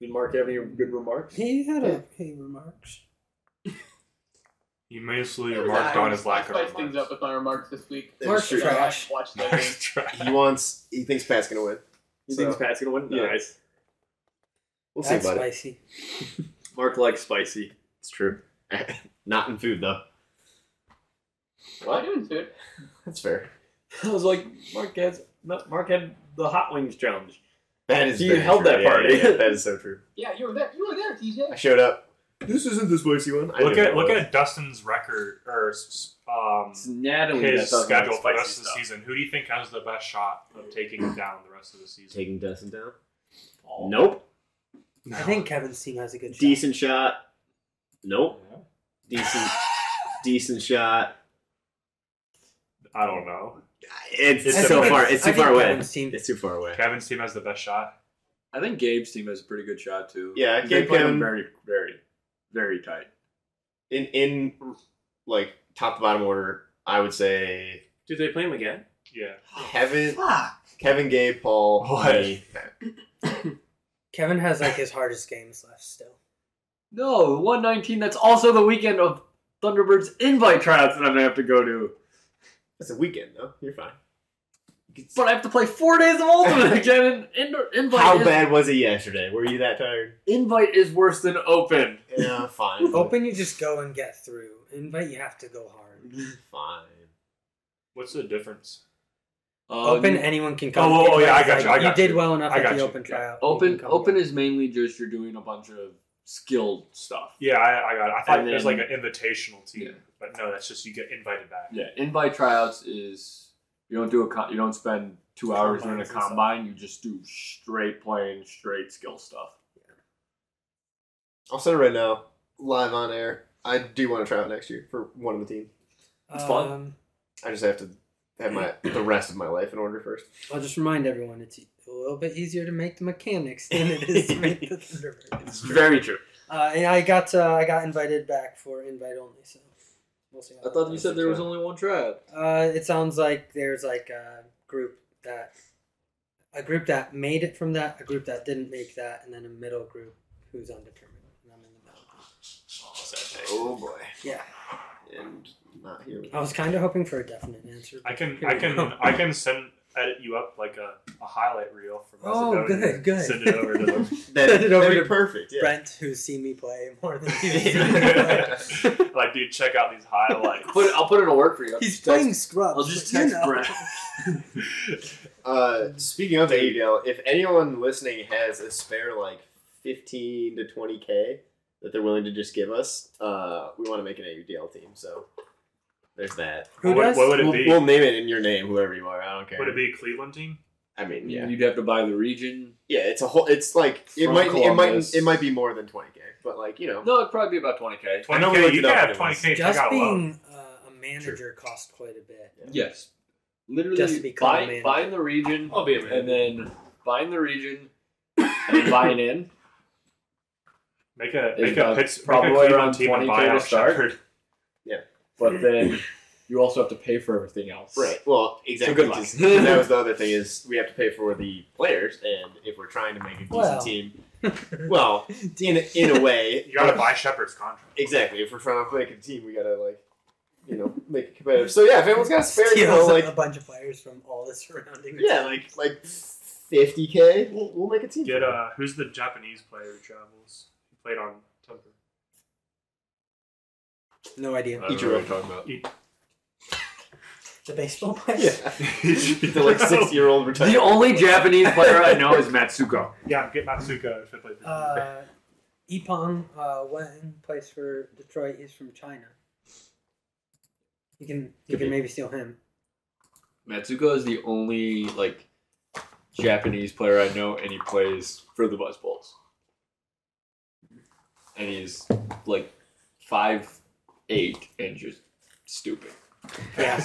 Speaker 4: Did Mark have any good remarks?
Speaker 6: He had a he remarks.
Speaker 3: He mostly remarked on his lack of
Speaker 7: I spiced things
Speaker 3: remarks.
Speaker 7: up with my remarks this week.
Speaker 2: That
Speaker 6: Mark's
Speaker 2: is true.
Speaker 6: trash.
Speaker 7: Watch that game.
Speaker 3: Mark's trash.
Speaker 2: He wants. He thinks Pat's gonna win.
Speaker 4: You
Speaker 2: So,
Speaker 4: think Pat's gonna win?
Speaker 2: Yeah.
Speaker 4: Nice.
Speaker 2: We'll see
Speaker 6: That's
Speaker 2: about it.
Speaker 6: spicy.
Speaker 4: Mark likes spicy.
Speaker 2: It's true. Not in food though.
Speaker 7: What? Am I doing food?
Speaker 2: That's fair.
Speaker 4: I was like, Mark has Mark had the hot wings challenge.
Speaker 2: That is.
Speaker 4: He
Speaker 2: very
Speaker 4: held
Speaker 2: true.
Speaker 4: that
Speaker 2: Yeah,
Speaker 4: party.
Speaker 2: yeah, yeah. that is so true.
Speaker 7: Yeah, you were there. You were there, TJ.
Speaker 2: I showed up. This isn't the spicy one. I
Speaker 3: Look
Speaker 2: knew
Speaker 3: at
Speaker 2: it
Speaker 3: look
Speaker 2: was.
Speaker 3: at Dustin's record or s- um
Speaker 4: It's Natalie
Speaker 3: his
Speaker 4: that doesn't like
Speaker 3: schedule for
Speaker 4: spicy
Speaker 3: the rest of the
Speaker 4: stuff.
Speaker 3: season. Who do you think has the best shot of taking him down the rest of the season?
Speaker 2: taking Dustin down.
Speaker 4: Oh.
Speaker 2: Nope.
Speaker 6: I think Kevin's team has a good shot.
Speaker 2: Decent shot. Nope. Decent. decent shot.
Speaker 3: I don't know.
Speaker 2: It's,
Speaker 3: It's
Speaker 2: so
Speaker 3: a-
Speaker 2: far. It's
Speaker 6: I
Speaker 2: too
Speaker 6: think
Speaker 2: far away.
Speaker 6: Kevin's team-
Speaker 2: It's too far away.
Speaker 3: Kevin's team has the best shot.
Speaker 4: I think Gabe's team has a pretty good shot too.
Speaker 2: Yeah,
Speaker 4: they
Speaker 2: Gabe
Speaker 4: played
Speaker 2: Kevin-
Speaker 4: them very, very, very tight.
Speaker 2: In in like top to bottom order, I would say
Speaker 5: Did they play him again?
Speaker 3: Yeah.
Speaker 2: Kevin, Kevin, Gabe, Paul,
Speaker 3: What?
Speaker 2: me.
Speaker 6: Kevin has like his hardest games left still.
Speaker 4: No, one nineteen. That's also the weekend of Thunderbird's invite tryouts that I'm gonna have to go to.
Speaker 2: It's a weekend though. You're fine.
Speaker 4: But I have to play four days of Ultimate again. And in- invite
Speaker 2: How
Speaker 4: is,
Speaker 2: bad was it yesterday? Were you that tired?
Speaker 4: Invite is worse than Open.
Speaker 2: Yeah, fine.
Speaker 6: Open, you just go and get through. Invite, you have to go hard.
Speaker 2: Fine.
Speaker 3: What's the difference?
Speaker 4: Uh,
Speaker 6: open, anyone can come.
Speaker 3: Uh, oh, oh, oh, yeah, I
Speaker 6: Invite,
Speaker 3: got you, I got
Speaker 6: did
Speaker 3: you.
Speaker 6: well enough
Speaker 3: I
Speaker 6: at
Speaker 3: got
Speaker 6: the
Speaker 3: you,
Speaker 6: open
Speaker 3: yeah.
Speaker 6: tryout. you
Speaker 4: Open
Speaker 6: can come
Speaker 4: open
Speaker 6: again.
Speaker 4: is mainly just you're doing a bunch of skilled stuff.
Speaker 3: Yeah, I, I got it. I thought
Speaker 4: And
Speaker 3: it was
Speaker 4: then-
Speaker 3: like an invitational team,
Speaker 4: Yeah.
Speaker 3: but no, that's just you get invited back.
Speaker 4: Yeah, invite tryouts is you don't do a con- you don't spend two hours doing a
Speaker 6: Combines and stuff.
Speaker 4: combine. You just do straight playing, straight skill stuff.
Speaker 2: I'll say it right now, live on air. I do want to try out next year for one of the team.
Speaker 4: It's fun.
Speaker 6: Um,
Speaker 2: I just have to have my the rest of my life in order first.
Speaker 6: I'll just remind everyone it's a little bit easier to make the mechanics than it is to make the Thunderbird.
Speaker 4: It's very true.
Speaker 6: Uh, and I got uh, I got invited back for invite only, so we'll see. how
Speaker 13: I thought
Speaker 6: that
Speaker 13: you said there was only one tryout.
Speaker 6: goes. Uh, it sounds like there's like a group that a group that made it from that, a group that didn't make that, and then a middle group who's undetermined. And I'm in the middle.
Speaker 2: Oh boy.
Speaker 6: Yeah.
Speaker 2: And not here.
Speaker 6: I was kind of hoping for a definite answer.
Speaker 3: I can I can I can send edit you up like a, a highlight reel from
Speaker 6: Oh,
Speaker 3: Macedonia.
Speaker 6: good, good.
Speaker 3: Send it over to them.
Speaker 2: That,
Speaker 6: Send it over
Speaker 2: that'd be
Speaker 6: to
Speaker 2: perfect. Yeah.
Speaker 6: Brent, who's seen me play more than you've seen me play.
Speaker 3: like, dude, check out these highlights.
Speaker 4: Put I'll put in a word for you.
Speaker 6: He's
Speaker 4: Text-
Speaker 6: playing Scrubs.
Speaker 4: I'll just
Speaker 6: but you
Speaker 4: text
Speaker 6: know.
Speaker 4: Brent.
Speaker 2: Uh, speaking of the ADL, if anyone listening has a spare like fifteen to twenty k that they're willing to just give us, uh, we want to make an AUDL team. So there's that.
Speaker 6: Who
Speaker 3: what,
Speaker 6: does?
Speaker 3: what would it
Speaker 2: we'll,
Speaker 3: be?
Speaker 2: we'll name it in your name, whoever you are. I don't care.
Speaker 3: Would it be Mm-hmm. a Cleveland team?
Speaker 2: I mean, yeah,
Speaker 4: You'd have to buy the region.
Speaker 2: yeah. It's a whole. It's like it
Speaker 4: From
Speaker 2: might. It might.
Speaker 4: Columbus.
Speaker 2: It might be more than twenty k. But like you know,
Speaker 4: No, it'd probably be about twenty k.
Speaker 2: I
Speaker 3: 20K,
Speaker 2: know we looked
Speaker 3: you
Speaker 2: it
Speaker 3: can
Speaker 2: up
Speaker 3: have
Speaker 2: and it
Speaker 3: 20K. take
Speaker 6: Just
Speaker 3: out a loan.
Speaker 6: being uh, a manager costs quite a bit.
Speaker 4: Yes. Literally
Speaker 6: Just become a
Speaker 4: buy,
Speaker 6: man.
Speaker 4: buying the region
Speaker 5: I'll be a
Speaker 4: and
Speaker 5: man.
Speaker 4: then buying the region and buying in.
Speaker 3: Make a
Speaker 4: It's
Speaker 3: make a
Speaker 4: about-
Speaker 3: Pitts, make a
Speaker 4: probably around
Speaker 3: Cleveland team and
Speaker 4: 20K
Speaker 3: buy
Speaker 4: to
Speaker 3: out
Speaker 4: start.
Speaker 3: Shepard.
Speaker 4: But then you also have to pay for everything else.
Speaker 2: Right. Well, exactly.
Speaker 4: good luck.
Speaker 2: 'cause that was the other thing is we have to pay for the players, and if we're trying to make a decent
Speaker 6: Well.
Speaker 2: team, well, in a, in a way,
Speaker 3: You gotta buy Shepard's contract.
Speaker 2: exactly. If we're trying to make a team, we gotta like, you know, make it competitive. So yeah, if everyone's got a spare, you know,
Speaker 6: Steals
Speaker 2: like
Speaker 6: a bunch of players from all the surrounding.
Speaker 2: yeah, like like fifty k, we'll, we'll make a team.
Speaker 3: Get uh, who's the Japanese player who travels? He played on Temper.
Speaker 6: No idea.
Speaker 2: Each
Speaker 4: know
Speaker 2: your
Speaker 4: what
Speaker 2: own.
Speaker 4: I'm talking about.
Speaker 6: The baseball player.
Speaker 2: Yeah, the like sixty year old retired.
Speaker 4: The only Japanese player I know is Matsuko.
Speaker 3: Yeah, get Matsuka if I play for
Speaker 6: Uh, Ipong uh, Wen plays for Detroit. He's from China. You can you
Speaker 4: Could
Speaker 6: can
Speaker 4: be.
Speaker 6: maybe steal him.
Speaker 4: Matsuko is the only like Japanese player I know, and he plays for the Buzz Bulls. And he's like five eight and just stupid.
Speaker 6: Yeah.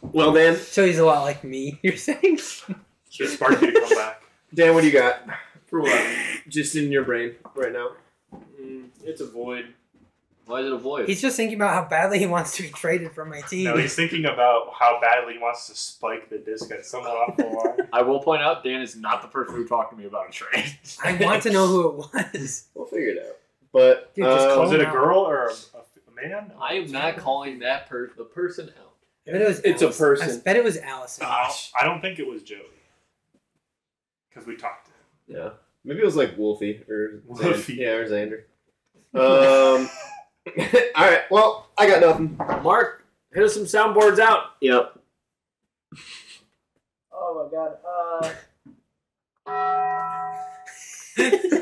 Speaker 2: Well, Dan,
Speaker 6: So he's a lot like me. You're saying?
Speaker 3: Just Sparky to come back.
Speaker 2: Dan, what do you got?
Speaker 5: For what?
Speaker 2: Just in your brain right now.
Speaker 5: Mm, it's a void.
Speaker 4: Why is it a void?
Speaker 6: He's just thinking about how badly he wants to be traded from my team.
Speaker 3: No, he's thinking about how badly he wants to spike the disc at someone off the line.
Speaker 4: I will point out Dan is not the person who talked to me about a trade.
Speaker 6: I want to know who it was.
Speaker 2: We'll figure it out. But
Speaker 6: Dude, just
Speaker 2: um,
Speaker 6: call
Speaker 3: Was it a
Speaker 6: out.
Speaker 3: girl or a, a man?
Speaker 4: I am not calling that per the person out.
Speaker 6: I bet it was
Speaker 5: It's a
Speaker 6: Allison.
Speaker 5: person.
Speaker 6: I bet it was Allison.
Speaker 3: Gosh. I don't think it was Joey. Because we talked to him.
Speaker 2: Yeah. Maybe it was like Wolfie or
Speaker 3: Wolfie.
Speaker 2: Wolfie. Yeah, or Xander. Um, all right. Well, I got nothing.
Speaker 5: Mark, hit us some soundboards out.
Speaker 2: Yep.
Speaker 7: Oh my god. Uh,